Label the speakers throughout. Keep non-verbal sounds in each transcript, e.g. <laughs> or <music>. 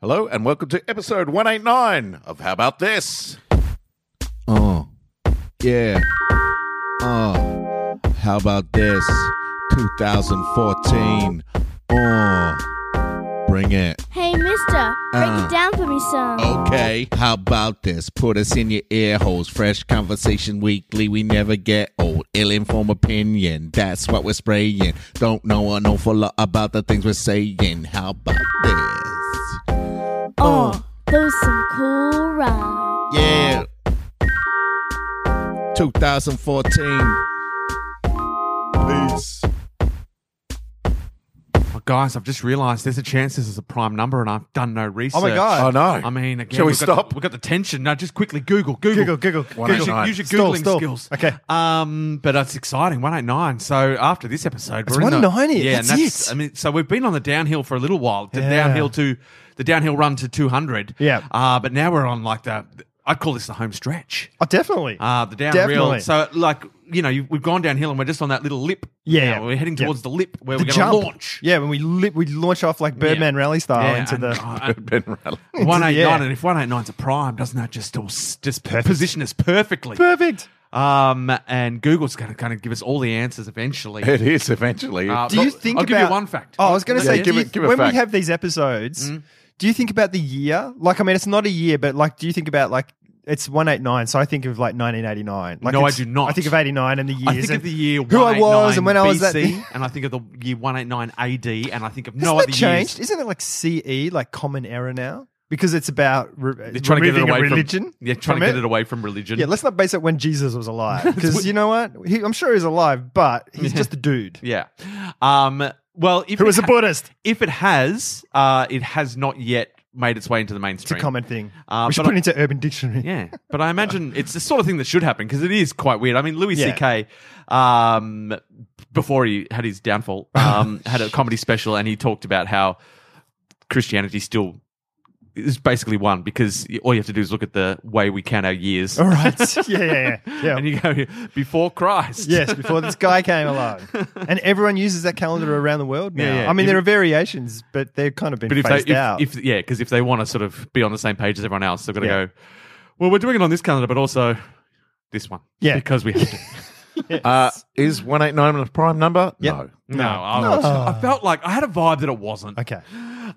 Speaker 1: Hello and welcome to episode 189 of How About This?
Speaker 2: Oh, yeah. Oh, how about this? 2014. Oh, bring it.
Speaker 3: Hey, mister, break
Speaker 2: Uh.
Speaker 3: it down for me some.
Speaker 2: Okay, how about this? Put us in your ear holes. Fresh conversation weekly. We never get old. Ill informed opinion. That's what we're spraying. Don't know an awful lot about the things we're saying. How about this?
Speaker 3: Oh, those some cool rhymes.
Speaker 2: Yeah. 2014. Peace.
Speaker 4: Oh, guys, I've just realised there's a chance this is a prime number, and I've done no research.
Speaker 5: God.
Speaker 1: Oh, no.
Speaker 4: I mean, again,
Speaker 1: Shall we
Speaker 4: we've got the-
Speaker 1: stop?
Speaker 4: we've got the tension. No, just quickly Google, Google,
Speaker 5: Google, Google,
Speaker 1: Why
Speaker 4: Use
Speaker 1: not?
Speaker 4: your,
Speaker 1: Google.
Speaker 4: use your
Speaker 5: Stall,
Speaker 4: googling
Speaker 5: stall.
Speaker 4: skills.
Speaker 5: Okay.
Speaker 4: Um, but that's exciting. One eight nine. So after this episode,
Speaker 5: It's
Speaker 4: we're in the-
Speaker 5: 190.
Speaker 4: Yeah,
Speaker 5: That's
Speaker 4: and that's
Speaker 5: it.
Speaker 4: I mean, so we've been on the downhill for a little while. The
Speaker 5: Yeah.
Speaker 4: downhill to the downhill run to two hundred.
Speaker 5: Yeah.
Speaker 4: Uh, but now we're on like the I would call this the home stretch.
Speaker 5: Oh, definitely.
Speaker 4: Uh, the down
Speaker 5: Definitely.
Speaker 4: reel. So, like, you know, you, we've gone downhill and we're just on that little lip.
Speaker 5: Yeah,
Speaker 4: now.
Speaker 5: yeah.
Speaker 4: We're heading
Speaker 5: Yeah.
Speaker 4: towards the lip where
Speaker 5: the
Speaker 4: we're
Speaker 5: jump.
Speaker 4: going to launch.
Speaker 5: Yeah, when we li- we launch off like Birdman
Speaker 4: Yeah.
Speaker 5: Rally style
Speaker 4: Yeah,
Speaker 5: into
Speaker 4: and- <laughs>
Speaker 5: the.
Speaker 4: oh, and
Speaker 1: Ben Rally.
Speaker 4: <laughs> 189,
Speaker 5: Yeah.
Speaker 4: and if 189's a prime, doesn't that just all s- just position us perfectly?
Speaker 5: Perfect.
Speaker 4: Um, and Google's going to kind of give us all the answers
Speaker 1: <laughs>
Speaker 4: eventually.
Speaker 1: It is eventually.
Speaker 4: Uh,
Speaker 5: Do you
Speaker 4: I'll-
Speaker 5: think
Speaker 4: I'll give you
Speaker 5: about-
Speaker 4: one fact.
Speaker 5: Oh, I was going to
Speaker 1: Yeah,
Speaker 5: say,
Speaker 1: give
Speaker 5: do you-
Speaker 1: it- give a
Speaker 5: when
Speaker 1: fact.
Speaker 5: we have these episodes,
Speaker 4: Mm-hmm.
Speaker 5: do you think about the year? Like, I mean, it's not a year, but like, do you think about like it's one eight nine? So I think of like nineteen eighty nine. Like
Speaker 4: No, I
Speaker 5: it's-
Speaker 4: do not.
Speaker 5: I think of eighty nine and the years.
Speaker 4: I think
Speaker 5: and
Speaker 4: of the year
Speaker 5: who I was and when I was at. <laughs>
Speaker 4: BC,
Speaker 5: The-
Speaker 4: and I think of the year 189 AD, and I think of
Speaker 5: Hasn't
Speaker 4: no
Speaker 5: that
Speaker 4: other
Speaker 5: changed?
Speaker 4: years.
Speaker 5: Isn't it like CE, like common era now? Because it's about re-
Speaker 4: They're trying to get it
Speaker 5: removing a
Speaker 4: away
Speaker 5: religion.
Speaker 4: from yeah, trying to
Speaker 5: from
Speaker 4: get it away from religion.
Speaker 5: Yeah, let's not base it when Jesus
Speaker 4: <laughs>
Speaker 5: was alive, because you know what? He, I'm sure he's alive, but he's just
Speaker 4: <laughs>
Speaker 5: a dude
Speaker 4: yeah. Um, well, if
Speaker 5: who
Speaker 4: it
Speaker 5: was a
Speaker 4: ha-
Speaker 5: Buddhist.
Speaker 4: If it has, uh, it has not yet made its way into the
Speaker 5: It's a
Speaker 4: mainstream.
Speaker 5: common thing.
Speaker 4: Uh,
Speaker 5: we should
Speaker 4: but
Speaker 5: put
Speaker 4: I-
Speaker 5: it into Urban Dictionary.
Speaker 4: Yeah, but I imagine it's the sort of thing that should happen because it is quite weird. I mean, Louis
Speaker 5: Yeah.
Speaker 4: C.K. Um, before he had his downfall,
Speaker 5: <laughs>
Speaker 4: um, had a comedy special, and he talked about how Christianity still is basically one because all you have to do is look at the way we count our years,
Speaker 5: <laughs>
Speaker 4: <laughs>
Speaker 5: All right. Yeah, Oh, yeah, yeah. yeah.
Speaker 4: and you go before Christ.
Speaker 5: yes, before this guy
Speaker 4: <laughs>
Speaker 5: came along, and everyone uses that calendar around the world now.
Speaker 4: Yeah, yeah.
Speaker 5: I mean,
Speaker 4: If-
Speaker 5: there are variations, but they've kind of
Speaker 4: <laughs>
Speaker 5: been
Speaker 4: But if
Speaker 5: phased
Speaker 4: they,
Speaker 5: out.
Speaker 4: if, if yeah, because if they want to sort of be on the same page as everyone else, they've got to
Speaker 5: Yeah.
Speaker 4: go. Well, we're doing it on this calendar, but also this one,
Speaker 5: Yeah.
Speaker 4: because we
Speaker 5: <laughs>
Speaker 4: have to.
Speaker 1: Uh, is 189 a prime number?
Speaker 5: Yep.
Speaker 1: No.
Speaker 4: No, I, was-
Speaker 5: Ah.
Speaker 4: I felt like I had a vibe that it wasn't.
Speaker 5: okay,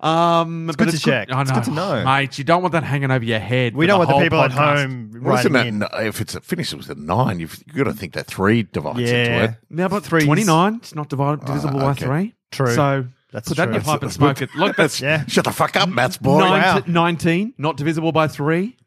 Speaker 4: Um, it's
Speaker 5: good to check.
Speaker 4: I
Speaker 5: It's
Speaker 4: know.
Speaker 5: good to know.
Speaker 4: mate. You don't want that hanging over your head.
Speaker 5: we
Speaker 4: for
Speaker 5: don't want the
Speaker 4: whole
Speaker 5: people at
Speaker 4: podcast.
Speaker 5: home
Speaker 1: Well, isn't
Speaker 5: writing
Speaker 1: that,
Speaker 5: in.
Speaker 1: no, if it's finished with a nine, you've, you've got to think that three divides into
Speaker 5: Yeah,
Speaker 1: it.
Speaker 4: Now, but
Speaker 5: Threes.
Speaker 4: twenty nine. It's not divided, divisible by
Speaker 1: okay.
Speaker 4: three.
Speaker 5: Ah, True.
Speaker 4: So
Speaker 5: That's
Speaker 4: put that in
Speaker 5: true.
Speaker 4: your pipe and smoke it. Look,
Speaker 5: <laughs>
Speaker 4: that's
Speaker 5: Yeah.
Speaker 1: Shut the fuck up, Matt's boy.
Speaker 4: nine
Speaker 5: Wow.
Speaker 4: nineteen. Not divisible by three.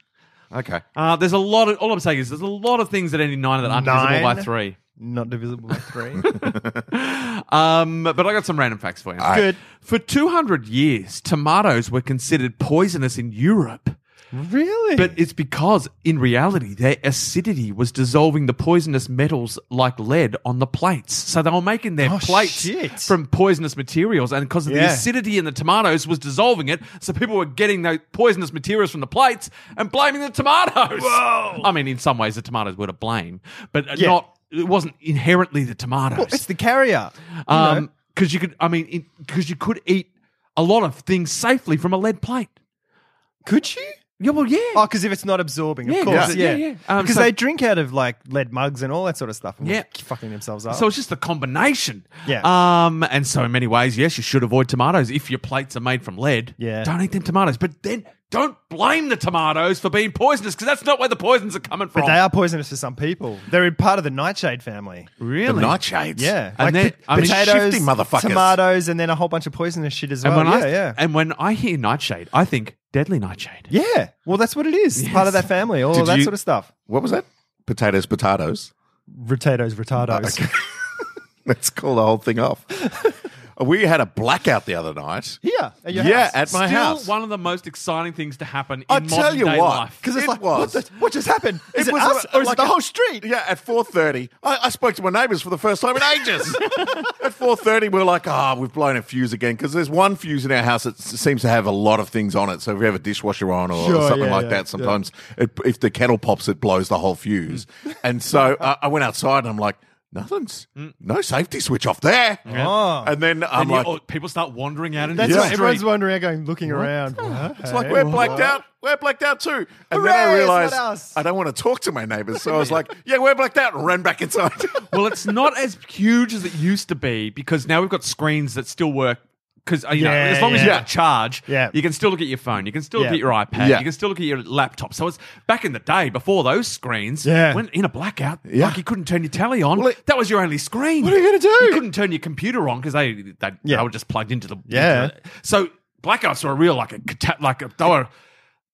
Speaker 1: Okay.
Speaker 4: Uh, there's a lot of. All I'm saying is there's a lot of things that end in nine that aren't divisible by
Speaker 5: Nine.
Speaker 4: three.
Speaker 5: not divisible by
Speaker 4: <laughs>
Speaker 5: three.
Speaker 4: Um, but I got some random facts for you.
Speaker 1: right.
Speaker 5: Good.
Speaker 4: For 200 years, tomatoes were considered poisonous in Europe.
Speaker 5: really?
Speaker 4: But it's because, in reality, their acidity was dissolving the poisonous metals like lead on the plates. So they were making their
Speaker 5: Oh,
Speaker 4: plates
Speaker 5: shit.
Speaker 4: from poisonous materials, and because of the
Speaker 5: Yeah.
Speaker 4: acidity in the tomatoes was dissolving it, so people were getting those poisonous materials from the plates and blaming the tomatoes. Whoa! I mean, in some ways, the tomatoes were to blame, but
Speaker 5: Yeah.
Speaker 4: not. It wasn't inherently the tomatoes.
Speaker 5: Well, it's the carrier. you know?
Speaker 4: Um 'cause because you could, I mean, because you could eat a lot of things safely from a lead plate.
Speaker 5: could you?
Speaker 4: Yeah, well, yeah.
Speaker 5: <laughs> Oh, because if it's not absorbing,
Speaker 4: Yeah,
Speaker 5: of course,
Speaker 4: yeah,
Speaker 5: yeah,
Speaker 4: yeah, yeah. Um,
Speaker 5: because
Speaker 4: so-
Speaker 5: they drink out of like lead mugs and all that sort of stuff, and
Speaker 4: Yeah.
Speaker 5: yeah, fucking themselves up.
Speaker 4: So it's just the combination.
Speaker 5: Yeah.
Speaker 4: Um, and so in many ways, yes, you should avoid tomatoes if your plates are made from lead.
Speaker 5: Yeah.
Speaker 4: Don't eat them tomatoes. But then don't blame the tomatoes for being poisonous because that's not where the poisons are coming from.
Speaker 5: but they are poisonous for some people. They're part of the nightshade family.
Speaker 4: really.
Speaker 1: The nightshades. Uh,
Speaker 5: Yeah,
Speaker 4: And then- I mean,
Speaker 1: shifty motherfuckers.
Speaker 5: tomatoes, and then a whole bunch of poisonous shit as
Speaker 4: and
Speaker 5: well.
Speaker 4: when
Speaker 5: Oh, yeah,
Speaker 4: I
Speaker 5: yeah,
Speaker 4: and when I hear nightshade, I think deadly nightshade.
Speaker 5: yeah. Well, that's what it is. It's Part of that family, all
Speaker 1: Did
Speaker 5: that
Speaker 1: you-
Speaker 5: sort of stuff.
Speaker 1: What was that? Potatoes, potatoes.
Speaker 5: Potatoes,
Speaker 1: Uh,
Speaker 5: retardos. <laughs>
Speaker 1: <laughs> Let's call the whole thing off. we had a blackout the other night.
Speaker 5: Yeah, at your
Speaker 1: yeah,
Speaker 5: house.
Speaker 1: at my
Speaker 5: <laughs>
Speaker 4: Still
Speaker 1: house.
Speaker 4: one of the most exciting things to happen in
Speaker 1: I
Speaker 4: modern
Speaker 1: tell you
Speaker 4: day
Speaker 1: what,
Speaker 4: life.
Speaker 5: because it's
Speaker 1: It
Speaker 5: like
Speaker 1: was.
Speaker 5: What, the, what just happened? Is it,
Speaker 1: was
Speaker 5: us
Speaker 1: a-
Speaker 5: or is
Speaker 1: like
Speaker 5: it the
Speaker 1: a-
Speaker 5: whole street?
Speaker 1: Yeah, at four thirty, I, I spoke to my neighbours for the first time in
Speaker 5: <laughs>
Speaker 1: ages. at four thirty, we were like, "Ah, we've blown a fuse again." Because there's one fuse in our house that s- seems to have a lot of things on it. So if you have a dishwasher on or,
Speaker 5: Sure,
Speaker 1: something
Speaker 5: yeah,
Speaker 1: like
Speaker 5: yeah,
Speaker 1: that,
Speaker 5: <laughs>
Speaker 1: sometimes it, if the kettle pops, it blows the whole fuse. and so I I went outside and I'm like. nothing's no safety switch off there.
Speaker 5: Mm. Oh.
Speaker 1: And then I'm
Speaker 4: And you-
Speaker 1: like,
Speaker 4: oh, people start wandering out into
Speaker 5: That's
Speaker 4: the
Speaker 1: Yeah.
Speaker 5: what everyone's
Speaker 4: street.
Speaker 5: wandering out going, looking around.
Speaker 1: It's like we're blacked out. We're blacked out too. And then I
Speaker 5: Hooray, it's not
Speaker 1: realized
Speaker 5: us.
Speaker 1: I don't want to talk to my neighbors. So I <laughs> was like, yeah, we're blacked out and ran back inside. <laughs>
Speaker 4: well, it's not as huge as it used to be because now we've got screens that still work. Because you know,
Speaker 5: Yeah,
Speaker 4: as long as you
Speaker 5: yeah.
Speaker 4: got charge,
Speaker 5: Yeah.
Speaker 4: you can still look at your phone, you can still look
Speaker 5: Yeah.
Speaker 4: at your iPad,
Speaker 1: Yeah.
Speaker 4: you can still look at your laptop. So it's back in the day before those screens.
Speaker 5: Yeah.
Speaker 4: when in a blackout,
Speaker 1: Yeah.
Speaker 4: like you couldn't turn your telly on.
Speaker 1: Well, it-
Speaker 4: that was your only screen.
Speaker 1: What are you gonna do?
Speaker 4: You couldn't turn your computer on because they they,
Speaker 5: Yeah.
Speaker 4: they were just plugged into the
Speaker 5: Yeah.
Speaker 4: into it. So blackouts were a real like a cata- like a they were.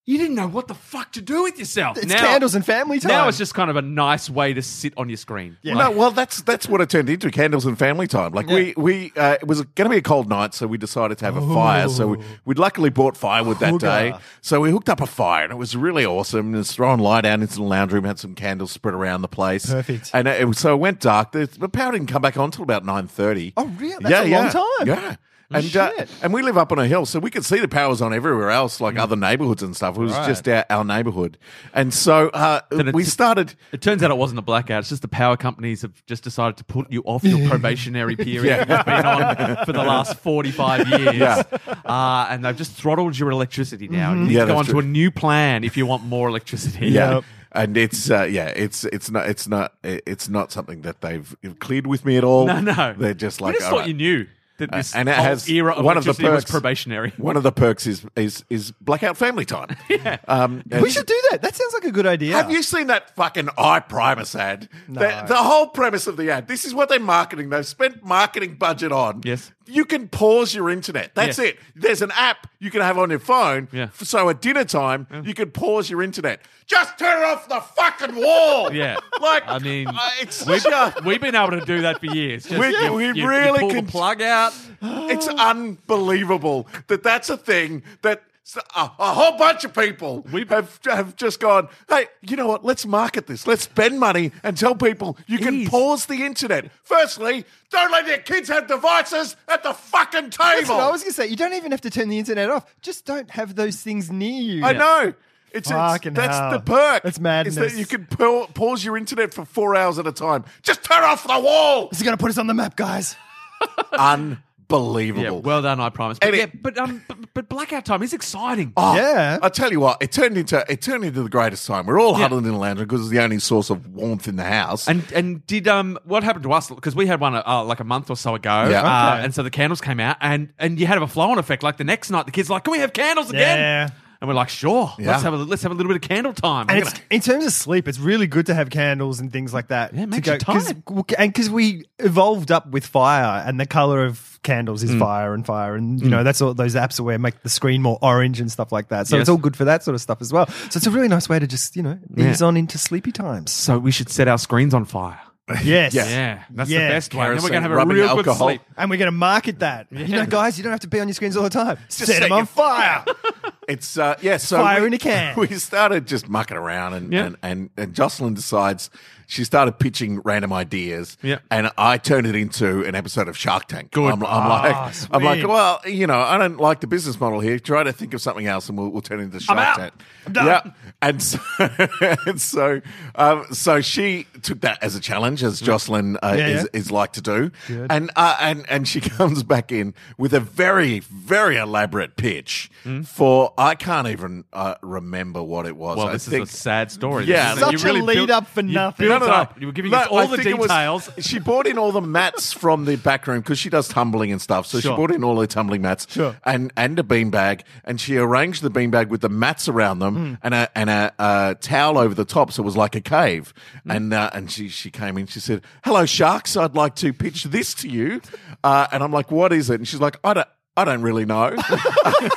Speaker 4: You didn't know what the fuck to do with yourself.
Speaker 5: It's candles and family time.
Speaker 4: Now it's just kind of a nice way to sit on your screen.
Speaker 5: Yeah.
Speaker 4: Like,
Speaker 1: no, well, that's that's what it turned into candles and family time. Like we we uh, it was going to be a cold night, so we decided to have a fire. So
Speaker 5: Oh.
Speaker 1: we, we'd luckily bought firewood that day, so we hooked up a fire, and it was really awesome. And it's thrown lie down into the lounge room, had some candles spread around the place,
Speaker 5: Perfect.
Speaker 1: And it, was so it went dark. The, the power didn't come back on until about nine thirty.
Speaker 5: Oh, really? That's a long time.
Speaker 1: Yeah. And, uh,
Speaker 5: Shit. Mm.
Speaker 1: and we live up on a hill, so we could see the power was on everywhere else, like other neighborhoods and stuff. It was just our, our neighborhood. And so uh,
Speaker 4: it
Speaker 1: we
Speaker 4: t-
Speaker 1: started.
Speaker 4: It turns out it wasn't a blackout. It's just the power companies have just decided to put you off
Speaker 1: <laughs>
Speaker 4: your probationary period you've been on for the last 45 years.
Speaker 1: Yeah.
Speaker 4: Uh, and they've just throttled your electricity now. You need
Speaker 1: Mm-hmm. Yeah,
Speaker 4: to go
Speaker 1: that's
Speaker 4: onto
Speaker 1: true.
Speaker 4: a new plan if you want more electricity.
Speaker 1: Yeah.
Speaker 5: Yep.
Speaker 1: And it's uh, yeah, it's it's not it's not it's not something that they've cleared with me at all.
Speaker 4: <laughs> No, no.
Speaker 1: they're just like
Speaker 4: I just
Speaker 1: all
Speaker 4: thought
Speaker 1: right. Uh,
Speaker 4: you knew that this
Speaker 1: and it
Speaker 4: whole
Speaker 1: has
Speaker 4: era of
Speaker 1: one of the
Speaker 4: electricity was
Speaker 1: perks- <laughs>
Speaker 4: probationary.
Speaker 1: One of the perks is is is blackout family
Speaker 4: <laughs>
Speaker 1: time. yeah, um, and-
Speaker 5: we should do that. That sounds like a good idea.
Speaker 1: Have you seen that fucking eye Primus ad? The, the whole premise of the ad. This is what they're marketing. They've spent marketing budget on.
Speaker 4: Yes.
Speaker 1: You can pause your internet. That's
Speaker 4: Yeah.
Speaker 1: it. There's an app you can have on your phone.
Speaker 4: Yeah.
Speaker 1: f- So at dinner time, you can pause your internet. Just turn off the fucking wall.
Speaker 4: Yeah.
Speaker 1: <laughs> Like,
Speaker 4: I mean,
Speaker 1: uh, it's <laughs>
Speaker 4: We've,
Speaker 1: just-
Speaker 4: we've been able to do that for years. Just
Speaker 1: We-
Speaker 4: you-
Speaker 1: we
Speaker 4: you- you
Speaker 1: really Oh.
Speaker 4: pull
Speaker 1: can-
Speaker 4: the plug out.
Speaker 1: It's unbelievable that that's a thing that s- a, a whole bunch of people
Speaker 4: We've-
Speaker 1: have have just gone. Hey, you know what? Let's market this. Let's spend money and tell people you can
Speaker 4: Ease.
Speaker 1: pause the internet. Firstly, don't let your kids have devices at the fucking
Speaker 5: That's
Speaker 1: table.
Speaker 5: what I was going to say. You don't even have to turn the internet off. Just don't have those things near you.
Speaker 1: I know. It's, it's
Speaker 5: Fucking
Speaker 1: that's
Speaker 5: hell.
Speaker 1: the perk.
Speaker 5: That's
Speaker 1: Is that
Speaker 5: madness.
Speaker 1: you can pa- pause your internet for four hours at a time. Just turn off the
Speaker 5: <laughs>
Speaker 1: wall.
Speaker 5: This is going to put us on the map, guys.
Speaker 1: Unbelievable.
Speaker 4: Yeah, well done, I promise. But,
Speaker 1: And
Speaker 4: yeah,
Speaker 1: it-
Speaker 4: but, um, but, but blackout time is exciting.
Speaker 1: Oh,
Speaker 5: Yeah.
Speaker 1: I tell you what, it turned into it turned into the greatest time. We're all huddled in the lounge because it's the only source of warmth in the house.
Speaker 4: And and did um what happened to us? Because we had one uh, like a month or so ago,
Speaker 1: Yeah.
Speaker 4: uh,
Speaker 5: Okay.
Speaker 4: and so the candles came out, and and you had a flow on effect. Like the next night, the kids were like, "Can we have candles again?"
Speaker 5: Yeah.
Speaker 4: And we're like, "Sure,
Speaker 1: Yeah.
Speaker 4: let's have a let's have a little bit of candle time."
Speaker 5: And
Speaker 4: We're
Speaker 5: it's,
Speaker 4: gonna-
Speaker 5: in terms of sleep, it's really good to have candles and things like that.
Speaker 4: Yeah, it
Speaker 5: to
Speaker 4: makes
Speaker 5: go-
Speaker 4: you
Speaker 5: 'cause-
Speaker 4: tired.
Speaker 5: w- and because we evolved up with fire, and the color of candles
Speaker 4: Mm.
Speaker 5: is fire and fire, and you know that's all those apps where make the screen more orange and stuff like that. So
Speaker 4: Yes.
Speaker 5: it's all good for that sort of stuff as well. So it's a really nice way to just you know ease
Speaker 4: Yeah.
Speaker 5: on into sleepy times.
Speaker 4: so we should set our screens on fire.
Speaker 5: Yes.
Speaker 4: Yeah, that's
Speaker 5: Yeah.
Speaker 4: the best way. And then we're
Speaker 1: Kerosene,
Speaker 4: gonna have a
Speaker 1: rubbing
Speaker 4: real
Speaker 1: alcohol.
Speaker 4: good sleep.
Speaker 5: And we're going to market that. You know, guys, you don't have to be on your screens all the time. Set 'em
Speaker 1: set
Speaker 5: them
Speaker 1: your-
Speaker 5: on fire.
Speaker 1: it's uh, yeah, so
Speaker 5: Fire
Speaker 1: we-
Speaker 5: in a can.
Speaker 1: <laughs> We started just mucking around, and
Speaker 4: Yeah.
Speaker 1: and, and and Jocelyn decides she started pitching random ideas.
Speaker 4: Yeah.
Speaker 1: and I turned it into an episode of Shark Tank.
Speaker 4: Good.
Speaker 1: I'm, I'm like, <laughs> I'm like,
Speaker 5: Ah, sweet.
Speaker 1: well, you know, I don't like the business model here. Try to think of something else, and we'll, we'll turn it into Shark
Speaker 4: out.
Speaker 1: Tank.
Speaker 5: I'm done.
Speaker 1: Yeah, and so, <laughs> and so, um, so she took that as a challenge, as Jocelyn uh,
Speaker 5: Yeah,
Speaker 1: is,
Speaker 5: yeah.
Speaker 1: is like to do, and uh, and and she <laughs> comes back in with a very very elaborate pitch
Speaker 4: Hmm?
Speaker 1: for I can't even uh, remember what it was.
Speaker 4: Well,
Speaker 1: I
Speaker 4: this
Speaker 1: think
Speaker 4: is a sad story.
Speaker 1: Yeah.
Speaker 4: This is- you
Speaker 5: Such a lead
Speaker 4: built-
Speaker 5: up for
Speaker 4: you
Speaker 5: nothing.
Speaker 4: built
Speaker 5: No,
Speaker 1: no, no.
Speaker 4: up. You were giving
Speaker 1: No,
Speaker 4: us all
Speaker 1: I
Speaker 4: the
Speaker 1: think it was-
Speaker 4: details.
Speaker 1: <laughs> she brought in all the mats from the back room because she does tumbling and stuff. So she
Speaker 4: Sure.
Speaker 1: brought in all her tumbling mats
Speaker 5: Sure.
Speaker 1: and and a beanbag, and she arranged the beanbag with the mats around them
Speaker 4: Hmm.
Speaker 1: and a and a, uh towel over the top, so it was like a cave.
Speaker 4: Hmm.
Speaker 1: And uh, and she she came in, she said, "Hello, sharks. I'd like to pitch this to you." Uh, and I'm like, "What is it?" And she's like, "I don't." I don't really
Speaker 4: <laughs>
Speaker 1: know. <laughs>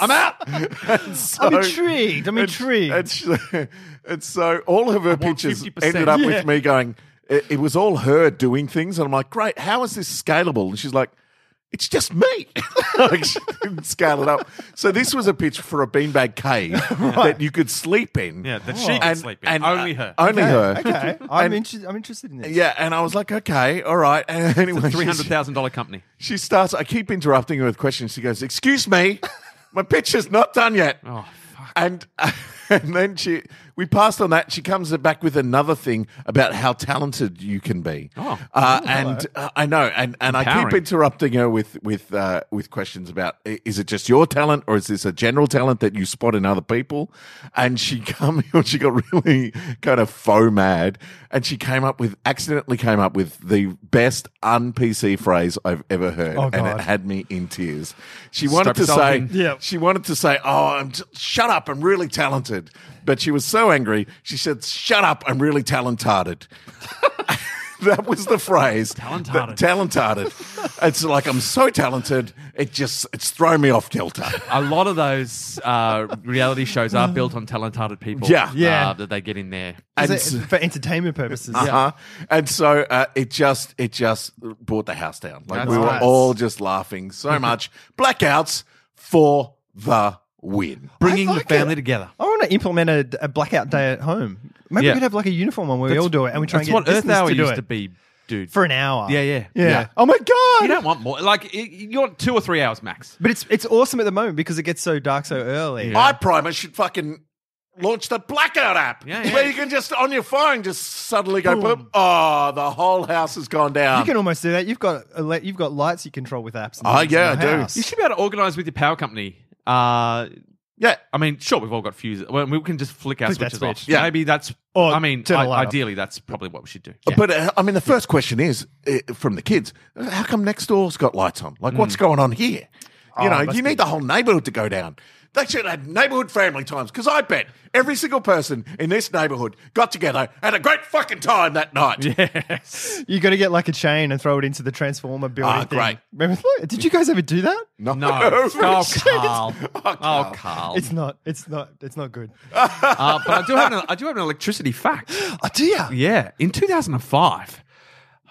Speaker 1: I'm out. <laughs> And so-
Speaker 5: I'm intrigued. I'm intrigued.
Speaker 1: and, she- <laughs> and so all of her
Speaker 4: want
Speaker 1: pictures
Speaker 4: 50%.
Speaker 1: ended up
Speaker 5: Yeah.
Speaker 1: with me going, it, it was all her doing things. And I'm like, great, how is this scalable? And she's like, it's just me. <laughs> like she didn't scale it up. So this was a pitch for a beanbag
Speaker 5: <laughs>
Speaker 1: cave that you could sleep in. uh,
Speaker 4: Yeah, that she could sleep in. Only her.
Speaker 1: Only her.
Speaker 5: okay.
Speaker 4: <laughs>
Speaker 5: I'm, inter- I'm interested in this.
Speaker 1: Yeah, and I was like, okay, all right. <laughs> And anyway,
Speaker 4: Three
Speaker 1: she's-
Speaker 4: hundred thousand dollar company.
Speaker 1: she starts. I keep interrupting her with questions. She goes, <laughs> "Excuse me, my picture's not done yet."
Speaker 4: Oh,
Speaker 1: <laughs> And and then she we passed on that. She comes back with another thing about how talented you can be.
Speaker 4: Oh.
Speaker 1: uh, and uh, I know, and and I keep
Speaker 4: Empowering.
Speaker 1: interrupting her with with uh, with questions about i- is it just your talent or is this a general talent that you spot in other people? And she <laughs> come, she got really kind of faux mad, and she came up with accidentally came up with the best un PC phrase I've ever heard,
Speaker 5: Oh,
Speaker 1: and
Speaker 5: God.
Speaker 1: it had me in tears. She wanted to
Speaker 4: yourself
Speaker 1: say,
Speaker 4: in.
Speaker 5: Yeah.
Speaker 1: she wanted to say, "Oh, I'm t- shut up! I'm really talented," but she was so angry. She said, "Shut up! I'm really talented." <laughs> that was the phrase.
Speaker 4: Talentarded.
Speaker 1: That- Talentarded. it's like I'm so talented. It just it's thrown me off kilter.
Speaker 4: A lot of those uh, reality shows
Speaker 5: <laughs>
Speaker 4: are built on talented people.
Speaker 1: Yeah.
Speaker 5: Yeah.
Speaker 4: Uh, that they get in there.
Speaker 1: And
Speaker 5: Is it for entertainment purposes.
Speaker 1: Uh-huh. And so uh, it just it just brought the house down. Like
Speaker 4: That's
Speaker 1: we were
Speaker 5: nice.
Speaker 1: all just laughing so much. Blackouts for the win.
Speaker 4: Bringing the
Speaker 5: like
Speaker 4: family
Speaker 5: it.
Speaker 4: together.
Speaker 5: I want to implement a, a blackout day at home. Maybe
Speaker 4: Yeah.
Speaker 5: we could have like a uniform one where we all do it and we try
Speaker 4: That's
Speaker 5: and get
Speaker 4: what Earth
Speaker 5: business
Speaker 4: Hour
Speaker 5: to do
Speaker 4: used
Speaker 5: it
Speaker 4: to be, dude.
Speaker 5: for an hour.
Speaker 4: Yeah, yeah.
Speaker 5: yeah,
Speaker 1: Yeah.
Speaker 5: Oh my god!
Speaker 4: you don't want more. Like, it, you want two or three hours max.
Speaker 5: but it's it's awesome at the moment because it gets so dark so early.
Speaker 1: iPrimer should fucking launch the blackout app
Speaker 4: Yeah, yeah.
Speaker 1: where you can just on your phone just suddenly go boom. Oh, the whole house has gone
Speaker 5: You
Speaker 1: down.
Speaker 5: can almost do that. You've got ele- you've got lights you control with apps. and
Speaker 1: Oh,
Speaker 5: things in
Speaker 1: yeah, I
Speaker 5: the
Speaker 1: do.
Speaker 5: house.
Speaker 4: You should be able to organise with your power company. Uh,
Speaker 1: yeah.
Speaker 4: I mean, sure, we've all got fuses. Well, we can just flick our
Speaker 5: Flick that
Speaker 4: switches off.
Speaker 5: switch.
Speaker 1: Yeah.
Speaker 4: Maybe that's.
Speaker 5: Or
Speaker 4: I mean,
Speaker 5: turn
Speaker 4: I-
Speaker 5: the light off.
Speaker 4: ideally, that's probably what we should do.
Speaker 1: But uh, I mean, the first question is uh, from the kids: uh, How come next door's got lights on? Like,
Speaker 5: Mm.
Speaker 1: what's going on here?
Speaker 5: Oh,
Speaker 1: You know, you need the whole neighborhood to go down. They should have neighborhood family times because I bet every single person in this neighborhood got together had a great fucking time that
Speaker 5: <laughs>
Speaker 1: night.
Speaker 5: You got to get like a chain and throw it into the transformer building.
Speaker 1: Ah,
Speaker 5: thing.
Speaker 1: great.
Speaker 5: Remember, <laughs> look, did you guys ever do that?
Speaker 1: No,
Speaker 4: No. Oh, Carl. Oh, Carl.
Speaker 5: It's not. It's not. It's not good.
Speaker 4: Uh, but I do, have an, I do have an electricity fact.
Speaker 5: Oh, do you?
Speaker 4: Yeah. In 2005.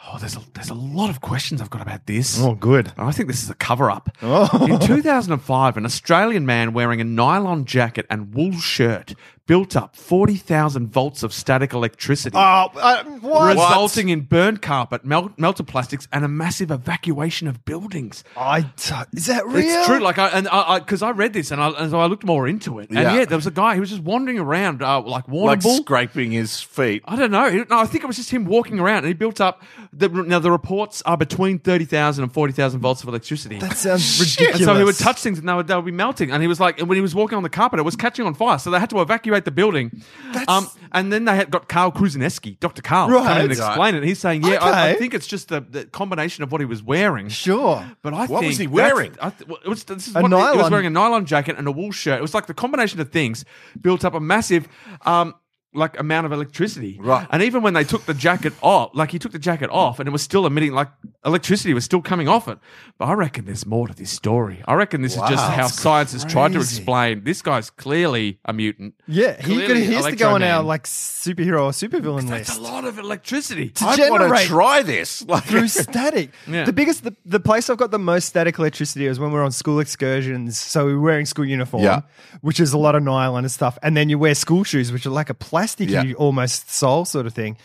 Speaker 4: Oh, there's a, there's a lot of questions I've got about this.
Speaker 5: Oh, good.
Speaker 4: And I think this is a cover up.
Speaker 5: Oh.
Speaker 4: In 2005, an Australian man wearing a nylon jacket and wool shirt built up 40,000 volts of static electricity.
Speaker 5: Oh, uh, what?
Speaker 4: Resulting in burned carpet, mel- melted plastics, and a massive evacuation of buildings.
Speaker 5: I t- is that real?
Speaker 4: It's true. Like I and I because I, read this and, I, and so I looked more into it.
Speaker 1: Yeah.
Speaker 4: And yeah, there was a guy who was just wandering around uh, like
Speaker 1: Like
Speaker 4: Warrnambool.
Speaker 1: scraping his feet.
Speaker 4: I don't know. He- No, I think it was just him walking around and he built up. The, now, the reports are between 30,000 and 40,000 volts of electricity. <laughs>
Speaker 5: That sounds ridiculous.
Speaker 4: And so he would touch things and they would, they would be melting. And he was like, and when he was walking on the carpet, it was catching on fire. So they had to evacuate the building. Um, and then they had got Carl Kruzineski, Dr. Carl, come in
Speaker 5: Right.
Speaker 4: and explain it. He's saying, yeah, I, I
Speaker 5: Okay.
Speaker 4: think it's just the, the combination of what he was wearing.
Speaker 5: Sure.
Speaker 4: But I
Speaker 1: What
Speaker 4: think
Speaker 1: was he
Speaker 4: that's-
Speaker 1: wearing?
Speaker 4: I th- well, it was, this is
Speaker 5: A
Speaker 4: what, He was
Speaker 5: nylon-
Speaker 4: wearing a nylon jacket and a wool shirt. It was like the combination of things built up a massive, um, like amount of electricity.
Speaker 1: Right.
Speaker 4: And even when they took the jacket off, like he took the jacket off, and it was still emitting like electricity was still coming off it. But I reckon there's more to this story. I reckon this is just how science has tried to
Speaker 5: crazy.
Speaker 4: explain. This guy's clearly a mutant.
Speaker 5: Yeah, he could,
Speaker 4: Clearly
Speaker 5: he has to go on
Speaker 4: Electro
Speaker 5: our
Speaker 4: Man.
Speaker 5: like superhero or supervillain
Speaker 4: That's
Speaker 5: list
Speaker 4: a lot of electricity.
Speaker 5: to
Speaker 1: I want to
Speaker 5: generate
Speaker 1: try this. <laughs> Like,
Speaker 5: <laughs> through static.
Speaker 4: Yeah.
Speaker 5: The biggest, the, the place I've got the most static electricity is when we're on school excursions. So we're wearing school uniform,
Speaker 1: Yeah.
Speaker 5: which is a lot of nylon and stuff, and then you wear school shoes, which are like a plasticky
Speaker 1: Yeah.
Speaker 5: almost sole sort of thing.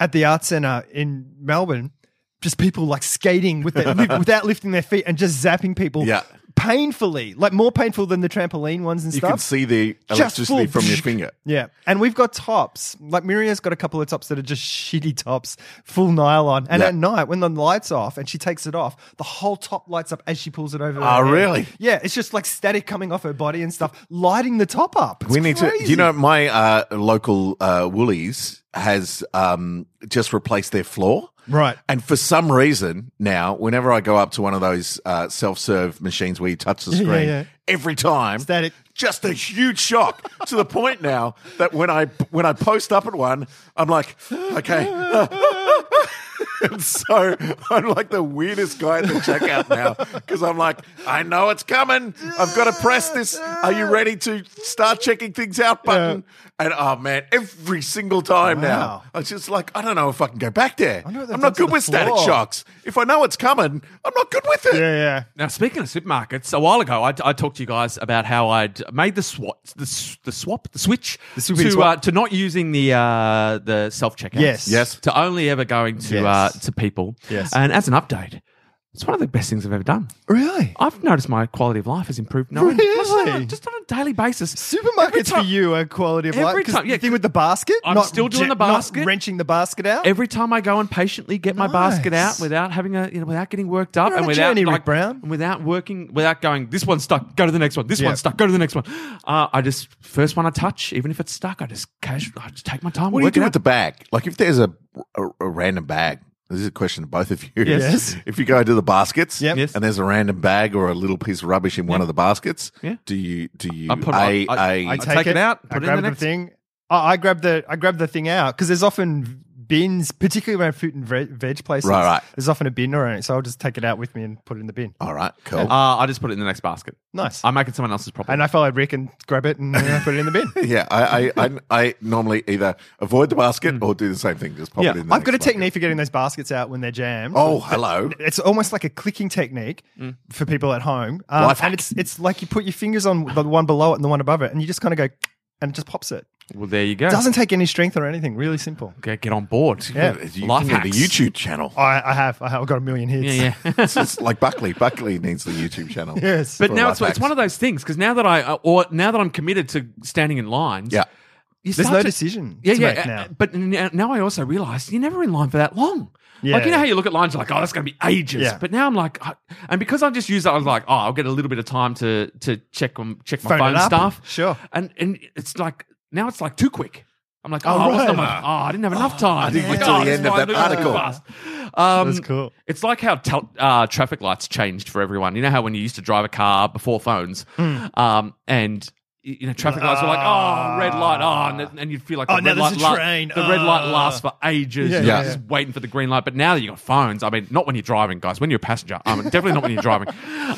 Speaker 5: At the art centre in Melbourne, just people like skating
Speaker 1: <laughs>
Speaker 5: with their, li- without lifting their feet and just zapping people.
Speaker 1: Yeah.
Speaker 5: Painfully, like more painful than the trampoline ones and
Speaker 1: you
Speaker 5: stuff.
Speaker 1: can see the electricity
Speaker 5: full-
Speaker 1: from
Speaker 5: <laughs>
Speaker 1: your finger.
Speaker 5: Yeah, and we've got tops. Like Miria's got a couple of tops that are just <laughs> shitty tops, full nylon. And
Speaker 1: Yeah.
Speaker 5: at night, when the lights off and she takes it off, the whole top lights up as she pulls it over. her
Speaker 1: Oh,
Speaker 5: head.
Speaker 1: really?
Speaker 5: Yeah, it's just like static coming off her body and stuff, lighting the top up. It's
Speaker 1: we need
Speaker 5: crazy.
Speaker 1: to. You know, my uh, local uh, Woolies has um, just replaced their floor.
Speaker 5: Right.
Speaker 1: And for some reason now, whenever I go up to one of those uh, self-serve machines where you touch the screen,
Speaker 5: <laughs> yeah, yeah.
Speaker 1: every time
Speaker 5: Static.
Speaker 1: just a huge shock to the point now that when I when I post up at one, I'm like, okay. <laughs> And <laughs> so I'm like the weirdest guy at the checkout now because I'm like, I know it's coming. I've got to press this. Are you ready to start checking things out button? And oh man, every single time
Speaker 5: Wow.
Speaker 1: now, I was just like, I don't know if I can go back there.
Speaker 5: wonder what they've
Speaker 1: I'm not
Speaker 5: done to
Speaker 1: good
Speaker 5: the
Speaker 1: with static
Speaker 5: floor.
Speaker 1: shocks. If I know it's coming, I'm not good with it.
Speaker 5: Yeah, yeah.
Speaker 4: Now, speaking of supermarkets, a while ago I, I talked to you guys about how I'd made the swap, the, s- the swap, the switch
Speaker 5: swoopity
Speaker 4: to
Speaker 5: swap.
Speaker 4: Uh, to not using the uh, the self checkouts.
Speaker 5: Yes.
Speaker 1: Yes.
Speaker 4: To only ever going to
Speaker 5: Yes.
Speaker 4: uh, to people.
Speaker 5: Yes.
Speaker 4: And as an update, It's one of the best things I've ever done.
Speaker 5: Really?
Speaker 4: I've noticed my quality of life has
Speaker 5: <laughs>
Speaker 4: improved. No, end.
Speaker 5: Really?
Speaker 4: Just on a- Just on a daily basis. Every
Speaker 5: Supermarkets for
Speaker 4: time-
Speaker 5: you are quality of
Speaker 4: Every
Speaker 5: life. 'cause
Speaker 4: time, yeah,
Speaker 5: the thing with the basket.
Speaker 4: I'm still doing the
Speaker 5: not
Speaker 4: basket.
Speaker 5: wrenching the basket out.
Speaker 4: Every time I go and patiently get my basket
Speaker 5: Nice.
Speaker 4: out without having a you know without getting worked up
Speaker 5: You're on
Speaker 4: and
Speaker 5: a
Speaker 4: without
Speaker 5: journey,
Speaker 4: like,
Speaker 5: Rick Brown.
Speaker 4: and without working without going this one's stuck go to the next one this
Speaker 5: Yeah.
Speaker 4: one's stuck go to the next one uh, I just first one I touch even if it's stuck I just cash I just take my time
Speaker 1: What do you
Speaker 4: work
Speaker 1: do
Speaker 4: it
Speaker 1: with the
Speaker 4: out.
Speaker 1: bag? Like, if there's a, a, a random bag, this is a question to both of you.
Speaker 5: Yes. Yes.
Speaker 1: If you go to the baskets
Speaker 5: Yep.
Speaker 4: Yes.
Speaker 1: and there's a random bag or a little piece of rubbish in one of the baskets,
Speaker 4: Yeah.
Speaker 1: do you, do you,
Speaker 4: I put
Speaker 1: a,
Speaker 4: it- I-
Speaker 1: a-
Speaker 4: I take it out, put it
Speaker 5: I
Speaker 4: in
Speaker 5: grab
Speaker 4: the
Speaker 5: the,
Speaker 4: next-
Speaker 5: thing. I, I grab the I grab the thing out because there's often bins, particularly around fruit and veg, veg places.
Speaker 1: Right, right.
Speaker 5: There's often a bin around it, so I'll just take it out with me and put it in the bin.
Speaker 1: all right, cool.
Speaker 4: uh, I just put it in the next basket
Speaker 5: Nice.
Speaker 4: I make it someone else's problem
Speaker 5: and I followed Rick and grab it and uh, put it in the bin.
Speaker 1: yeah, I, I, I, I normally either avoid the basket or do the same thing, just pop
Speaker 4: Yeah,
Speaker 1: it in. The
Speaker 5: Hmm. I've got a
Speaker 1: next bucket.
Speaker 5: technique for getting those baskets out when they're jammed.
Speaker 1: Oh, hello.
Speaker 5: It's almost like a clicking technique
Speaker 4: Mm.
Speaker 5: for people at home, um,
Speaker 1: Life hack.
Speaker 5: and it's it's like you put your fingers on the one below it and the one above it, and you just kind of go, and it just pops it.
Speaker 4: well there you go
Speaker 5: Doesn't take any strength or anything. Really simple.
Speaker 4: okay, get on board
Speaker 5: Yeah.
Speaker 1: You
Speaker 4: life
Speaker 1: can get a
Speaker 4: hacks
Speaker 1: YouTube channel.
Speaker 5: I, I have. I have I've got a million hits.
Speaker 4: yeah yeah <laughs>
Speaker 1: it's
Speaker 5: <laughs>
Speaker 1: just like Buckley. Buckley needs the YouTube channel.
Speaker 5: Yes.
Speaker 4: But
Speaker 1: for
Speaker 4: now
Speaker 1: life
Speaker 4: it's, it's
Speaker 1: hacks.
Speaker 4: one of those things because now that I uh, or now that I'm committed to standing in lines,
Speaker 1: Yeah.
Speaker 4: you
Speaker 5: There's
Speaker 4: start
Speaker 5: no
Speaker 4: to-
Speaker 5: decision
Speaker 4: Yeah,
Speaker 5: to
Speaker 4: yeah.
Speaker 5: make
Speaker 4: uh,
Speaker 5: now.
Speaker 4: uh, But n- now I also realise you're never in line for that long. Like you
Speaker 5: Yeah.
Speaker 4: know how you look at lines, you're like, oh, that's going to be ages.
Speaker 5: Yeah.
Speaker 4: But now I'm like, I, and because I just use that, I was like, oh, I'll get a little bit of time to to check on check my
Speaker 5: Phone it
Speaker 4: phone
Speaker 5: up.
Speaker 4: stuff.
Speaker 5: Sure.
Speaker 4: And and it's like now it's like too quick. I'm like, oh,
Speaker 5: Oh,
Speaker 4: I wasn't- I'm
Speaker 5: right.
Speaker 4: like, oh, I didn't have enough time. I
Speaker 1: didn't get to the end of that article.
Speaker 4: Um,
Speaker 5: That's cool.
Speaker 4: it's like how tel- uh, traffic lights changed for everyone. You know how when you used to drive a car before phones,
Speaker 5: Hmm.
Speaker 4: um, and y- you know traffic lights were like, oh, red light, oh, and, th- and you'd feel like
Speaker 5: Oh,
Speaker 4: the
Speaker 5: now
Speaker 4: red
Speaker 5: there's
Speaker 4: light,
Speaker 5: a
Speaker 4: la-
Speaker 5: train,
Speaker 4: the red light
Speaker 5: ah.
Speaker 4: lasts for ages.
Speaker 5: Yeah,
Speaker 4: You're
Speaker 5: yeah,
Speaker 4: just waiting for the green light. But now that you got phones, I mean, not when you're driving, guys. When you're a passenger, I mean, definitely not when you're
Speaker 5: <laughs>
Speaker 4: driving.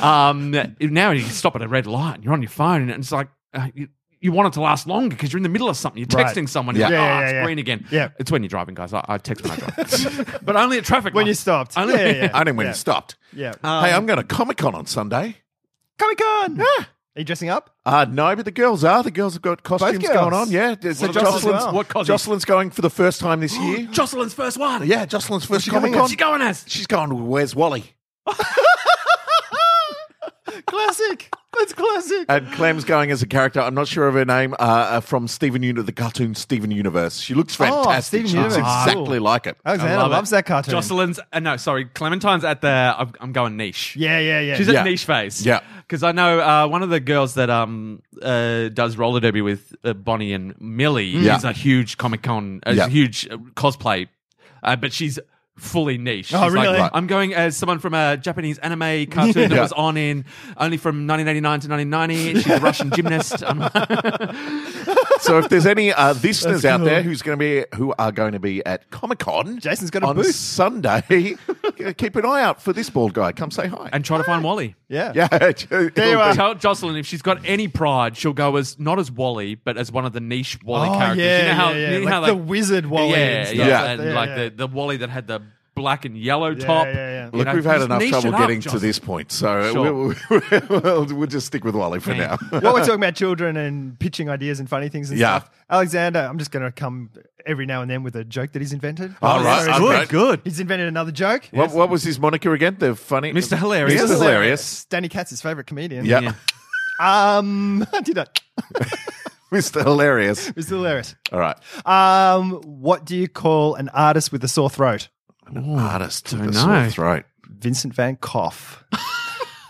Speaker 4: Um, now you stop at a red light and you're on your phone, and it's like. Uh, you, you want it to last longer because you're in the middle of something. You're
Speaker 5: Right.
Speaker 4: texting someone.
Speaker 1: Yeah.
Speaker 4: You're
Speaker 5: Yeah,
Speaker 4: like,
Speaker 5: yeah,
Speaker 4: oh,
Speaker 5: yeah,
Speaker 4: it's
Speaker 5: yeah.
Speaker 4: green again.
Speaker 5: Yeah.
Speaker 4: It's when you're driving, guys. I, I text when I
Speaker 5: <laughs>
Speaker 4: drive. but only at traffic
Speaker 5: When you
Speaker 4: lights.
Speaker 5: stopped.
Speaker 4: I
Speaker 5: Yeah,
Speaker 4: don't-
Speaker 5: yeah, yeah.
Speaker 1: I didn't when
Speaker 5: yeah.
Speaker 1: it stopped.
Speaker 5: Yeah.
Speaker 1: hey,
Speaker 4: Um,
Speaker 1: I'm going to Comic Con on Sunday.
Speaker 5: Uh, Comic Con. Are you dressing up?
Speaker 1: Uh, no, but the girls are. The girls have got costumes
Speaker 5: girls?
Speaker 1: going on. Yeah. So
Speaker 5: the girls as
Speaker 1: Jocelyn's,
Speaker 5: well?
Speaker 4: What costume?
Speaker 1: Jocelyn's going for the first time this
Speaker 4: <gasps>
Speaker 1: year.
Speaker 4: Jocelyn's first one.
Speaker 1: yeah, Jocelyn's first
Speaker 5: she
Speaker 1: Comic
Speaker 5: going
Speaker 1: Con.
Speaker 4: What's she going as?
Speaker 1: She's going to Where's Wally?
Speaker 5: <laughs> Classic. That's classic.
Speaker 1: And Clem's going as a character. I'm not sure of her name. Uh, uh, from Stephen Universe, the cartoon Steven Universe. She looks fantastic.
Speaker 5: Steven
Speaker 1: she looks
Speaker 5: Universe.
Speaker 1: exactly
Speaker 5: Cool.
Speaker 1: like it.
Speaker 5: Alexander
Speaker 4: love it.
Speaker 5: loves that cartoon.
Speaker 4: Jocelyn's, uh, no, sorry, Clementine's at the, I'm, I'm going niche.
Speaker 5: Yeah, yeah, yeah.
Speaker 4: She's
Speaker 1: Yeah.
Speaker 4: at niche phase.
Speaker 1: Yeah.
Speaker 4: Because I know uh, one of the girls that um uh, does roller derby with uh, Bonnie and Millie
Speaker 1: Yeah.
Speaker 4: is a huge Comic Con, uh, is
Speaker 1: Yeah.
Speaker 4: a huge uh, cosplay, uh, but she's fully niche.
Speaker 5: Oh,
Speaker 4: She's like,
Speaker 5: really? Right.
Speaker 4: I'm going as someone from a Japanese anime cartoon that
Speaker 1: Yeah.
Speaker 4: was on in only from 1989 to 1990. She's a Russian gymnast. <laughs> I'm-
Speaker 1: So if there's any uh, listeners
Speaker 5: That's
Speaker 1: out
Speaker 5: cool.
Speaker 1: there who's going to be who are going to be at Comic Con,
Speaker 5: Jason's got a
Speaker 1: on
Speaker 5: booth.
Speaker 1: Sunday. <laughs> keep an eye out for this bald guy. Come say hi.
Speaker 4: and try to find Wally.
Speaker 5: yeah.
Speaker 1: yeah, <laughs> there
Speaker 5: you are.
Speaker 4: Tell Jocelyn if she's got any pride, she'll go as not as Wally, but as one of the niche Wally
Speaker 5: Oh,
Speaker 4: characters.
Speaker 5: yeah,
Speaker 4: you know how,
Speaker 5: yeah, yeah.
Speaker 4: you know
Speaker 5: Like
Speaker 4: how,
Speaker 5: the wizard Wally
Speaker 4: Yeah,
Speaker 5: and stuff
Speaker 4: yeah,
Speaker 1: like
Speaker 4: and
Speaker 5: that.
Speaker 4: like
Speaker 5: Yeah, yeah.
Speaker 4: the, the Wally that had the black and yellow
Speaker 5: Yeah,
Speaker 4: top.
Speaker 5: yeah, yeah.
Speaker 4: You
Speaker 1: Look,
Speaker 4: know,
Speaker 1: we've had
Speaker 4: just
Speaker 1: enough
Speaker 4: niche
Speaker 1: trouble
Speaker 4: it up,
Speaker 1: getting to
Speaker 4: Jocelyn.
Speaker 1: this point, so
Speaker 4: Sure.
Speaker 1: we'll, we'll, <laughs> we'll just stick with Wally for
Speaker 4: Yeah.
Speaker 1: now.
Speaker 5: While we're talking about children and pitching ideas and funny things and
Speaker 1: Yeah.
Speaker 5: stuff, Alexander, I'm just going to come every now and then with a joke that he's invented.
Speaker 1: All right,
Speaker 5: So he's-
Speaker 1: all right. Good.
Speaker 5: He's invented another joke.
Speaker 1: <laughs> What, what was his moniker again? The funny
Speaker 4: Mr. Hilarious.
Speaker 1: Mr.
Speaker 4: Mr.
Speaker 1: Hilarious.
Speaker 5: Danny Katz's favorite comedian.
Speaker 1: Yeah, <laughs>
Speaker 4: Yeah.
Speaker 5: Um, <laughs> I did that.
Speaker 1: Mr. Hilarious.
Speaker 5: It's hilarious.
Speaker 1: All right,
Speaker 5: Um, what do you call an artist with a sore throat?
Speaker 1: artist with a
Speaker 4: don't
Speaker 1: sore
Speaker 4: know.
Speaker 1: throat.
Speaker 5: Vincent Van Gogh.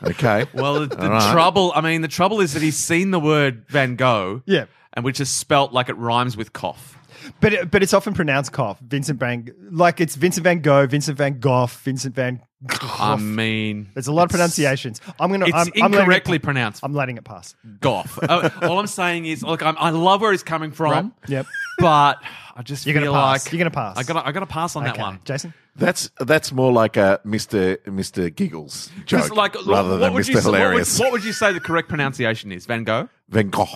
Speaker 1: Okay.
Speaker 4: <laughs> Well, the
Speaker 1: All right.
Speaker 4: trouble, I mean, the trouble is that he's seen the word Van Gogh,
Speaker 5: Yeah.
Speaker 4: and which is spelt like it rhymes with cough.
Speaker 5: <laughs> But it, but it's often pronounced cough. Vincent Van like it's Vincent Van Gogh, Vincent Van Gogh, Vincent Van.
Speaker 4: I
Speaker 5: Gogh.
Speaker 4: mean,
Speaker 5: There's a lot of
Speaker 4: it's-
Speaker 5: pronunciations. I'm gonna.
Speaker 4: It's
Speaker 5: I'm, I'm letting it-
Speaker 4: incorrectly pronounced
Speaker 5: I'm letting it pass.
Speaker 4: Goff. Uh, all I'm saying is, look, I'm, I love where he's coming from.
Speaker 5: <laughs> Yep.
Speaker 4: but I just
Speaker 5: You're
Speaker 4: feel
Speaker 5: gonna pass.
Speaker 4: like
Speaker 5: You're gonna pass.
Speaker 4: I got I got to pass on that
Speaker 5: Okay.
Speaker 4: one.
Speaker 5: Jason.
Speaker 1: That's that's more like a Mr. Mr. Giggles
Speaker 4: Because
Speaker 1: joke,
Speaker 4: like, look,
Speaker 1: rather
Speaker 4: what
Speaker 1: than
Speaker 4: would
Speaker 1: Mr.
Speaker 4: you say- what would-
Speaker 1: Hilarious.
Speaker 4: What would, you say the correct pronunciation is? Van Gogh
Speaker 1: Van Gogh.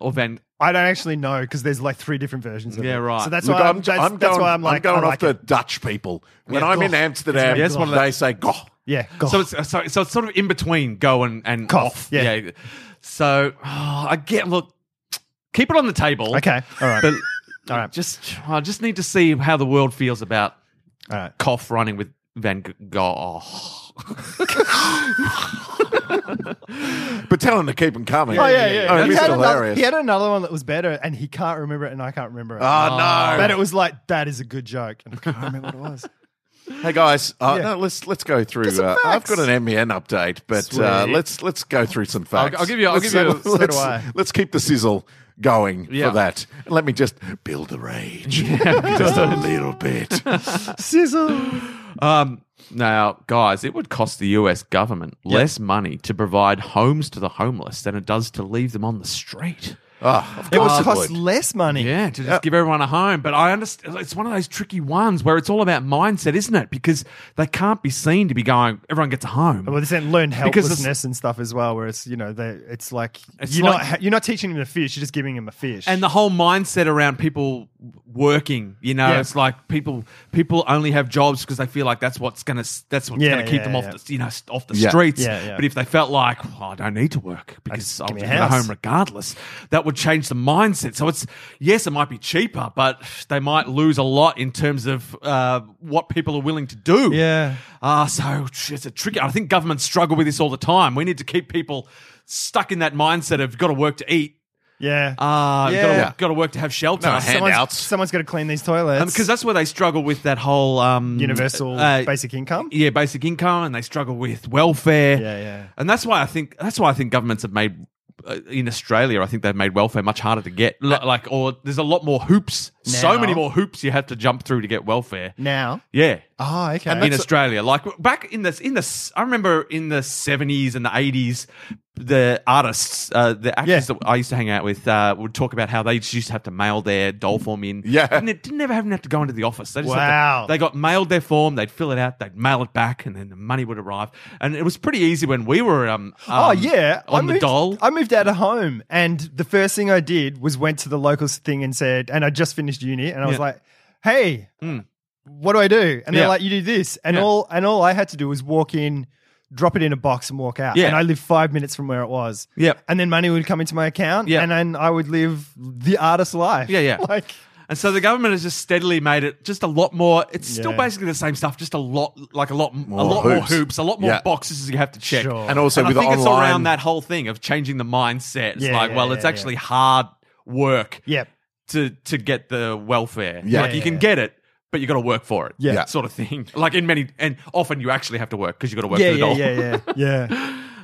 Speaker 4: or Van?
Speaker 5: I don't actually know because there's like three different versions of it.
Speaker 4: Yeah, right.
Speaker 5: So that's
Speaker 1: Look,
Speaker 5: why
Speaker 1: I'm,
Speaker 5: I'm, that's,
Speaker 1: I'm going,
Speaker 5: that's why I'm like
Speaker 1: going
Speaker 5: I
Speaker 1: off
Speaker 5: like
Speaker 1: the
Speaker 5: it.
Speaker 1: Dutch people. When
Speaker 5: Yeah,
Speaker 1: I'm in
Speaker 5: Gogh.
Speaker 1: Amsterdam,
Speaker 4: Yes, one of
Speaker 1: they say Gogh.
Speaker 5: Yeah, go.
Speaker 4: So it's uh, so, so it's sort of in between go and and
Speaker 5: Cough,
Speaker 4: off.
Speaker 5: yeah.
Speaker 4: So oh, I get look, keep it on the table.
Speaker 5: okay. All right.
Speaker 4: But
Speaker 5: <laughs> all right.
Speaker 4: just I just need to see how the world feels about
Speaker 5: all right.
Speaker 4: cough running with Van Gogh. Oh.
Speaker 1: but tell him to keep him coming.
Speaker 5: Oh yeah, yeah.
Speaker 1: Oh,
Speaker 5: yeah.
Speaker 1: it'd
Speaker 5: he,
Speaker 1: be
Speaker 5: had another,
Speaker 1: hilarious.
Speaker 5: he had another one that was better, and he can't remember it, and I can't remember it.
Speaker 1: Oh,
Speaker 4: Ah,
Speaker 1: no!
Speaker 5: but it was like that is a good joke, and I can't remember what
Speaker 4: <laughs>
Speaker 5: it was.
Speaker 1: Hey guys, uh,
Speaker 5: Yeah.
Speaker 1: no, let's let's go through.
Speaker 5: Get some
Speaker 1: Uh, I've
Speaker 5: facts.
Speaker 1: got an MBN update, but uh,
Speaker 4: Sweet.
Speaker 1: let's let's go through some facts.
Speaker 4: I'll give you- I'll
Speaker 1: Let's-
Speaker 4: give you-
Speaker 1: let's-
Speaker 5: so do
Speaker 1: let's,
Speaker 5: I.
Speaker 1: let's keep the sizzle going
Speaker 4: Yeah.
Speaker 1: for that. And let me just build the rage <laughs> just a little
Speaker 4: <laughs>
Speaker 1: bit.
Speaker 5: Sizzle.
Speaker 4: Um, now, guys, it would cost the US government less money to provide homes to the homeless than it does to leave them on the street.
Speaker 1: Oh, of
Speaker 5: It
Speaker 1: course
Speaker 5: would
Speaker 1: it would.
Speaker 5: cost less money.
Speaker 4: Yeah, to just give everyone a home. But I understand it's one of those tricky ones where it's all about mindset, isn't it? Because they can't be seen to be going, everyone gets a home.
Speaker 5: Well, they learn
Speaker 4: Because it's-
Speaker 5: helplessness and stuff as well, where it's you know they it's like
Speaker 4: It's
Speaker 5: you're
Speaker 4: like-
Speaker 5: not you're not teaching them the fish, you're just giving them a fish.
Speaker 4: and the whole mindset around people working you know
Speaker 5: Yeah.
Speaker 4: it's like people people only have jobs because they feel like that's what's gonna s- that's what's
Speaker 5: Yeah,
Speaker 4: gonna keep
Speaker 5: yeah,
Speaker 4: them
Speaker 5: yeah.
Speaker 4: off the you know s- off the
Speaker 1: Yeah.
Speaker 4: streets
Speaker 5: Yeah, yeah.
Speaker 4: but if they felt like well, i don't need to work because
Speaker 5: just-
Speaker 4: i'll
Speaker 5: give me
Speaker 4: be
Speaker 5: a
Speaker 4: at
Speaker 5: house."
Speaker 4: home regardless that would change the mindset so it's yes it might be cheaper but they might lose a lot in terms of uh, what people are willing to do
Speaker 5: Yeah.
Speaker 4: Ah, so tr- it's a tricky. I think governments struggle with this all the time. We need to keep people stuck in that mindset of you've got to work to eat,
Speaker 5: yeah,
Speaker 4: Ah,
Speaker 5: Yeah.
Speaker 4: you've got to work to have shelter.
Speaker 1: No,
Speaker 4: Um,
Speaker 5: someone's,
Speaker 1: handouts.
Speaker 5: someone's got to clean these toilets
Speaker 4: because that's where they struggle with that whole um,
Speaker 5: universal
Speaker 4: uh,
Speaker 5: basic income.
Speaker 4: yeah, basic income, and they struggle with welfare.
Speaker 5: Yeah, yeah.
Speaker 4: And that's why I think that's why I think governments have made uh, in Australia. I think they've made welfare much harder to get. L- like, or there's a lot more hoops. So
Speaker 5: Now.
Speaker 4: many more hoops you have to jump through to get welfare.
Speaker 5: Now,
Speaker 4: Yeah.
Speaker 5: oh okay,
Speaker 4: in Australia. Like back in the in the I remember in the seventies and the eighties, the artists, uh, the actors
Speaker 5: Yeah.
Speaker 4: that I used to hang out with uh, would talk about how they just used to have to mail their doll form in.
Speaker 1: Yeah.
Speaker 4: and they didn't ever have to go into the office. They just had to-
Speaker 5: Wow.
Speaker 4: they got mailed their form. They'd fill it out. They'd mail it back, and then the money would arrive. And it was pretty easy when we were um,
Speaker 5: oh
Speaker 4: um,
Speaker 5: yeah, I
Speaker 4: on the
Speaker 5: moved-
Speaker 4: doll.
Speaker 5: I moved out of home, and the first thing I did was went to the local thing and said, and I just finished uni, and I was
Speaker 4: Yeah. Hmm.
Speaker 5: like, hey, what do I do? And
Speaker 4: Yeah.
Speaker 5: they're like, you do this, and
Speaker 4: Yeah.
Speaker 5: all and all I had to do was walk in. Drop it in a box and walk out.
Speaker 4: Yeah.
Speaker 5: And I lived five minutes from where it was.
Speaker 4: Yep.
Speaker 5: And then money would come into my account.
Speaker 4: Yeah.
Speaker 5: And then I would live the artist life.
Speaker 4: Yeah, yeah.
Speaker 5: <laughs> Like,
Speaker 4: And so the government has just steadily made it just a lot more. It's still
Speaker 5: Yeah.
Speaker 4: basically the same stuff, just a lot, like a lot, a
Speaker 1: More
Speaker 4: lot more
Speaker 1: hoops.
Speaker 4: hoops, a lot more
Speaker 1: Yeah.
Speaker 4: boxes you have to check.
Speaker 5: Sure.
Speaker 1: And also
Speaker 4: and
Speaker 1: with
Speaker 4: I think
Speaker 1: online,
Speaker 4: it's around that whole thing of changing the mindset. It's
Speaker 5: Yeah,
Speaker 4: like,
Speaker 5: yeah,
Speaker 4: well,
Speaker 5: yeah,
Speaker 4: it's
Speaker 5: yeah.
Speaker 4: actually hard work
Speaker 5: yep.
Speaker 4: to to get the welfare.
Speaker 1: Yeah.
Speaker 4: like you
Speaker 1: Yeah,
Speaker 4: can
Speaker 5: yeah.
Speaker 4: get it, but you got to work for it.
Speaker 5: Yeah.
Speaker 4: sort of thing. <laughs> Like in many, and often you actually have to work because you got to work
Speaker 5: Yeah,
Speaker 4: for the
Speaker 5: yeah,
Speaker 4: doll. <laughs>
Speaker 5: yeah, yeah,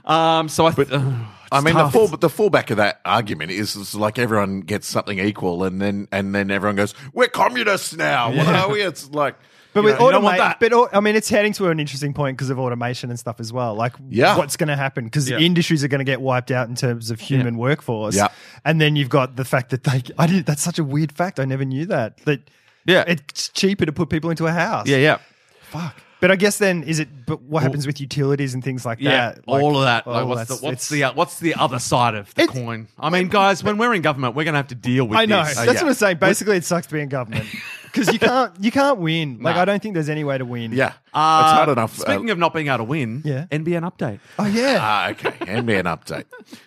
Speaker 5: yeah,
Speaker 4: Um, so I, th-
Speaker 1: I mean,
Speaker 4: tough.
Speaker 1: the fall, the fallback of that argument is, is like everyone gets something equal, and then and then everyone goes, "We're communists now." What are we? It's like,
Speaker 5: But
Speaker 1: you
Speaker 5: with
Speaker 1: know, you don't want
Speaker 5: automation,
Speaker 1: that.
Speaker 5: but au- I mean, it's heading to an interesting point because of automation and stuff as well. Like,
Speaker 1: Yeah.
Speaker 5: what's going to happen? Because
Speaker 4: Yeah.
Speaker 5: industries are going to get wiped out in terms of human workforce.
Speaker 1: Yeah.
Speaker 5: and then you've got the fact that they. I did. That's such a weird fact. I never knew that. That
Speaker 4: Yeah.
Speaker 5: it's cheaper to put people into a house.
Speaker 4: yeah, yeah.
Speaker 5: Fuck. But I guess then is it? But what happens with utilities and things like
Speaker 4: Yeah,
Speaker 5: that? Like,
Speaker 4: all of that. Like,
Speaker 5: all
Speaker 4: what's the
Speaker 5: that's-
Speaker 4: what's
Speaker 5: it's-
Speaker 4: the uh, what's the other side of the
Speaker 5: It-
Speaker 4: coin? I mean, guys, when we're in government, we're going to have to deal with.
Speaker 5: I know.
Speaker 4: This. Uh,
Speaker 5: That's what I'm saying. Basically, it sucks being
Speaker 4: <laughs>
Speaker 5: government because you can't you can't win. Like,
Speaker 4: Nah.
Speaker 5: I don't think there's any way to win.
Speaker 1: yeah,
Speaker 4: Uh,
Speaker 1: it's hard enough. uh,
Speaker 4: Speaking of not being able to win,
Speaker 5: Yeah.
Speaker 4: NBN update.
Speaker 5: Oh yeah.
Speaker 1: Ah, okay. Hand me an update.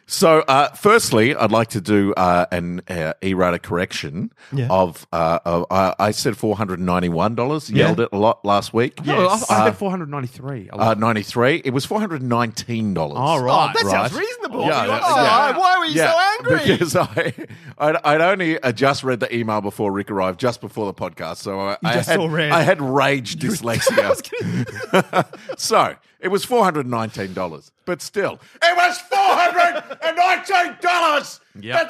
Speaker 1: So, uh, firstly, I'd like to do uh, an uh, errata correction
Speaker 5: Yeah.
Speaker 1: of, uh, of I I said four hundred ninety one dollars. Yelled it a lot last week.
Speaker 4: No, I,
Speaker 5: Yes. Uh,
Speaker 4: I had 493. I
Speaker 1: Uh,
Speaker 4: love it.
Speaker 1: ninety three. It was four hundred nineteen dollars.
Speaker 4: All right.
Speaker 5: Oh, that
Speaker 1: right.
Speaker 5: sounds reasonable.
Speaker 1: Yeah,
Speaker 5: You-
Speaker 1: yeah,
Speaker 5: oh,
Speaker 1: yeah.
Speaker 5: Why were you so angry?
Speaker 1: Because I, <laughs> I'd, I'd only uh, just read the email before Rick arrived, just before the podcast. So I, I,
Speaker 5: just
Speaker 1: had,
Speaker 5: saw red.
Speaker 1: I had rage dyslexia. <laughs> so it was four hundred nineteen dollars, but still, it was four hundred and nineteen dollars
Speaker 4: Yep.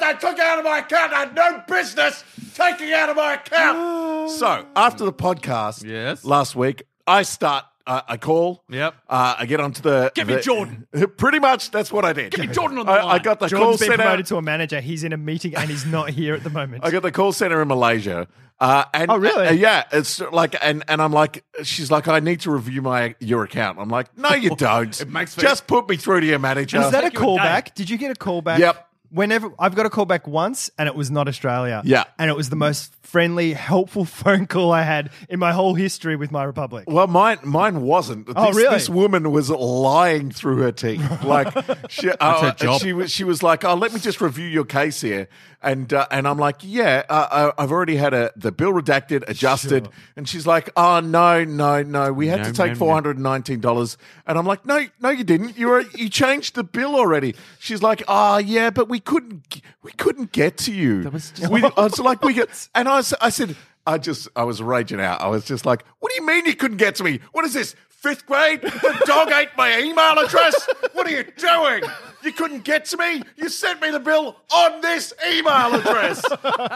Speaker 1: that they took out of my account. I had no business taking out of my account. so after the podcast,
Speaker 4: Yes.
Speaker 1: last week, I start. Uh, I call.
Speaker 4: Yep.
Speaker 1: Uh, I get onto the.
Speaker 4: Give me
Speaker 1: the-
Speaker 4: Jordan.
Speaker 1: <laughs> Pretty much, that's what I did. <laughs>
Speaker 4: Give me Jordan on the
Speaker 1: I, I
Speaker 4: line.
Speaker 1: got the
Speaker 5: Jordan's
Speaker 1: call
Speaker 5: been
Speaker 1: center.
Speaker 5: promoted to a manager. He's in a meeting and he's not here at the moment.
Speaker 1: I got the call center in Malaysia. Uh, and
Speaker 5: Oh, really?
Speaker 1: uh, yeah, it's like, and and I'm like, she's like, I need to review my your account. I'm like, no, you don't.
Speaker 4: <laughs> It makes me-
Speaker 1: just put me through to your manager.
Speaker 5: Is that a
Speaker 4: Thank you, Dave.
Speaker 5: callback? Did you get a callback?
Speaker 1: uh, Yep.
Speaker 5: whenever I've got a call back once and it was not Australia.
Speaker 1: Yeah.
Speaker 5: And it was the most friendly, helpful <laughs> phone call I had in my whole history with my republic.
Speaker 1: Well, mine mine wasn't. This,
Speaker 5: Oh, really?
Speaker 1: This woman was lying through her teeth.
Speaker 4: <laughs>
Speaker 1: Like she, uh,
Speaker 4: her job.
Speaker 1: she was she was like, "Oh, let me just review your case here," and uh, and I'm like, "Yeah, uh, I- I've already had a, the bill redacted, adjusted," and she's like, "Oh no, no, no, we had
Speaker 4: No,
Speaker 1: to take
Speaker 4: no, no.
Speaker 1: four hundred and nineteen dollars," and I'm like, "No, no, you didn't. You were, you changed the bill already." She's like, "Ah, yeah, but we couldn't we couldn't get to you." That
Speaker 4: was
Speaker 1: we, I was like, we get, and I, was, I said, I just, I was raging out. I was just like, what do you mean you couldn't get to me? What is this? Fifth grade? The dog ate my email address? What are you doing? You couldn't get to me? You sent me the bill on this email address.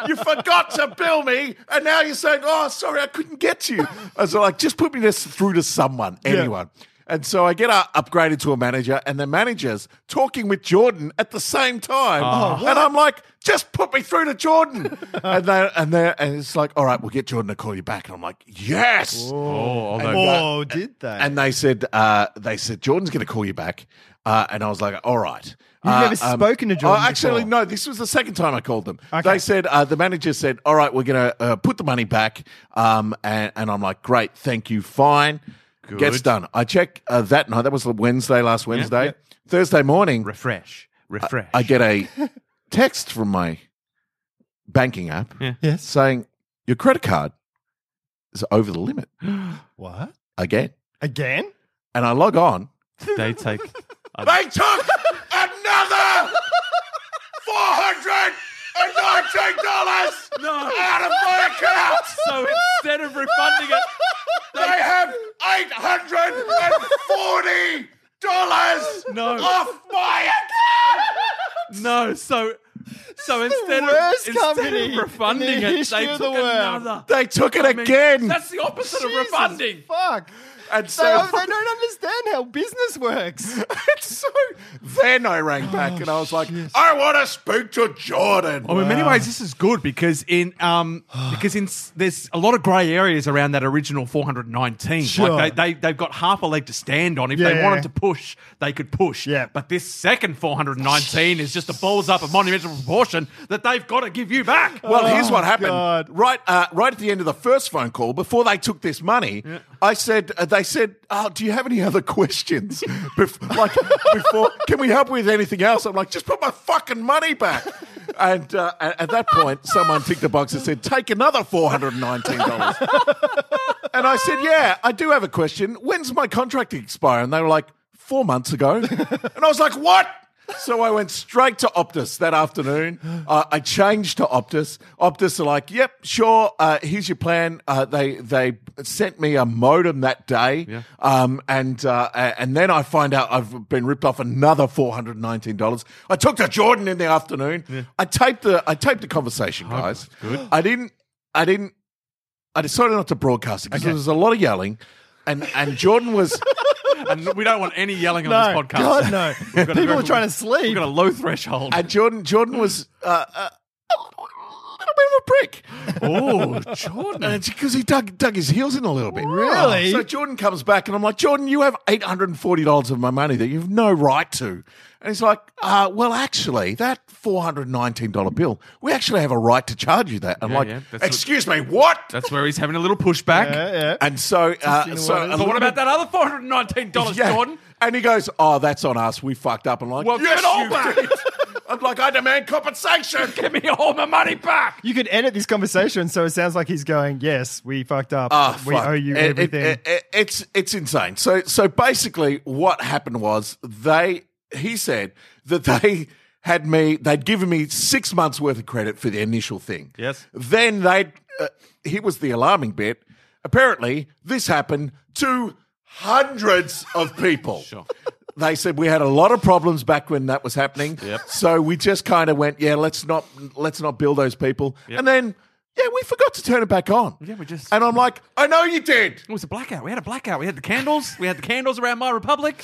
Speaker 1: You forgot to bill me, and now you're saying, oh, sorry, I couldn't get to you. I was like, just put me this through to someone, anyone. And so I get uh, upgraded to a manager, and the manager's talking with Jordan at the same time.
Speaker 4: Oh.
Speaker 1: and I'm like, just put me through to Jordan. <laughs> and they and they and it's like, all right, we'll get Jordan to call you back. And I'm like, yes.
Speaker 4: Oh, although
Speaker 5: Oh, did they?
Speaker 1: <laughs> And they said, uh, they said Jordan's going to call you back. Uh, and I was like, all right.
Speaker 5: You've
Speaker 1: Uh,
Speaker 5: never spoken to Jordan
Speaker 1: Oh, actually,
Speaker 5: before?
Speaker 1: no. This was the second time I called them.
Speaker 5: Okay.
Speaker 1: They said uh, the manager said, "All right, we're going to uh, put the money back," um, and, and I'm like, "Great, thank you, fine." Gets done. I check uh, that night. That was the Wednesday, last Wednesday. Thursday morning,
Speaker 4: refresh, refresh.
Speaker 1: I get a text from my banking app
Speaker 5: yes.
Speaker 1: saying your credit card is over the limit
Speaker 5: What?
Speaker 1: again,
Speaker 5: Again?
Speaker 1: and I log on.
Speaker 4: they take.
Speaker 1: They took another four hundred and nineteen dollars out of my account.
Speaker 4: so instead of refunding it,
Speaker 1: They have eight hundred and forty dollars
Speaker 4: No.
Speaker 1: off my account.
Speaker 4: no. So, so instead of
Speaker 5: worst
Speaker 4: instead
Speaker 5: company
Speaker 4: of refunding
Speaker 5: in the
Speaker 4: it,
Speaker 5: history
Speaker 4: they
Speaker 5: of
Speaker 4: took
Speaker 5: the world.
Speaker 4: another.
Speaker 1: They took it
Speaker 4: I mean,
Speaker 1: again.
Speaker 4: That's the opposite of
Speaker 5: Jesus
Speaker 4: refunding.
Speaker 5: Fuck.
Speaker 1: and
Speaker 5: They,
Speaker 1: so
Speaker 5: they don't understand how
Speaker 1: <laughs>
Speaker 5: business works.
Speaker 1: <laughs> it's so then I rang back
Speaker 4: Oh,
Speaker 1: and I was like, I want to speak to Jordan.
Speaker 4: Well, Oh, in many ways, this is good because in um because in s- there's a lot of grey areas around that original 419.
Speaker 5: Sure.
Speaker 4: Like they, they they've got half a leg to stand on. If
Speaker 5: Yeah,
Speaker 4: they
Speaker 5: yeah,
Speaker 4: wanted
Speaker 5: yeah.
Speaker 4: to push, they could push.
Speaker 5: Yeah.
Speaker 4: But this second 419 is just a balls up of monumental proportion that they've got to give you back.
Speaker 5: Oh.
Speaker 1: Well, here's what happened.
Speaker 5: God.
Speaker 1: Right, uh, right at the end of the first phone call, before they took this money, I said, uh, "They said, oh, do you have any other <laughs> questions? Bef- like before, can we help with anything else?" I'm like, "Just put my fucking money back." And uh, a- at that point, someone ticked the box and said, "Take another four hundred and nineteen dollars." And I said, "Yeah, I do have a question. When's my contract expire?" And they were like, four months ago." and I was like, "What?" So I went straight to Optus that afternoon. Uh, I changed to Optus. Optus are like, "Yep, sure. Uh, here's your plan." Uh, they they sent me a modem that day, um, and uh, a- and then I find out I've been ripped off another four hundred nineteen dollars. I took to Jordan in the afternoon. I taped the I taped the conversation, guys. good. I didn't I didn't I decided not to broadcast it because there was a lot of yelling, and and Jordan was
Speaker 4: and we don't want any yelling
Speaker 5: No.
Speaker 4: on this podcast.
Speaker 5: God, no.
Speaker 1: <laughs>
Speaker 4: We've got a
Speaker 5: People are
Speaker 4: very-
Speaker 5: trying to sleep.
Speaker 4: We've got a low threshold.
Speaker 1: and Jordan Jordan was uh, uh, a little bit of a prick. <laughs>
Speaker 4: oh, Jordan.
Speaker 1: Because he dug, dug his heels in a little bit. Oh,
Speaker 5: Really?
Speaker 1: So Jordan comes back and I'm like, Jordan, you have $840 of my money that you've no right to. And he's like, uh, well, actually, that $419 bill, we actually have a right to charge you that. I'm like,
Speaker 4: yeah, that's what-
Speaker 1: excuse me, what?
Speaker 4: That's where he's having a little pushback.
Speaker 5: Yeah, yeah.
Speaker 1: And so, uh,
Speaker 5: Christina
Speaker 1: so
Speaker 5: Waters.
Speaker 1: a
Speaker 4: But
Speaker 1: little
Speaker 4: what about
Speaker 1: bit-
Speaker 4: that other $419,
Speaker 1: Yeah.
Speaker 4: Jordan?
Speaker 1: And he goes, "Oh, that's on us. We fucked up." I'm like,
Speaker 4: Well,
Speaker 1: "Well,
Speaker 4: yes,
Speaker 1: it all
Speaker 4: you
Speaker 1: back." I'm like, "I demand compensation."
Speaker 4: Give me all my money back.
Speaker 5: You could edit this conversation so it sounds like he's going, Yes, we fucked up.
Speaker 1: Ah,
Speaker 5: we
Speaker 1: fuck.
Speaker 5: owe you
Speaker 1: It- it-
Speaker 5: everything.
Speaker 1: it- it- it's it's insane. So so basically, what happened was they he said that <laughs> they had me they'd given me six months worth of credit for the initial thing.
Speaker 4: Yes.
Speaker 1: Then they uh, here was the alarming bit. Apparently, this happened to hundreds of people.
Speaker 4: <laughs> Sure.
Speaker 1: They said we had a lot of problems back when that was happening.
Speaker 4: Yep.
Speaker 1: So we just kind of went, yeah, let's not let's not bill those people. And then, yeah, we forgot to turn it back on.
Speaker 4: Yeah, we just-
Speaker 1: and I'm like, I know you did.
Speaker 4: It was a blackout. We had a blackout. We had the candles. We had the candles around my republic.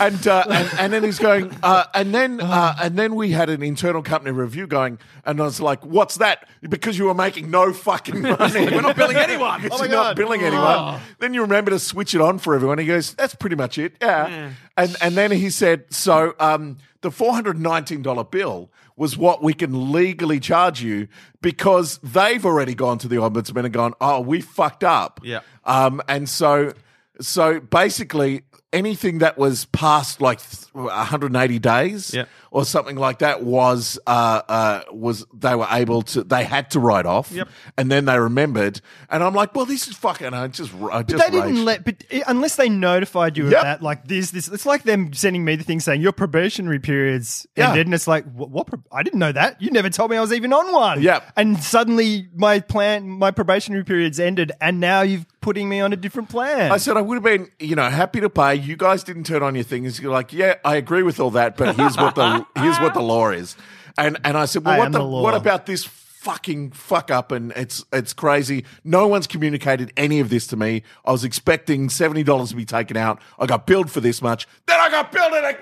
Speaker 1: and, uh, and and then he's going, uh, and then uh, and then we had an internal company review going, and I was like, "What's that?" Because you were making no fucking money.
Speaker 4: <laughs> We're not billing anyone.
Speaker 1: Because
Speaker 4: Oh my
Speaker 1: <laughs> you're not
Speaker 5: God.
Speaker 1: billing anyone. Then you remember to switch it on for everyone. He goes, "That's pretty much it." Yeah. And and then he said, "So um, the $419 bill was what we can legally charge you because they've already gone to the ombudsman and gone, oh, we fucked up.
Speaker 4: Yeah.
Speaker 1: Um, and so, so basically, anything that was past like th- 180 days
Speaker 4: Yeah.
Speaker 1: or something like that was uh, uh, was they were able to they had to write off.
Speaker 4: Yep.
Speaker 1: And then they remembered, and I'm like, well, this is fucking. I just, I just
Speaker 5: They didn't
Speaker 1: raged.
Speaker 5: let, but i- unless they notified you
Speaker 1: Yep.
Speaker 5: of that, like this, this, it's like them sending me the thing saying your probationary periods
Speaker 1: Yeah.
Speaker 5: ended, and it's like, what? what pro- I didn't know that. You never told me I was even on one.
Speaker 1: Yep.
Speaker 5: And suddenly my plan, my probationary periods ended, and now you're putting me on a different plan.
Speaker 1: I said I would have been, you know, happy to pay. You guys didn't turn on your things. You're like, yeah, I agree with all that, but here's what
Speaker 5: <laughs>
Speaker 1: the here's what the law is. And and I said, well,
Speaker 5: I
Speaker 1: what
Speaker 5: am
Speaker 1: the,
Speaker 5: the law.
Speaker 1: what about this fucking fuck up? And it's it's crazy. No one's communicated any of this to me. I was expecting seventy dollars to be taken out. I got billed for this much. Then I got billed it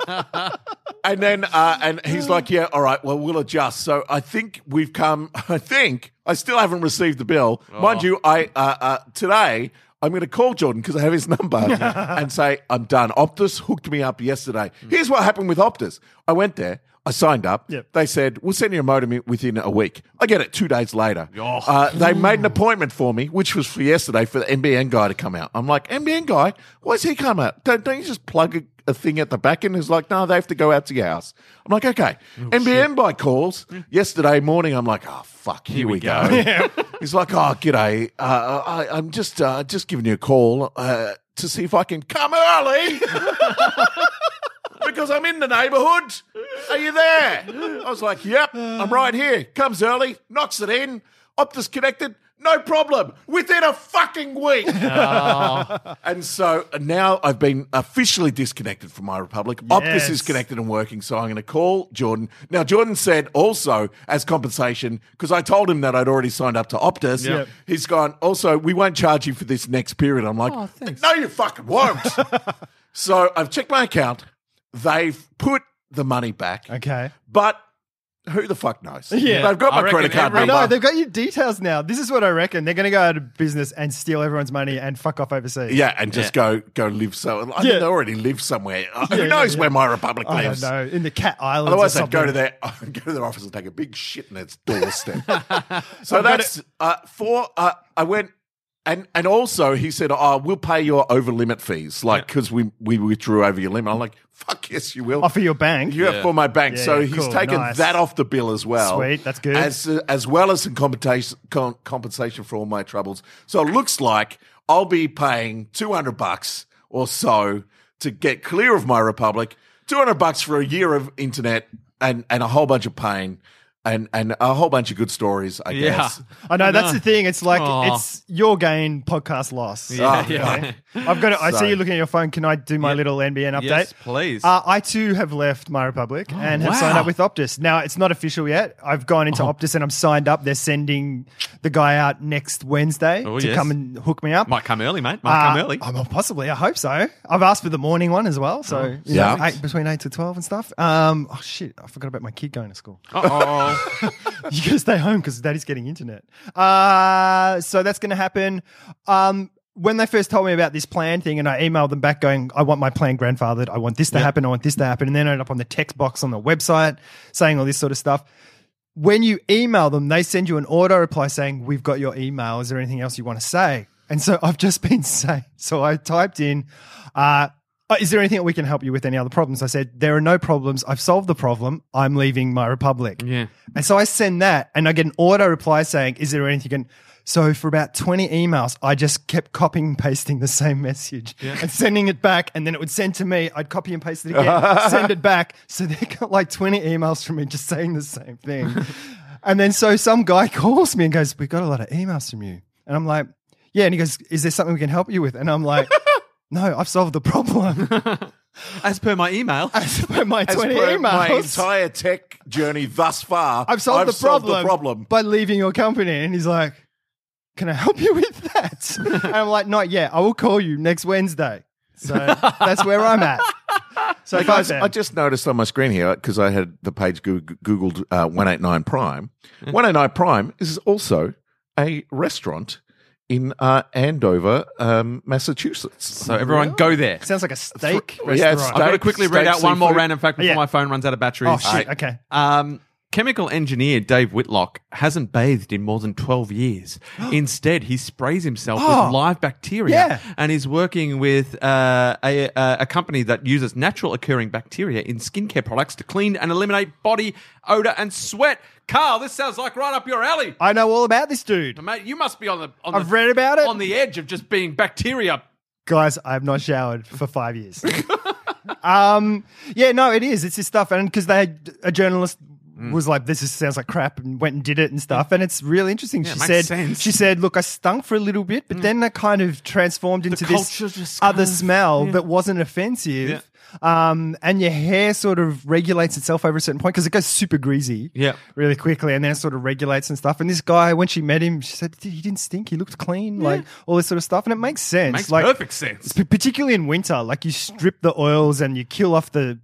Speaker 1: again. <laughs> And then, uh, and he's like, yeah, all right, well, we'll adjust. So I think we've come, <laughs> I think I still haven't received the bill. Mind you, I, uh, uh, today, I'm going to call Jordan because I have his number and say, I'm done. Optus hooked me up yesterday. Here's what happened with Optus. I went there. I signed up.
Speaker 5: Yep.
Speaker 1: They said, we'll send you a modem within a week. I get it two days later. Uh, they made an appointment for me, which was for yesterday, for the NBN guy to come out. I'm like, NBN guy? Why's he come out? Don't, don't you just plug a, a thing at the back end? He's like, no, they have to go out to your house. I'm like, okay. NBN by calls. Yesterday morning, I'm like, oh, fuck, here, we, <laughs> go. He's like, oh, g'day. Uh, I, I'm just, uh, just giving you a call uh, to see if I can come early. because I'm in the neighborhood. Are you there? I was like, yep, I'm right here. Comes early, knocks it in. Optus connected, no problem. Within a fucking week. and so uh, now I've been officially disconnected from my republic. Optus is
Speaker 5: Yes.
Speaker 1: connected and working, so I'm going to call Jordan. Now, Jordan said also as compensation, because I told him that I'd already signed up to Optus.
Speaker 5: Yep.
Speaker 1: He's gone, also, we won't charge you for this next period. I'm like, no, you fucking won't. so I've checked my account. They've put the money back.
Speaker 5: okay.
Speaker 1: But who the fuck knows?
Speaker 5: Yeah.
Speaker 1: They've got
Speaker 4: I
Speaker 1: my credit
Speaker 4: reckon
Speaker 1: card
Speaker 4: every-
Speaker 5: I
Speaker 1: number.
Speaker 5: know they've got your details now. This is what I reckon. They're going to go out of business and steal everyone's money and fuck off overseas.
Speaker 1: yeah, and just go go live so. I mean,
Speaker 5: Yeah.
Speaker 1: they already live somewhere. <laughs> Uh,
Speaker 5: Yeah,
Speaker 1: Who
Speaker 5: yeah,
Speaker 1: knows
Speaker 5: yeah.
Speaker 1: where my republic
Speaker 5: I don't
Speaker 1: lives?
Speaker 5: know. In the Cat Islands.
Speaker 1: Otherwise,
Speaker 5: or
Speaker 1: they'd go to their <laughs>
Speaker 5: something.
Speaker 1: go to their office and take a big shit in its
Speaker 5: <laughs>
Speaker 1: doorstep. so that's uh, four. Uh, I went. And and also he said, "Oh, we'll pay your over limit fees, like because we we withdrew over your limit." I'm like, "Fuck yes, you will."
Speaker 5: Offer your bank.
Speaker 1: You have for my bank.
Speaker 5: Yeah,
Speaker 1: so
Speaker 5: yeah,
Speaker 1: he's
Speaker 5: cool,
Speaker 1: taken
Speaker 5: nice.
Speaker 1: that off the bill as well.
Speaker 5: Sweet, that's good.
Speaker 1: As uh, as well as some compensation com- compensation for all my troubles. So it looks like I'll be paying two hundred bucks or so to get clear of my republic. Two hundred bucks for a year of internet and and a whole bunch of pain. And, and a whole bunch of good stories, I
Speaker 4: Yeah.
Speaker 1: guess.
Speaker 5: I know that's the thing. It's like
Speaker 4: Aw.
Speaker 5: it's your gain, podcast loss. <laughs>
Speaker 4: Yeah,
Speaker 1: Oh,
Speaker 4: yeah.
Speaker 5: Okay. I've got. To, I
Speaker 1: So-
Speaker 5: see you looking at your phone. Can I do my
Speaker 4: Yep.
Speaker 5: little NBN update?
Speaker 4: Yes, please. Oh,
Speaker 5: Uh, I too have left my republic and have signed
Speaker 4: wow. Oh.
Speaker 5: up with Optus. Now it's not official yet. I've gone into Optus and I'm signed up. They're sending the guy out next Wednesday
Speaker 4: Oh,
Speaker 5: to
Speaker 4: yes.
Speaker 5: come and hook me up.
Speaker 4: Might come early, mate. Might come
Speaker 5: Uh,
Speaker 4: early.
Speaker 5: I'm- well, possibly. I hope so. I've asked for the morning one as well. So you
Speaker 1: Yeah.
Speaker 5: know, eight, between eight to twelve and stuff. Um, oh shit, I forgot about my kid going to school.
Speaker 4: Oh,
Speaker 5: <laughs> you gotta stay home because daddy's getting internet. Uh, so that's gonna happen. Um, when they first told me about this plan thing, and I emailed them back going, I want my plan grandfathered. I want this to happen. I want this to happen. And then I ended up on the text box on the website saying all this sort of stuff. When you email them, they send you an auto reply saying, We've got your email. Is there anything else you want to say? And so I've just <laughs> been saying, so I typed in, uh, "Oh, is there anything that we can help you with? Any other problems? I said, there are no problems. I've solved the problem. I'm leaving my republic.
Speaker 4: yeah.
Speaker 5: And so I send that and I get an auto reply saying, Is there anything you can? So for about 20 emails, I just kept copying and pasting the same message and sending it back. And then it would send to me. I'd copy and paste it
Speaker 1: <laughs>
Speaker 5: again, send it back. So they got like 20 emails from me just saying the same thing. and then so some guy <laughs> calls me and goes, We got a lot of emails from you. And I'm like, Yeah. And he goes, Is there something we can help you with? And
Speaker 1: <laughs>
Speaker 5: I'm like, No, I've solved the problem. <laughs>
Speaker 4: As per my email.
Speaker 5: As per my
Speaker 1: As
Speaker 5: 20
Speaker 1: per
Speaker 5: emails.
Speaker 1: my entire tech journey thus far,
Speaker 5: I've solved, the, problem
Speaker 1: the problem.
Speaker 5: by leaving your company. And he's like, Can I help you with
Speaker 1: <laughs>
Speaker 5: that? and I'm like, Not yet. I will call you next Wednesday. So that's where I'm at. So
Speaker 1: Hey, guys,
Speaker 5: fuck them.
Speaker 1: I just noticed on my screen here because I had the page goo- googled
Speaker 5: Mm.
Speaker 1: uh, 189 Prime. 189 Prime is also a restaurant in uh, Andover, um, Massachusetts.
Speaker 4: So everyone go there.
Speaker 5: Sounds like a steak
Speaker 1: For- yeah,
Speaker 5: restaurant.
Speaker 1: steak.
Speaker 4: I've got to quickly read
Speaker 1: Steak
Speaker 4: out one more
Speaker 1: seafood.
Speaker 4: random fact before
Speaker 5: Yeah.
Speaker 4: my phone runs out of batteries.
Speaker 5: Oh shit! Okay,
Speaker 4: Um, chemical engineer Dave Whitlock hasn't bathed in more than 12
Speaker 5: <gasps>
Speaker 4: years. Instead, he sprays himself
Speaker 5: Oh.
Speaker 4: with live bacteria
Speaker 5: Yeah.
Speaker 4: and is working with uh, a, a a company that uses natural occurring bacteria in skincare products to clean and eliminate body odor and sweat. Carl, this sounds like right up your alley.
Speaker 5: I know all about this dude,
Speaker 4: Mate, you must be on the on
Speaker 5: I've
Speaker 4: the,
Speaker 5: read about it.
Speaker 4: on the edge of just being bacteria.
Speaker 5: guys. I have not showered for five years. um, yeah, no, it is. It's this stuff, and because they had a journalist.
Speaker 4: Mm.
Speaker 5: Was like this is, sounds like crap, and went and did it and stuff, and it's really interesting.
Speaker 4: it
Speaker 5: she
Speaker 4: makes
Speaker 5: said,
Speaker 4: sense. Mm.
Speaker 5: she said, look, I stunk for a little bit, but then I kind of transformed into this
Speaker 4: culture just kind
Speaker 5: other
Speaker 4: of-
Speaker 5: smell that wasn't offensive. Um, and your hair sort of regulates itself over a certain point because it goes super greasy,
Speaker 4: Yeah.
Speaker 5: really quickly, and then it sort of regulates and stuff. And this guy, when she met him, she said "Dude, he didn't stink, he looked clean, like all this sort of stuff, and it makes sense.
Speaker 4: Makes
Speaker 5: like,
Speaker 4: perfect sense.
Speaker 5: P- particularly in winter, like you strip the oils and you kill off the,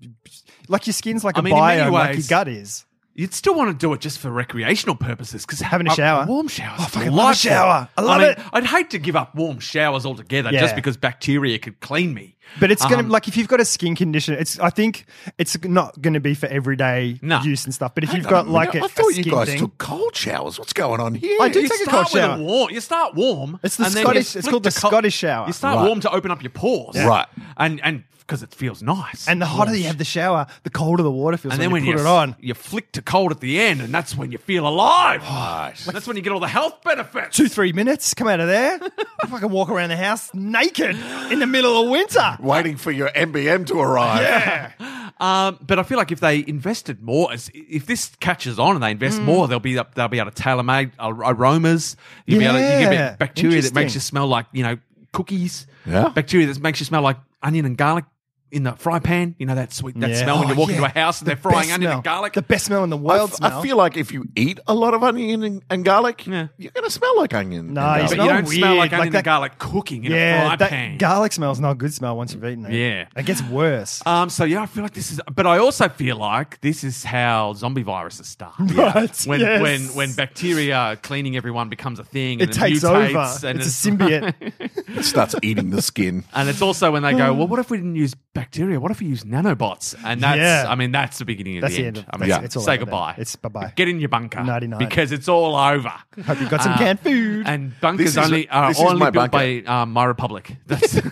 Speaker 5: like your skin's like
Speaker 4: I
Speaker 5: a
Speaker 4: mean, in many
Speaker 5: biome, like your
Speaker 4: ways-
Speaker 5: gut is.
Speaker 4: You'd still want to do it just for recreational purposes because
Speaker 5: Having a shower.
Speaker 4: warm showers, oh,
Speaker 5: fucking love a shower. I love it.
Speaker 4: I'd hate to give up warm showers altogether
Speaker 5: Yeah.
Speaker 4: just because bacteria could clean me.
Speaker 5: But it's gonna
Speaker 4: Um,
Speaker 5: like if you've got a skin condition, it's I think it's not gonna be for everyday
Speaker 4: No.
Speaker 5: use and stuff. But if
Speaker 1: Hang
Speaker 5: you've
Speaker 1: on a
Speaker 5: got like a,
Speaker 1: minute. I
Speaker 5: a
Speaker 1: thought you
Speaker 5: skin
Speaker 1: guys
Speaker 5: thing,
Speaker 1: took cold showers. What's going on here?
Speaker 5: I do
Speaker 4: you
Speaker 5: take a
Speaker 4: start
Speaker 5: cold
Speaker 4: with
Speaker 5: shower.
Speaker 4: a warm. You start warm.
Speaker 5: It's the
Speaker 4: and then you
Speaker 5: Scottish- it's
Speaker 4: flick
Speaker 5: called the Scottish shower.
Speaker 4: You start
Speaker 1: Right.
Speaker 4: warm to open up your pores,
Speaker 1: Yeah. Right.
Speaker 4: And and because it feels nice.
Speaker 5: and the hotter you have the shower, the colder the water feels.
Speaker 4: and then when
Speaker 5: you
Speaker 4: you
Speaker 5: put it on,
Speaker 4: you flick to cold at the end, and that's when you feel alive. And That's when you get all the health benefits.
Speaker 5: Oh. two three minutes, come out of there. <laughs> I fucking walk around the house naked in the middle of winter.
Speaker 1: Waiting for your MBM to arrive.
Speaker 4: Um, but I feel like if they invested more, as- if this catches on and they invest
Speaker 5: Mm.
Speaker 4: more, they'll be they'll be able to tailor made ar- aromas. You'll be able to, you
Speaker 5: Yeah.
Speaker 4: get bacteria that makes
Speaker 5: Interesting.
Speaker 4: you smell like you know cookies.
Speaker 1: Yeah.
Speaker 4: Bacteria that makes you smell like onion and garlic in the fry pan. You know that sweet that
Speaker 5: Yeah.
Speaker 4: smell when
Speaker 5: Oh,
Speaker 4: you walk
Speaker 5: yeah.
Speaker 4: into a house and
Speaker 5: The
Speaker 4: they're frying
Speaker 5: best
Speaker 4: onion
Speaker 5: smell.
Speaker 4: and garlic.
Speaker 5: The best smell in the
Speaker 1: I
Speaker 5: world.
Speaker 1: f-
Speaker 5: smell.
Speaker 1: I feel like if you eat a lot of onion and, and garlic,
Speaker 4: Yeah.
Speaker 1: you're going to smell like onion.
Speaker 5: No,
Speaker 1: and garlic.
Speaker 5: you
Speaker 4: but
Speaker 5: smell
Speaker 4: you don't smell
Speaker 5: weird,
Speaker 4: like
Speaker 5: like
Speaker 4: onion
Speaker 5: that-
Speaker 4: and garlic cooking in a
Speaker 5: yeah,
Speaker 4: fry
Speaker 5: that
Speaker 4: pan.
Speaker 5: garlic smell's not a good smell once you've eaten it.
Speaker 4: Yeah.
Speaker 5: it gets worse.
Speaker 4: Um, so yeah, I feel like this is, but I also feel like this is how zombie viruses start.
Speaker 5: <laughs> Right,
Speaker 4: When
Speaker 5: yes.
Speaker 4: when when bacteria cleaning everyone becomes a thing, and
Speaker 5: it takes over.
Speaker 4: mutates, and
Speaker 5: it's
Speaker 4: <laughs>
Speaker 5: a symbiote.
Speaker 1: It starts eating the <laughs> skin.
Speaker 4: and it's also when they
Speaker 5: <sighs>
Speaker 4: go, well, what if we didn't use bacteria? What if we use nanobots? And that's,
Speaker 5: Yeah.
Speaker 4: I mean, that's the beginning of
Speaker 5: That's
Speaker 4: the
Speaker 5: the
Speaker 4: end.
Speaker 5: end.
Speaker 4: I mean,
Speaker 5: That's it. It's all
Speaker 4: say
Speaker 5: over then.
Speaker 4: goodbye.
Speaker 5: It's bye-bye.
Speaker 4: Get in your bunker.
Speaker 5: 99.
Speaker 4: Because it's all over. Uh,
Speaker 5: Hope you got some canned food.
Speaker 4: And
Speaker 1: This
Speaker 4: bunkers
Speaker 1: is-
Speaker 4: only are
Speaker 1: this is
Speaker 4: only
Speaker 1: my
Speaker 4: built by um, my republic.
Speaker 5: <laughs>
Speaker 4: That's <laughs>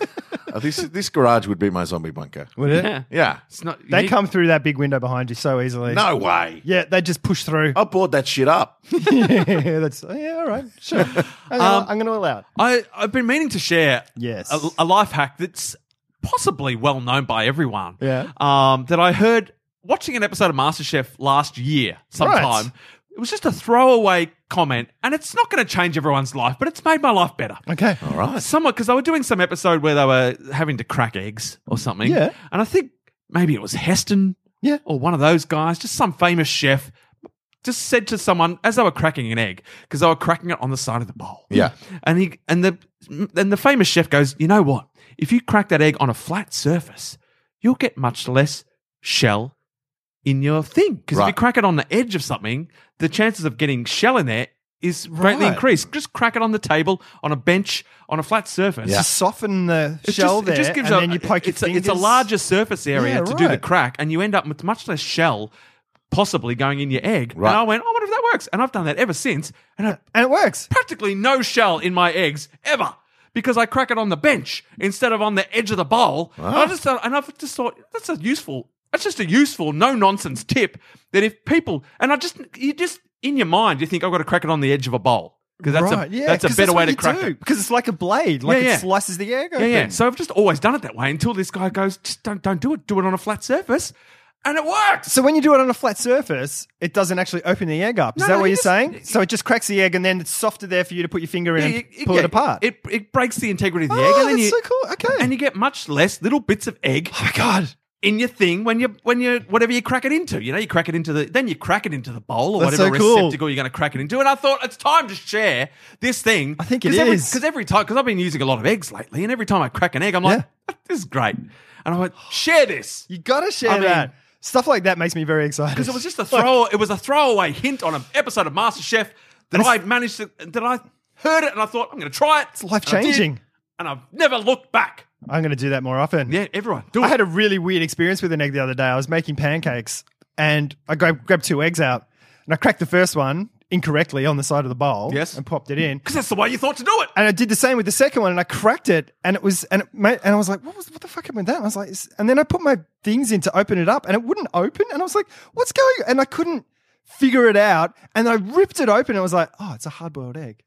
Speaker 1: Uh, this this garage would be my zombie bunker.
Speaker 5: Would it?
Speaker 4: yeah.
Speaker 1: Yeah.
Speaker 4: It's not.
Speaker 5: They
Speaker 4: you-
Speaker 5: come through that big window behind you so easily.
Speaker 1: No Oh. way.
Speaker 5: Yeah, they just push through.
Speaker 1: I bought that shit up.
Speaker 5: <laughs> yeah, that's oh, yeah, all right, sure. I'm gonna, I'm gonna allow it.
Speaker 4: I, I've been meaning to share
Speaker 5: Yes.
Speaker 4: a, a life hack that's possibly well known by everyone.
Speaker 5: Yeah.
Speaker 4: Um, that I heard watching an episode of MasterChef last year sometime.
Speaker 5: Right.
Speaker 4: It was just a throwaway comment, and it's not going to change everyone's life, but it's made my life better.
Speaker 5: Okay.
Speaker 1: All right.
Speaker 4: Somewhat, because they were doing some episode where they were having to crack eggs or something.
Speaker 5: Yeah.
Speaker 4: And I think maybe it was Heston
Speaker 5: Yeah.
Speaker 4: or one of those guys, just some famous chef, just said to someone as they were cracking an egg, because they were cracking it on the side of the bowl.
Speaker 1: Yeah.
Speaker 4: And he and the and the famous chef goes, you know what? If you crack that egg on a flat surface, you'll get much less shell in your thing. Because if you
Speaker 1: Right.
Speaker 4: crack it on the edge of something, the chances of getting shell in there is greatly
Speaker 5: Right.
Speaker 4: increased. Just crack it on the table, on a bench, on a flat surface.
Speaker 5: Just soften the
Speaker 4: It's
Speaker 5: shell
Speaker 4: just,
Speaker 5: there,
Speaker 4: it just gives
Speaker 5: and
Speaker 4: a,
Speaker 5: then you poke
Speaker 4: it's,
Speaker 5: your
Speaker 4: a, it's a
Speaker 5: fingers.
Speaker 4: larger surface area
Speaker 5: Yeah,
Speaker 4: to do the
Speaker 5: right.
Speaker 4: crack, and you end up with much less shell possibly going in your egg.
Speaker 1: Right.
Speaker 4: And I went, "Oh, I wonder if that works. And I've done that ever since. And I
Speaker 5: and it works.
Speaker 4: practically no shell in my eggs ever because I crack it on the bench instead of on the edge of the bowl. And I just thought- and I've just thought that's a useful. That's just a useful, no nonsense tip that if people and I just you just in your mind you think I've got to crack it on the edge of a bowl because that's
Speaker 5: right,
Speaker 4: a
Speaker 5: yeah,
Speaker 4: that's a
Speaker 5: 'cause
Speaker 4: better way
Speaker 5: what
Speaker 4: to
Speaker 5: you
Speaker 4: crack
Speaker 5: do,
Speaker 4: it.
Speaker 5: because it's like a blade, like
Speaker 4: Yeah, yeah.
Speaker 5: it slices the egg
Speaker 4: Yeah,
Speaker 5: open.
Speaker 4: yeah. So I've just always done it that way until this guy goes, just don't don't do it. Do it on a flat surface, and it works.
Speaker 5: So when you do it on a flat surface, it doesn't actually open the egg up. Is
Speaker 4: No,
Speaker 5: that
Speaker 4: no,
Speaker 5: what
Speaker 4: you
Speaker 5: you're
Speaker 4: just-
Speaker 5: saying? So it just cracks the egg, and then it's softer there for you to put your finger in
Speaker 4: Yeah,
Speaker 5: and pull
Speaker 4: yeah,
Speaker 5: it apart.
Speaker 4: It it breaks the integrity of the
Speaker 5: Oh,
Speaker 4: egg, and then
Speaker 5: that's
Speaker 4: you
Speaker 5: so cool. Okay.
Speaker 4: and you get much less little bits of egg.
Speaker 5: oh my god,
Speaker 4: in your thing when you when you whatever you crack it into. You know, you crack it into the then you crack it into the bowl or
Speaker 5: That's
Speaker 4: whatever
Speaker 5: so cool.
Speaker 4: receptacle you're going to crack it into. And I thought it's time to share this thing. I
Speaker 5: think it
Speaker 4: Cause every,
Speaker 5: is.
Speaker 4: because every time because I've been using a lot of eggs lately, and every time I crack an egg, I'm like, this is great. And I went share this
Speaker 5: you gotta share
Speaker 4: I mean-
Speaker 5: that. Stuff like that makes me very excited.
Speaker 4: because it was just a throw. it was a throwaway hint on an episode of MasterChef that I managed to that I heard it, and I thought, I'm going to try it. It's
Speaker 5: life changing.
Speaker 4: And I've never looked back.
Speaker 5: I'm going to do that more often.
Speaker 4: Yeah, everyone, do it.
Speaker 5: I had a really weird experience with an egg the other day. I was making pancakes and I grabbed, grabbed two eggs out and I cracked the first one incorrectly on the side of the bowl
Speaker 4: Yes.
Speaker 5: and popped it in.
Speaker 4: Because that's the way you thought to do it.
Speaker 5: And I did the same with the second one and I cracked it and it was, and, it made, and I was like, what was, what the fuck happened with that? And I was like, "Is-" and then I put my things in to open it up and it wouldn't open. And I was like, what's going on? And I couldn't figure it out. And I ripped it open and I was like, oh, it's a hard
Speaker 4: <laughs>
Speaker 5: boiled egg.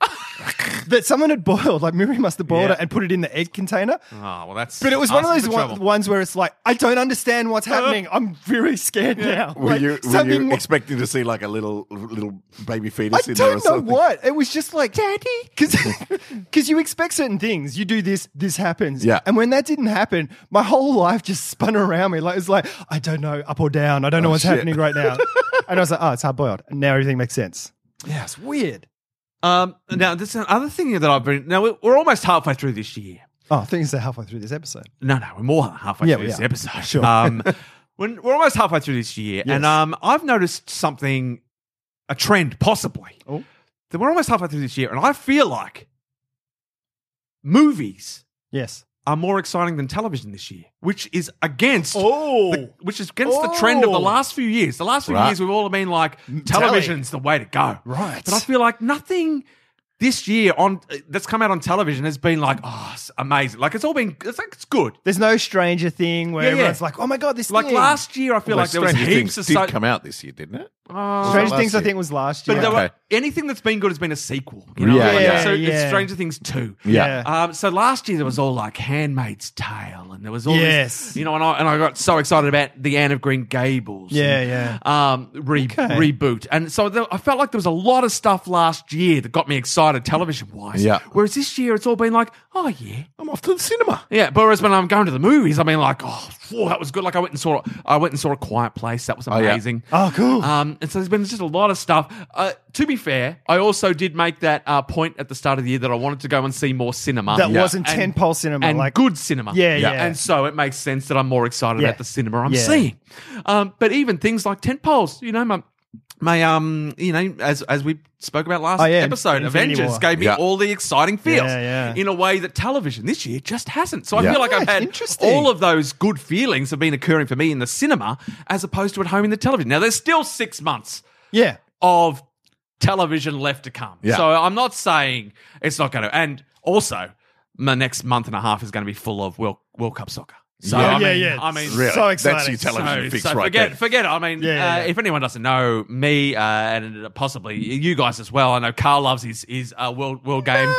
Speaker 5: That someone had boiled, like Miri must have boiled
Speaker 4: Yeah.
Speaker 5: it and put it in the egg container.
Speaker 4: Oh, well, that's.
Speaker 5: But it was one of
Speaker 4: asking
Speaker 5: those
Speaker 4: for
Speaker 5: one,
Speaker 4: trouble.
Speaker 5: ones where it's like, I don't understand what's
Speaker 4: <laughs>
Speaker 5: happening. I'm very scared now.
Speaker 1: <laughs> Were
Speaker 5: Like,
Speaker 1: you, were
Speaker 5: something
Speaker 1: you
Speaker 5: wa-
Speaker 1: expecting to see like a little little baby
Speaker 5: I
Speaker 1: fetus in there or
Speaker 5: don't know
Speaker 1: something?
Speaker 5: what. It was just like, Daddy. <laughs> Because you expect certain things. You do this, this happens.
Speaker 1: Yeah.
Speaker 5: And when that didn't happen, my whole life just spun around me. Like, it's like, I don't know, up or down. I don't know what's
Speaker 1: Oh, shit.
Speaker 5: happening
Speaker 1: <laughs>
Speaker 5: right now. and I was like, oh, it's hard boiled. And now everything makes sense. Yeah, it's weird.
Speaker 4: Um, now, there's another thing that I've been. Now, we're- we're almost halfway through this year.
Speaker 5: Oh, I think it's halfway through this episode.
Speaker 4: No, no, we're more than halfway
Speaker 5: Yeah,
Speaker 4: through
Speaker 5: we
Speaker 4: this
Speaker 5: are.
Speaker 4: episode.
Speaker 5: Sure. <laughs>
Speaker 4: Um, when, we're almost halfway through this year,
Speaker 5: Yes.
Speaker 4: and um, I've noticed something, a trend possibly.
Speaker 5: Oh.
Speaker 4: That we're almost halfway through this year, and I feel like movies
Speaker 5: Yes.
Speaker 4: are more exciting than television this year, which is against.
Speaker 5: Oh.
Speaker 4: the- which is against the trend of the
Speaker 5: Oh.
Speaker 4: last few years. The last few
Speaker 1: Right.
Speaker 4: years, we've all been like, television's the way to go.
Speaker 5: Right.
Speaker 4: But I feel like nothing this year on that's come out on television has been like, oh, it's amazing. Like it's all been, it's like it's good.
Speaker 5: There's no Stranger Thing where
Speaker 4: Yeah, yeah.
Speaker 5: everyone's like, oh my God, this
Speaker 4: Like
Speaker 5: thing.
Speaker 4: last year, I feel
Speaker 1: Well,
Speaker 4: like there was
Speaker 1: Stranger
Speaker 4: heaps
Speaker 1: Things
Speaker 4: of
Speaker 1: did
Speaker 4: so-
Speaker 1: come out this year, didn't it?
Speaker 4: Oh.
Speaker 5: Stranger
Speaker 1: last
Speaker 5: Things, I
Speaker 1: year.
Speaker 5: think, was last year.
Speaker 4: but there were,
Speaker 1: Okay.
Speaker 4: anything that's been good has been a sequel. you know?
Speaker 1: Yeah,
Speaker 4: Like,
Speaker 1: yeah.
Speaker 4: So
Speaker 5: Yeah.
Speaker 4: it's Stranger Things two.
Speaker 1: Yeah.
Speaker 4: Um, so last year there was all like Handmaid's Tale, and there was all
Speaker 5: Yes.
Speaker 4: this, you know, and I, and I got so excited about the Anne of Green Gables,
Speaker 5: Yeah,
Speaker 4: and,
Speaker 5: yeah.
Speaker 4: um, re- reboot, and so there, I felt like there was a lot of stuff last year that got me excited television wise.
Speaker 1: Yeah.
Speaker 4: Whereas this year it's all been like, oh yeah,
Speaker 1: I'm off to the cinema.
Speaker 4: yeah. But whereas when I'm going to the movies, I mean like, oh, phew, that was good. Like I went and saw, I went and saw a Quiet Place. That was
Speaker 1: yeah.
Speaker 4: amazing.
Speaker 5: Oh, cool.
Speaker 4: Um, and so there's been just a lot of stuff. Uh, to be fair, I also did make that uh, point at the start of the year that I wanted to go and see more cinema.
Speaker 5: that
Speaker 1: yeah.
Speaker 5: wasn't
Speaker 4: And-
Speaker 5: 10 pole cinema.
Speaker 4: and
Speaker 5: like,
Speaker 4: good cinema.
Speaker 5: Yeah, Yeah. yeah.
Speaker 4: And so it makes sense that I'm more excited
Speaker 5: Yeah.
Speaker 4: about the cinema I'm
Speaker 5: Yeah.
Speaker 4: seeing. Um, but even things like tent poles, you know, my my um, you know, as as we spoke about last
Speaker 5: Oh, yeah,
Speaker 4: episode,
Speaker 5: Infinity
Speaker 4: Avengers
Speaker 5: War.
Speaker 4: gave me
Speaker 1: Yeah.
Speaker 4: all the exciting feels
Speaker 5: Yeah, yeah.
Speaker 4: in a way that television this year just hasn't. So I
Speaker 1: Yeah.
Speaker 4: feel like I've
Speaker 5: Yeah,
Speaker 4: had
Speaker 5: interesting.
Speaker 4: all of those good feelings have been occurring for me in the cinema as opposed to at home in the television. Now there's still six months
Speaker 5: yeah.
Speaker 4: of television left to come.
Speaker 1: Yeah.
Speaker 4: So I'm not saying it's not going to. And also, my next month and a half is going to be full of World, World Cup soccer. So
Speaker 1: Yeah.
Speaker 4: I
Speaker 5: Yeah,
Speaker 4: mean,
Speaker 5: yeah.
Speaker 4: I mean,
Speaker 1: Really?
Speaker 5: So
Speaker 1: That's
Speaker 5: exciting.
Speaker 1: your television
Speaker 4: so-
Speaker 1: fix
Speaker 4: so
Speaker 1: right
Speaker 4: forget,
Speaker 1: there.
Speaker 4: forget it. I mean,
Speaker 5: Yeah, yeah,
Speaker 4: uh,
Speaker 5: yeah.
Speaker 4: if anyone doesn't know me uh, and possibly you guys as well, I know Carl loves his his uh, world world game.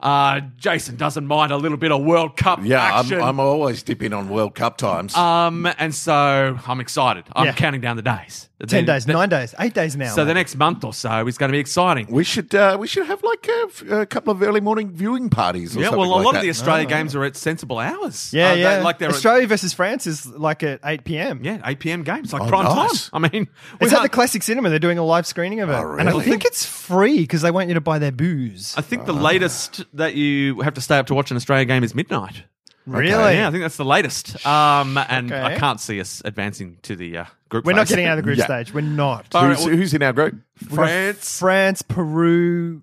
Speaker 4: Uh, Jason doesn't mind a little bit of World Cup
Speaker 1: Yeah, I'm,
Speaker 4: action.
Speaker 1: I'm always dipping on World Cup times.
Speaker 4: um, and so I'm excited. I'm
Speaker 5: Yeah.
Speaker 4: counting down the days.
Speaker 5: 10
Speaker 4: The-
Speaker 5: days,
Speaker 4: the-
Speaker 5: 9 days, 8 days now.
Speaker 4: So the next month or so is going to be exciting.
Speaker 1: we should uh, we should have like a, f- a couple of early morning viewing parties. Or
Speaker 4: Yeah,
Speaker 1: something
Speaker 4: well, a
Speaker 1: like
Speaker 4: lot of
Speaker 1: that. Oh.
Speaker 4: the Australia games are at sensible hours.
Speaker 5: yeah,
Speaker 4: Uh, they-
Speaker 5: yeah.
Speaker 4: like they're at-
Speaker 5: Australia versus France is like at 8 p.m.
Speaker 4: yeah, 8 p.m. games, like
Speaker 1: Oh,
Speaker 4: prime
Speaker 1: nice.
Speaker 4: time. I mean, we
Speaker 5: It's at the
Speaker 4: can't-
Speaker 5: Classic Cinema. They're doing a live screening of it.
Speaker 1: Oh,
Speaker 5: And I
Speaker 1: really?
Speaker 5: think it's free because they want you to buy their booze.
Speaker 4: I think the
Speaker 1: Ah.
Speaker 4: latest that you have to stay up to watch an Australia game is midnight.
Speaker 5: really?
Speaker 4: Yeah, I think that's the latest. Um, and
Speaker 5: Okay.
Speaker 4: I can't see us advancing to the uh, group.
Speaker 5: We're not
Speaker 4: phase.
Speaker 5: getting out of the group
Speaker 1: Yeah.
Speaker 5: stage. We're not.
Speaker 4: But-
Speaker 1: Who's, who's in our group?
Speaker 4: <laughs> France,
Speaker 5: France, Peru,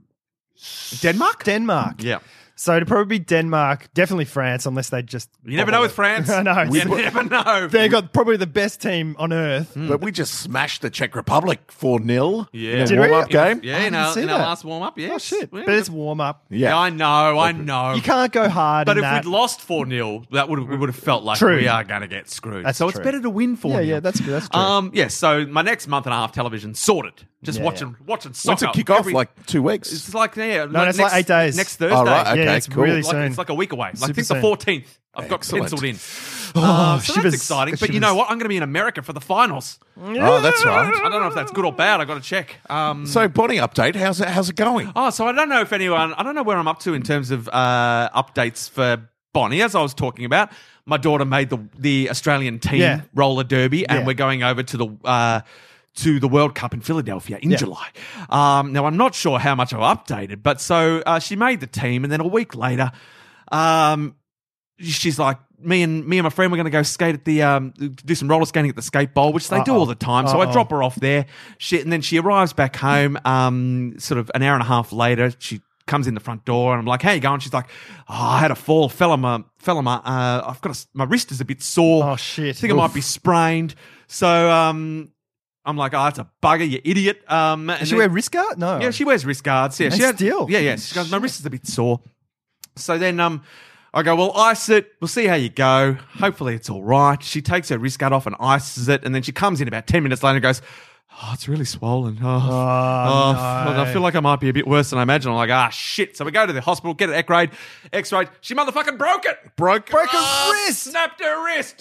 Speaker 4: Denmark.
Speaker 5: Denmark.
Speaker 4: yeah,
Speaker 5: So it'd probably be Denmark, definitely France, unless they just.
Speaker 4: you never know with France.
Speaker 5: <laughs> I know.
Speaker 4: you
Speaker 5: We-
Speaker 4: never know.
Speaker 5: They got probably the best team on earth.
Speaker 4: Mm.
Speaker 5: Oh,
Speaker 1: But we just smashed the Czech Republic 4 0
Speaker 4: Yeah.
Speaker 1: in
Speaker 5: Did
Speaker 1: a
Speaker 5: we?
Speaker 1: warm up game.
Speaker 5: I
Speaker 4: yeah, in
Speaker 5: didn't
Speaker 4: our,
Speaker 5: see
Speaker 4: in our
Speaker 5: that.
Speaker 4: last warm up. Yeah,
Speaker 5: Oh, shit.
Speaker 4: Yeah,
Speaker 5: But it's warm up.
Speaker 1: Yeah.
Speaker 4: I know. I know.
Speaker 5: You can't go hard.
Speaker 4: But
Speaker 5: in
Speaker 4: if
Speaker 5: that.
Speaker 4: we'd lost 4 0, that would we would have felt like
Speaker 5: True.
Speaker 4: we are going to get screwed.
Speaker 5: That's
Speaker 4: so it's
Speaker 5: true.
Speaker 4: better to win 4
Speaker 5: Yeah,
Speaker 4: 0.
Speaker 5: yeah, that's good, that's true.
Speaker 4: Um, yeah, so my next month and a half television sorted. Just
Speaker 5: Yeah,
Speaker 4: watching watching soccer.
Speaker 1: When's it kick off?
Speaker 4: every-
Speaker 1: like two weeks.
Speaker 4: it's like yeah,
Speaker 5: no, it's like eight days.
Speaker 4: Next Thursday.
Speaker 1: Oh, right, okay,
Speaker 5: yeah, it's
Speaker 1: cool.
Speaker 5: really
Speaker 4: Like,
Speaker 5: soon.
Speaker 4: it's like a week away. Like, I
Speaker 5: Super Oh,
Speaker 4: think the
Speaker 5: soon.
Speaker 4: 14th. I've got
Speaker 1: Excellent.
Speaker 4: penciled in. Uh, so
Speaker 5: shivers.
Speaker 4: that's exciting. But you
Speaker 5: Shivers.
Speaker 4: know what? I'm going to be in America for the finals.
Speaker 1: Oh, that's right.
Speaker 4: I don't know if that's good or bad. i got to check. Um,
Speaker 1: So, Bonnie update. How's it, how's it going?
Speaker 4: Oh, so I don't know if anyone, I don't know where I'm up to in terms of uh, updates for Bonnie. As I was talking about, my daughter made the the Australian team
Speaker 5: Yeah.
Speaker 4: roller derby, and
Speaker 5: Yeah.
Speaker 4: we're going over to the. Uh, to the World Cup in Philadelphia in
Speaker 5: Yeah.
Speaker 4: July. Um, now, I'm not sure how much I've updated, but so uh, she made the team, and then a week later, um, she's like, "Me and me and my friend, we're going to go skate at the um, do some roller skating at the skate bowl, which they do
Speaker 5: Uh-oh.
Speaker 4: all the time." So
Speaker 5: Uh-oh.
Speaker 4: I drop her off there. She, and then she arrives back home um, sort of an hour and a half later. She comes in the front door, and I'm like, "How you going?" She's like, "Oh, I had a fall, fell on my, fell on my, uh, I've got a s my wrist is a bit sore.
Speaker 5: Oh, shit.
Speaker 4: I think I might be sprained." So um, I'm like, "Oh, that's a bugger, you idiot." Um, and
Speaker 5: Does she
Speaker 4: then-
Speaker 5: wear wrist guard? No.
Speaker 4: yeah, she wears wrist guards. Yeah,
Speaker 5: Oh. And
Speaker 4: she had,
Speaker 5: still.
Speaker 4: Yeah, yeah. She goes, my wrist is a bit sore. So then um, I go, well, ice it. We'll see how you go. Hopefully it's all right. She takes her wrist guard off and ices it. And then she comes in about 10 minutes later and goes, oh, it's really swollen. Oh, f-
Speaker 5: Uh,
Speaker 4: oh, f-
Speaker 5: no.
Speaker 4: I feel like I might be a bit worse than I imagine. I'm like, ah, shit. So we go to the hospital, get an x-rayed. X-rayed. She motherfucking broke it.
Speaker 1: Broke.
Speaker 5: Broke her
Speaker 4: Ah,
Speaker 5: wrist. Oh. Um,
Speaker 4: Snapped her wrist.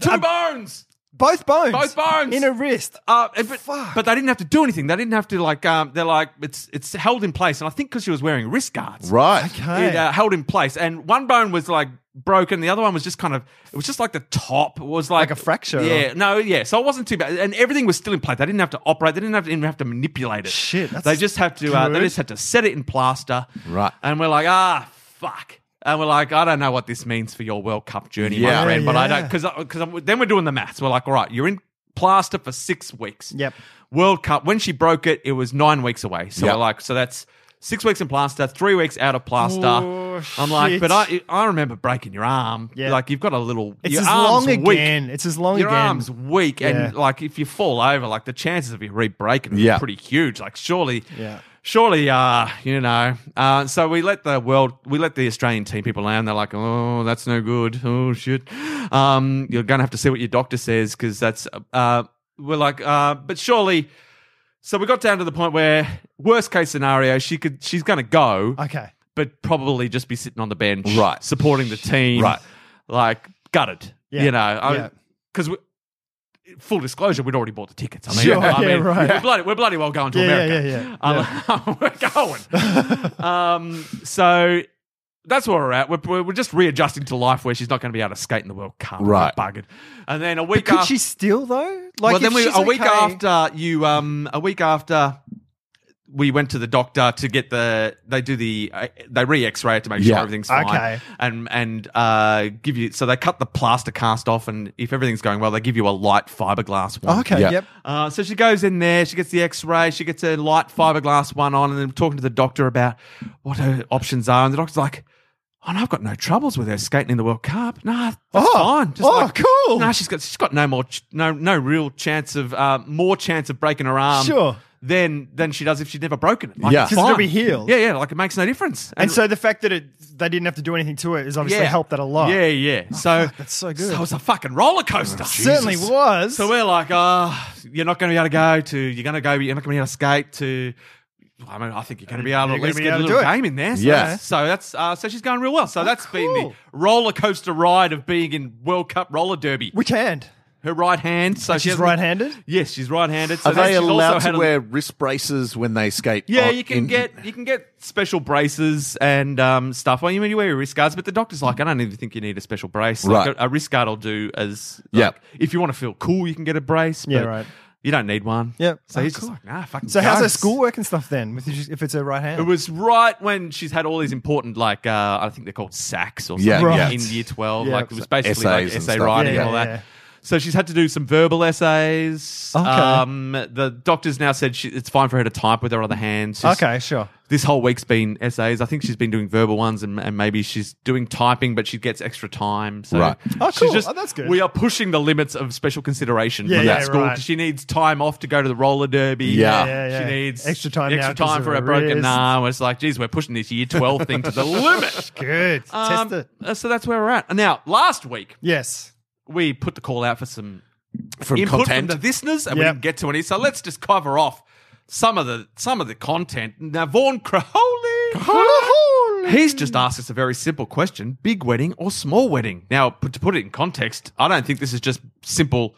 Speaker 4: Two bones.
Speaker 5: Both bones.
Speaker 4: Both bones.
Speaker 5: In her wrist.
Speaker 4: Uh, and- but,
Speaker 5: Fuck.
Speaker 4: but they didn't have to do anything. They didn't have to like. Um, they're like it's it's held in place, and I think because she was wearing wrist guards,
Speaker 1: Right.
Speaker 5: Okay.
Speaker 4: it uh, held in place. And one bone was like broken. The other one was just kind of. It was just like the top was like,
Speaker 5: Like a fracture or-
Speaker 4: Yeah. No. Yeah. So it wasn't too bad, and everything was still in place. They didn't have to operate. They didn't have to, even have to manipulate it.
Speaker 5: Shit, that's
Speaker 4: they just have to. Uh, they
Speaker 5: good.
Speaker 4: just had to set it in plaster.
Speaker 1: Right.
Speaker 4: And we're like, ah, fuck. And we're like, I don't know what this means for your World Cup journey,
Speaker 1: Yeah.
Speaker 4: my friend, but I
Speaker 5: Yeah.
Speaker 4: don't because because then we're doing the maths. We're like, all right, you're in plaster for six weeks.
Speaker 5: Yep.
Speaker 4: World Cup. When she broke it, it was nine weeks away. So
Speaker 1: Yep.
Speaker 4: we're like, so that's six weeks in plaster, three weeks out of plaster.
Speaker 5: Oh,
Speaker 4: I'm like,
Speaker 5: shit.
Speaker 4: but I I remember breaking your arm.
Speaker 5: Yeah.
Speaker 4: Like you've got a little.
Speaker 5: It's
Speaker 4: your
Speaker 5: as
Speaker 4: arm's
Speaker 5: long
Speaker 4: weak.
Speaker 5: again. It's as long
Speaker 4: Your
Speaker 5: again.
Speaker 4: arm's weak, and
Speaker 5: Yeah.
Speaker 4: like if you fall over, like the chances of you re-breaking
Speaker 1: Yeah.
Speaker 4: are pretty huge. Like surely,
Speaker 5: Yeah.
Speaker 4: surely, uh, you know. Uh, so we let the world, we let the Australian team people down. They're like, oh, that's no good. Oh shit. Um, you're gonna have to see what your doctor says because that's. Uh, we're like, uh, but surely. So we got down to the point where worst case scenario, she could, she's gonna go
Speaker 5: Okay.
Speaker 4: but probably just be sitting on the bench,
Speaker 1: Right.
Speaker 4: supporting the team,
Speaker 1: Right.
Speaker 4: like gutted,
Speaker 5: Yeah.
Speaker 4: you know,
Speaker 5: Yeah.
Speaker 4: because full disclosure, we'd already bought the tickets. I mean,
Speaker 5: Sure.
Speaker 4: I mean
Speaker 5: Yeah, right.
Speaker 4: we're, bloody, we're bloody well going to
Speaker 5: Yeah, yeah,
Speaker 4: America. Um, <laughs> we're
Speaker 5: <laughs>
Speaker 4: going. um, so that's where we're at. We're- We're, we're just readjusting to life where she's not going to be able to skate in the World Cup.
Speaker 1: Right.
Speaker 4: buggered. And then a week
Speaker 5: Could
Speaker 4: after,
Speaker 5: she still though? Like
Speaker 4: well, then
Speaker 5: if
Speaker 4: we,
Speaker 5: she's
Speaker 4: a week
Speaker 5: okay-
Speaker 4: after you, um, a week after we went to the doctor to get the, they do the, uh, they re X-ray it to make
Speaker 1: Yeah.
Speaker 4: sure everything's fine,
Speaker 5: Okay.
Speaker 4: and and uh, give you, so they cut the plaster cast off, and if everything's going well, they give you a light fiberglass one.
Speaker 5: Oh, Okay.
Speaker 1: Yeah.
Speaker 5: Yep.
Speaker 4: Uh, so she goes in there, she gets the x-ray, she gets a light fiberglass one on, and then talking to the doctor about what her options are. And the doctor's like, oh, no, I've got no troubles with her skating in the World Cup. Nah, that's
Speaker 5: Oh.
Speaker 4: fine.
Speaker 5: Oh, cool.
Speaker 4: No, she's got, she's got no more, ch- no, no real chance of, uh, more chance of breaking her arm.
Speaker 5: Sure.
Speaker 4: Than, than she does if she'd never broken it. Like,
Speaker 1: Yeah.
Speaker 4: it's
Speaker 5: 'Cause it'll
Speaker 4: fine.
Speaker 5: be healed.
Speaker 4: Yeah, yeah. Like it makes no difference.
Speaker 5: And so the fact that it, they didn't have to do anything to it is obviously helped that a lot. Oh,
Speaker 4: Yeah, yeah. so
Speaker 5: that's so good. Oh,
Speaker 4: So it's a fucking roller coaster.
Speaker 5: Certainly was.
Speaker 4: So we're like, ah, you're not going to be able to go to, you're going to go, but you're not going to be able to skate to. I mean, I think you're going to be able to
Speaker 5: You're
Speaker 4: at
Speaker 5: gonna
Speaker 4: least
Speaker 5: be
Speaker 4: get a
Speaker 5: able to
Speaker 4: little
Speaker 5: do it. Oh,
Speaker 4: game in there. So,
Speaker 1: Yeah.
Speaker 4: that's- so that's uh, so she's going real well. So that's been the
Speaker 5: cool.
Speaker 4: roller coaster ride of being in World Cup roller derby.
Speaker 5: Which hand?
Speaker 4: Her right hand. So she
Speaker 5: She's
Speaker 4: hasn't-
Speaker 5: right-handed.
Speaker 4: Yes, she's right-handed. So
Speaker 1: Are
Speaker 4: then
Speaker 1: they
Speaker 4: she's also
Speaker 1: allowed
Speaker 4: had
Speaker 1: to
Speaker 4: a-
Speaker 1: wear wrist braces when they skate?
Speaker 4: Yeah,
Speaker 1: on-
Speaker 4: you can
Speaker 1: in-
Speaker 4: get you can get special braces and um, stuff. Well, you mean you wear your wrist guards, but the doctor's like, I don't even think you need a special brace.
Speaker 1: Right.
Speaker 4: Like a, a wrist guard will do as
Speaker 1: Yeah.
Speaker 4: like, If you want to feel cool, you can get a brace.
Speaker 5: Yeah,
Speaker 4: but
Speaker 5: right.
Speaker 4: You don't need one.
Speaker 5: Yep.
Speaker 4: So
Speaker 5: Oh,
Speaker 4: he's
Speaker 5: cool.
Speaker 4: just like, nah, fucking.
Speaker 5: So how's
Speaker 4: go."
Speaker 5: her schoolwork and stuff then? With if it's her right hand.
Speaker 4: It was right when she's had all these important, like uh, I think they're called sacks or something
Speaker 1: Yeah,
Speaker 5: yeah.
Speaker 4: in year twelve.
Speaker 5: Yeah.
Speaker 4: Like it was basically
Speaker 1: Essays
Speaker 4: like
Speaker 1: and
Speaker 4: essay
Speaker 1: stuff.
Speaker 4: writing
Speaker 5: Yeah,
Speaker 4: and all that.
Speaker 5: yeah.
Speaker 4: So she's had to do some verbal essays.
Speaker 5: Okay.
Speaker 4: Um, the doctor's now said she, it's fine for her to type with her other hand. She's-
Speaker 5: okay, sure.
Speaker 4: this whole week's been essays. I think she's been doing verbal ones and, and maybe she's doing typing, but she gets extra time. So
Speaker 1: Right.
Speaker 5: Oh,
Speaker 4: she's
Speaker 5: cool. Oh, that's good.
Speaker 4: We are pushing the limits of special consideration
Speaker 5: Yeah,
Speaker 4: for that
Speaker 5: yeah,
Speaker 4: school
Speaker 5: right.
Speaker 4: 'cause she needs time off to go to the roller derby.
Speaker 1: Yeah.
Speaker 5: Yeah, yeah, yeah.
Speaker 4: She needs
Speaker 5: Extra time now
Speaker 4: extra
Speaker 5: 'cause
Speaker 4: time
Speaker 5: of
Speaker 4: for
Speaker 5: her
Speaker 4: a broken
Speaker 5: wrist.
Speaker 4: arm. It's like, geez, we're pushing this year 12 thing to
Speaker 5: <laughs>
Speaker 4: the limit.
Speaker 5: Good.
Speaker 4: Um,
Speaker 5: Test it.
Speaker 4: uh, so that's where we're at. Now, last week,
Speaker 5: Yes.
Speaker 4: we put the call out for some
Speaker 1: from
Speaker 4: input
Speaker 1: content.
Speaker 4: from the listeners, and we
Speaker 5: Yep.
Speaker 4: didn't get to any. So let's just cover off some of the some of the content. Now, Vaughn Crowley, he's just asked us a very simple question: big wedding or small wedding? Now, put, to put it in context, I don't think this is just simple.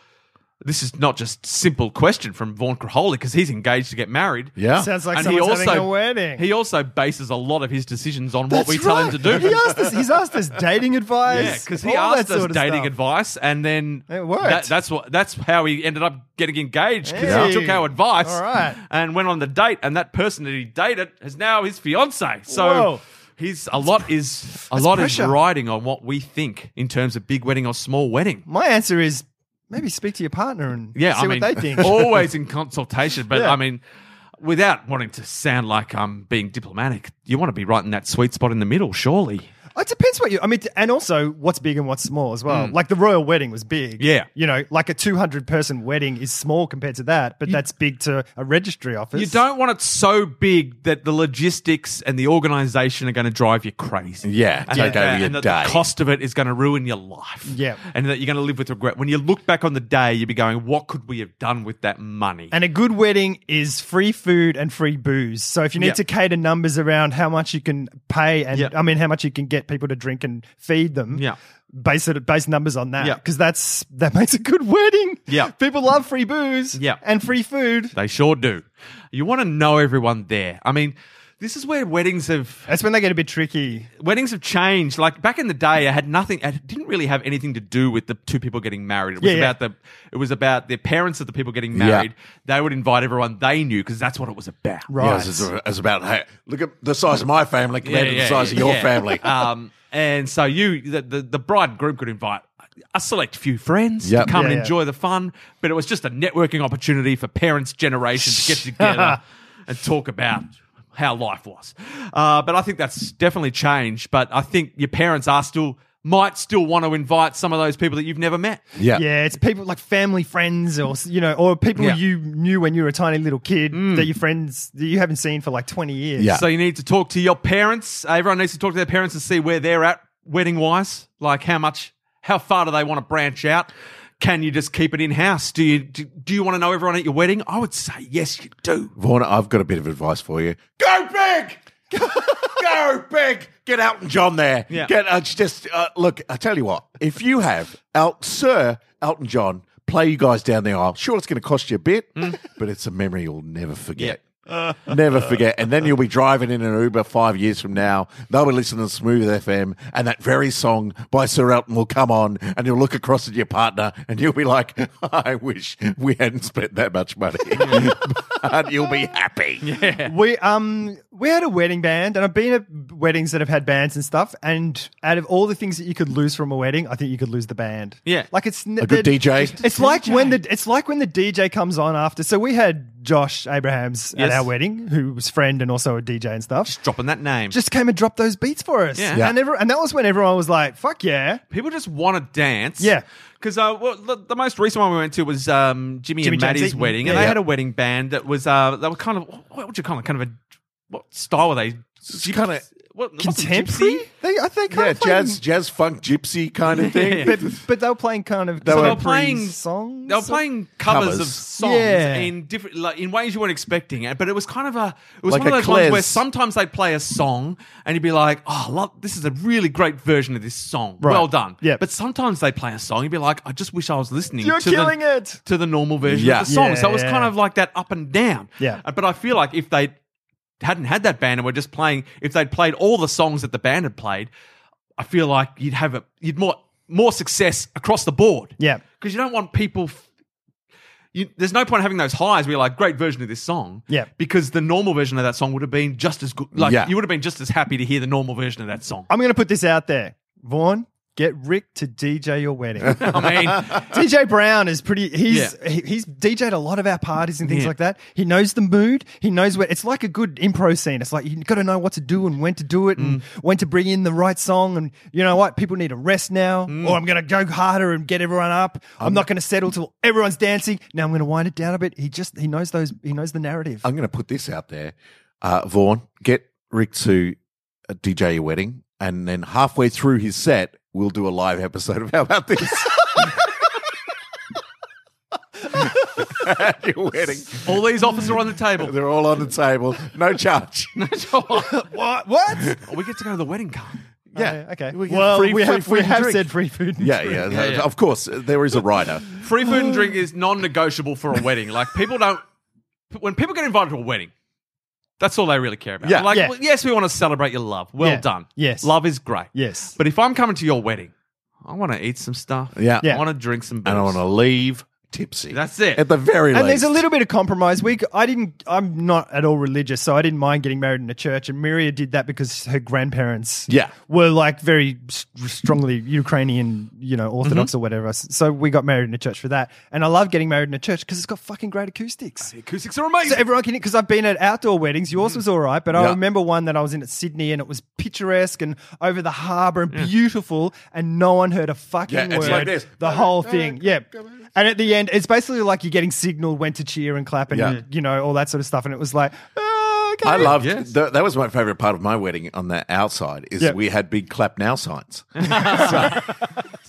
Speaker 4: This is not just simple question from Vaughn Crowley because he's engaged to get married.
Speaker 1: yeah.
Speaker 5: Sounds like someone's having a wedding.
Speaker 4: he also bases a lot of his decisions on
Speaker 5: That's
Speaker 4: what we tell him
Speaker 5: right.
Speaker 4: to do.
Speaker 5: He asked us, he's
Speaker 4: <laughs>
Speaker 5: asked us dating advice.
Speaker 4: Yeah, because he
Speaker 5: all that
Speaker 4: asked us
Speaker 5: sort of
Speaker 4: dating
Speaker 5: stuff.
Speaker 4: advice, and then
Speaker 5: It worked.
Speaker 4: that- that's what that's how he ended up getting engaged because
Speaker 5: Hey.
Speaker 4: he took our advice
Speaker 5: All right.
Speaker 4: and went on the date, and that person that he dated is now his fiance. So.
Speaker 5: Whoa.
Speaker 4: He's a lot is a lot
Speaker 5: pressure.
Speaker 4: is riding on what we think in terms of big wedding or small wedding.
Speaker 5: My answer is maybe speak to your partner and
Speaker 4: Yeah,
Speaker 5: see
Speaker 4: I mean, <laughs>
Speaker 5: what they think.
Speaker 4: always in consultation. But
Speaker 5: Yeah.
Speaker 4: I mean, without wanting to sound like I'm being diplomatic, you want to be right in that sweet spot in the middle, surely.
Speaker 5: It depends what you. I mean, and also what's big and what's small as well. Like the royal wedding was big.
Speaker 4: Mm. Yeah.
Speaker 5: you know, like a two hundred person wedding is small compared to that, but that's big to a registry office.
Speaker 4: You don't want it so big that the logistics and the organisation are going to drive you crazy.
Speaker 1: Yeah,
Speaker 4: and
Speaker 1: take
Speaker 4: that,
Speaker 1: over your
Speaker 4: and that the
Speaker 1: day.
Speaker 4: cost of it is going to ruin your life.
Speaker 5: Yeah.
Speaker 4: and that you're going to live with regret. When you look back on the day, you'll be going, "What could we have done with that money?"
Speaker 5: And a good wedding is free food and free booze. So if you need
Speaker 4: Yeah.
Speaker 5: to cater numbers around how much you can pay and
Speaker 4: Yeah.
Speaker 5: I mean how much you can get people to drink and feed them,
Speaker 4: Yeah.
Speaker 5: base it base numbers on that
Speaker 4: Yeah.
Speaker 5: because that's that makes a good wedding.
Speaker 4: Yeah.
Speaker 5: <laughs> people love free booze.
Speaker 4: Yeah.
Speaker 5: and free food.
Speaker 4: they sure do. You want to know everyone there. I mean, this is where weddings have
Speaker 5: That's when they get a bit tricky.
Speaker 4: weddings have changed. Like back in the day, it had nothing. It didn't really have anything to do with the two people getting married. It was
Speaker 5: Yeah, yeah.
Speaker 4: about the. It was about the parents of the people getting married. They would invite everyone they knew because that's what it was about.
Speaker 5: Right.
Speaker 1: Yeah, it's, it's about hey, look at the size of my family compared to the size of your
Speaker 4: yeah.
Speaker 1: family.
Speaker 4: <laughs> Um, and so you, the, the the bride and groom could invite a select few friends
Speaker 1: Yep.
Speaker 4: to come
Speaker 5: Yeah,
Speaker 4: and
Speaker 5: yeah.
Speaker 4: enjoy the fun, but it was just a networking opportunity for parents' generation
Speaker 1: <laughs>
Speaker 4: to get together and talk about how life was. Uh, but I think that's definitely changed. But I think your parents are still might still want to invite some of those people that you've never met.
Speaker 1: yeah.
Speaker 5: Yeah, it's people like family, friends, or you know, or people
Speaker 4: Yeah.
Speaker 5: you knew when you were a tiny little kid that your friends that you haven't seen for like twenty years.
Speaker 1: Mm. Yeah.
Speaker 4: So you need to talk to your parents. Uh, Everyone needs to talk to their parents and see where they're at wedding wise. Like how much, how far do they want to branch out? Can you just keep it in house? Do you do, do you want to know everyone at your wedding? I would say yes, you do.
Speaker 1: Vaughn, I've got a bit of advice for you. Go big! Go big! Get Elton John there.
Speaker 4: Yeah.
Speaker 1: Get uh, just uh, look. I tell you what. If you have El- Sir Elton John play you guys down the aisle, sure it's going to cost you a bit, but it's a memory you'll never forget. Never forget, and then you'll be driving in an Uber five years from now. They'll be listening to Smooth FM, and that very song by Sir Elton will come on, and you'll look across at your partner, and you'll be like, <laughs> "I wish we hadn't spent that much money," <laughs> but you'll be happy.
Speaker 5: We um we had a wedding band, and I've been at weddings that have had bands and stuff. And out of all the things that you could lose from a wedding, I think you could lose the band.
Speaker 4: Yeah.
Speaker 5: like it's
Speaker 1: A good DJ.
Speaker 5: It's like when the it's like when the DJ comes on after. So we had Josh Abrahams
Speaker 4: Yes.
Speaker 5: at our wedding, who was friend and also a DJ and stuff.
Speaker 4: Dropping that name.
Speaker 5: Just came and dropped those beats for us,
Speaker 4: Yeah. Yeah.
Speaker 5: and every, and that was when everyone was like, "Fuck yeah!"
Speaker 4: People just want to dance.
Speaker 5: Yeah.
Speaker 4: Because uh, well, the, the most recent one we went to was um, Jimmy,
Speaker 5: Jimmy
Speaker 4: and
Speaker 5: James
Speaker 4: Maddie's
Speaker 5: Eaton.
Speaker 4: wedding,
Speaker 5: Yeah,
Speaker 4: and they
Speaker 5: yeah.
Speaker 4: had a wedding band that was uh, they were kind of what would you call it? Kind of a what style were they?
Speaker 1: It's kind of
Speaker 4: What, what's it,
Speaker 5: Contemporary,
Speaker 4: gypsy?
Speaker 5: they, I think,
Speaker 1: yeah, jazz, jazz, funk, gypsy kind of
Speaker 5: <laughs>
Speaker 1: thing.
Speaker 5: but, but they were playing kind of
Speaker 1: They were
Speaker 5: contemporary
Speaker 4: playing-
Speaker 5: songs.
Speaker 4: They were playing covers, of
Speaker 1: Covers.
Speaker 4: songs
Speaker 5: Yeah.
Speaker 4: in different, like, in ways you weren't expecting it. But it was kind of a, it was
Speaker 1: Like
Speaker 4: one
Speaker 1: a
Speaker 4: of those ones where
Speaker 1: Klez.
Speaker 4: sometimes they'd play a song and you'd be like, oh, I love, this is a really great version of this song.
Speaker 5: Right.
Speaker 4: Well done.
Speaker 5: Yeah.
Speaker 4: But sometimes they play a song, you'd be like, I just wish I was listening.
Speaker 5: You're
Speaker 4: to
Speaker 5: killing
Speaker 4: the,
Speaker 5: it.
Speaker 4: to the normal version
Speaker 1: Yeah.
Speaker 4: of the song. so it was
Speaker 5: Yeah.
Speaker 4: kind of like that up and down.
Speaker 5: Yeah.
Speaker 4: Uh, But I feel like if they hadn't had that band and were just playing, if they'd played all the songs that the band had played, I feel like you'd have a you'd more more success across the board.
Speaker 5: Yeah.
Speaker 4: because you don't want people. F- you, there's no point having those highs where you're like, great version of this song.
Speaker 5: Yeah.
Speaker 4: Because the normal version of that song would have been just as good. Like,
Speaker 1: Yeah.
Speaker 4: you would have been just as happy to hear the normal version of that song.
Speaker 5: I'm going to put this out there. Vaughn, get Rick to DJ
Speaker 4: <laughs>
Speaker 5: your wedding.
Speaker 4: I mean,
Speaker 5: DJ Brown is pretty. He's he, he's DJ'd a lot of our parties and things
Speaker 4: Yeah.
Speaker 5: like that. He knows the mood. He knows where. It's like a good improv scene. It's like you got to know what to do and when to do it
Speaker 1: Mm.
Speaker 5: and when to bring in the right song. And you know what? People need a rest now,
Speaker 1: Mm.
Speaker 5: or I'm going to go harder and get everyone up. I'm, not going to settle till everyone's dancing. Now I'm going to wind it down a bit. He just he knows those. He knows the narrative.
Speaker 1: I'm going to put this out there. Uh, Vaughn, get Rick to uh, DJ your wedding, and then halfway through his set, we'll do a live episode of How About This? <laughs> At your wedding.
Speaker 4: all these offers are on the table. <laughs>
Speaker 1: They're all on the table. No charge.
Speaker 5: what? What?
Speaker 4: we get to go to the wedding car.
Speaker 1: <laughs> Yeah.
Speaker 5: Uh, okay.
Speaker 1: We get
Speaker 5: well,
Speaker 1: free-
Speaker 5: we
Speaker 1: free
Speaker 5: have
Speaker 1: food
Speaker 5: we
Speaker 1: and
Speaker 5: have
Speaker 1: drink.
Speaker 5: said free food. and
Speaker 1: Yeah,
Speaker 5: drink.
Speaker 1: yeah,
Speaker 4: Yeah, yeah.
Speaker 1: Of course, there is a rider.
Speaker 4: Free food and drink is non negotiable for a wedding. Like, people don't, when people get invited to a wedding, that's all they really care about.
Speaker 1: Yeah.
Speaker 4: Like,
Speaker 5: Yeah.
Speaker 4: well, yes, we want to celebrate your love. Well
Speaker 5: Yeah.
Speaker 4: done.
Speaker 5: Yes.
Speaker 4: Love is great.
Speaker 5: Yes.
Speaker 4: But if I'm coming to your wedding, I want to eat some stuff.
Speaker 1: Yeah.
Speaker 5: Yeah.
Speaker 4: I want to drink some booze.
Speaker 1: And I want to leave tipsy.
Speaker 4: That's it.
Speaker 1: At the very least.
Speaker 5: And there's a little bit of compromise. We, c- I didn't, I'm not at all religious, so I didn't mind getting married in a church. And Miria did that because her grandparents,
Speaker 1: Yeah.
Speaker 5: were like very s- strongly Ukrainian, you know, Orthodox
Speaker 1: Mm-hmm.
Speaker 5: or whatever. S- So we got married in a church for that. And I love getting married in a church because it's got fucking great acoustics.
Speaker 4: The acoustics are amazing.
Speaker 5: So everyone can because I've been at outdoor weddings. Yours was all right, but I
Speaker 1: Mm. Yeah.
Speaker 5: remember one that I was in at Sydney and it was picturesque and over the harbour and beautiful, and no one heard a fucking
Speaker 1: Yeah, it's
Speaker 5: word.
Speaker 1: like this.
Speaker 5: The whole thing, yeah. And at the end, it's basically like you're getting signaled when to cheer and clap and
Speaker 1: Yeah.
Speaker 5: you know all that sort of stuff. And it was like, oh, okay.
Speaker 1: I loved
Speaker 4: Yes.
Speaker 1: th- that was my favorite part of my wedding on the outside is
Speaker 5: Yeah.
Speaker 1: we had big clap now signs.
Speaker 4: It's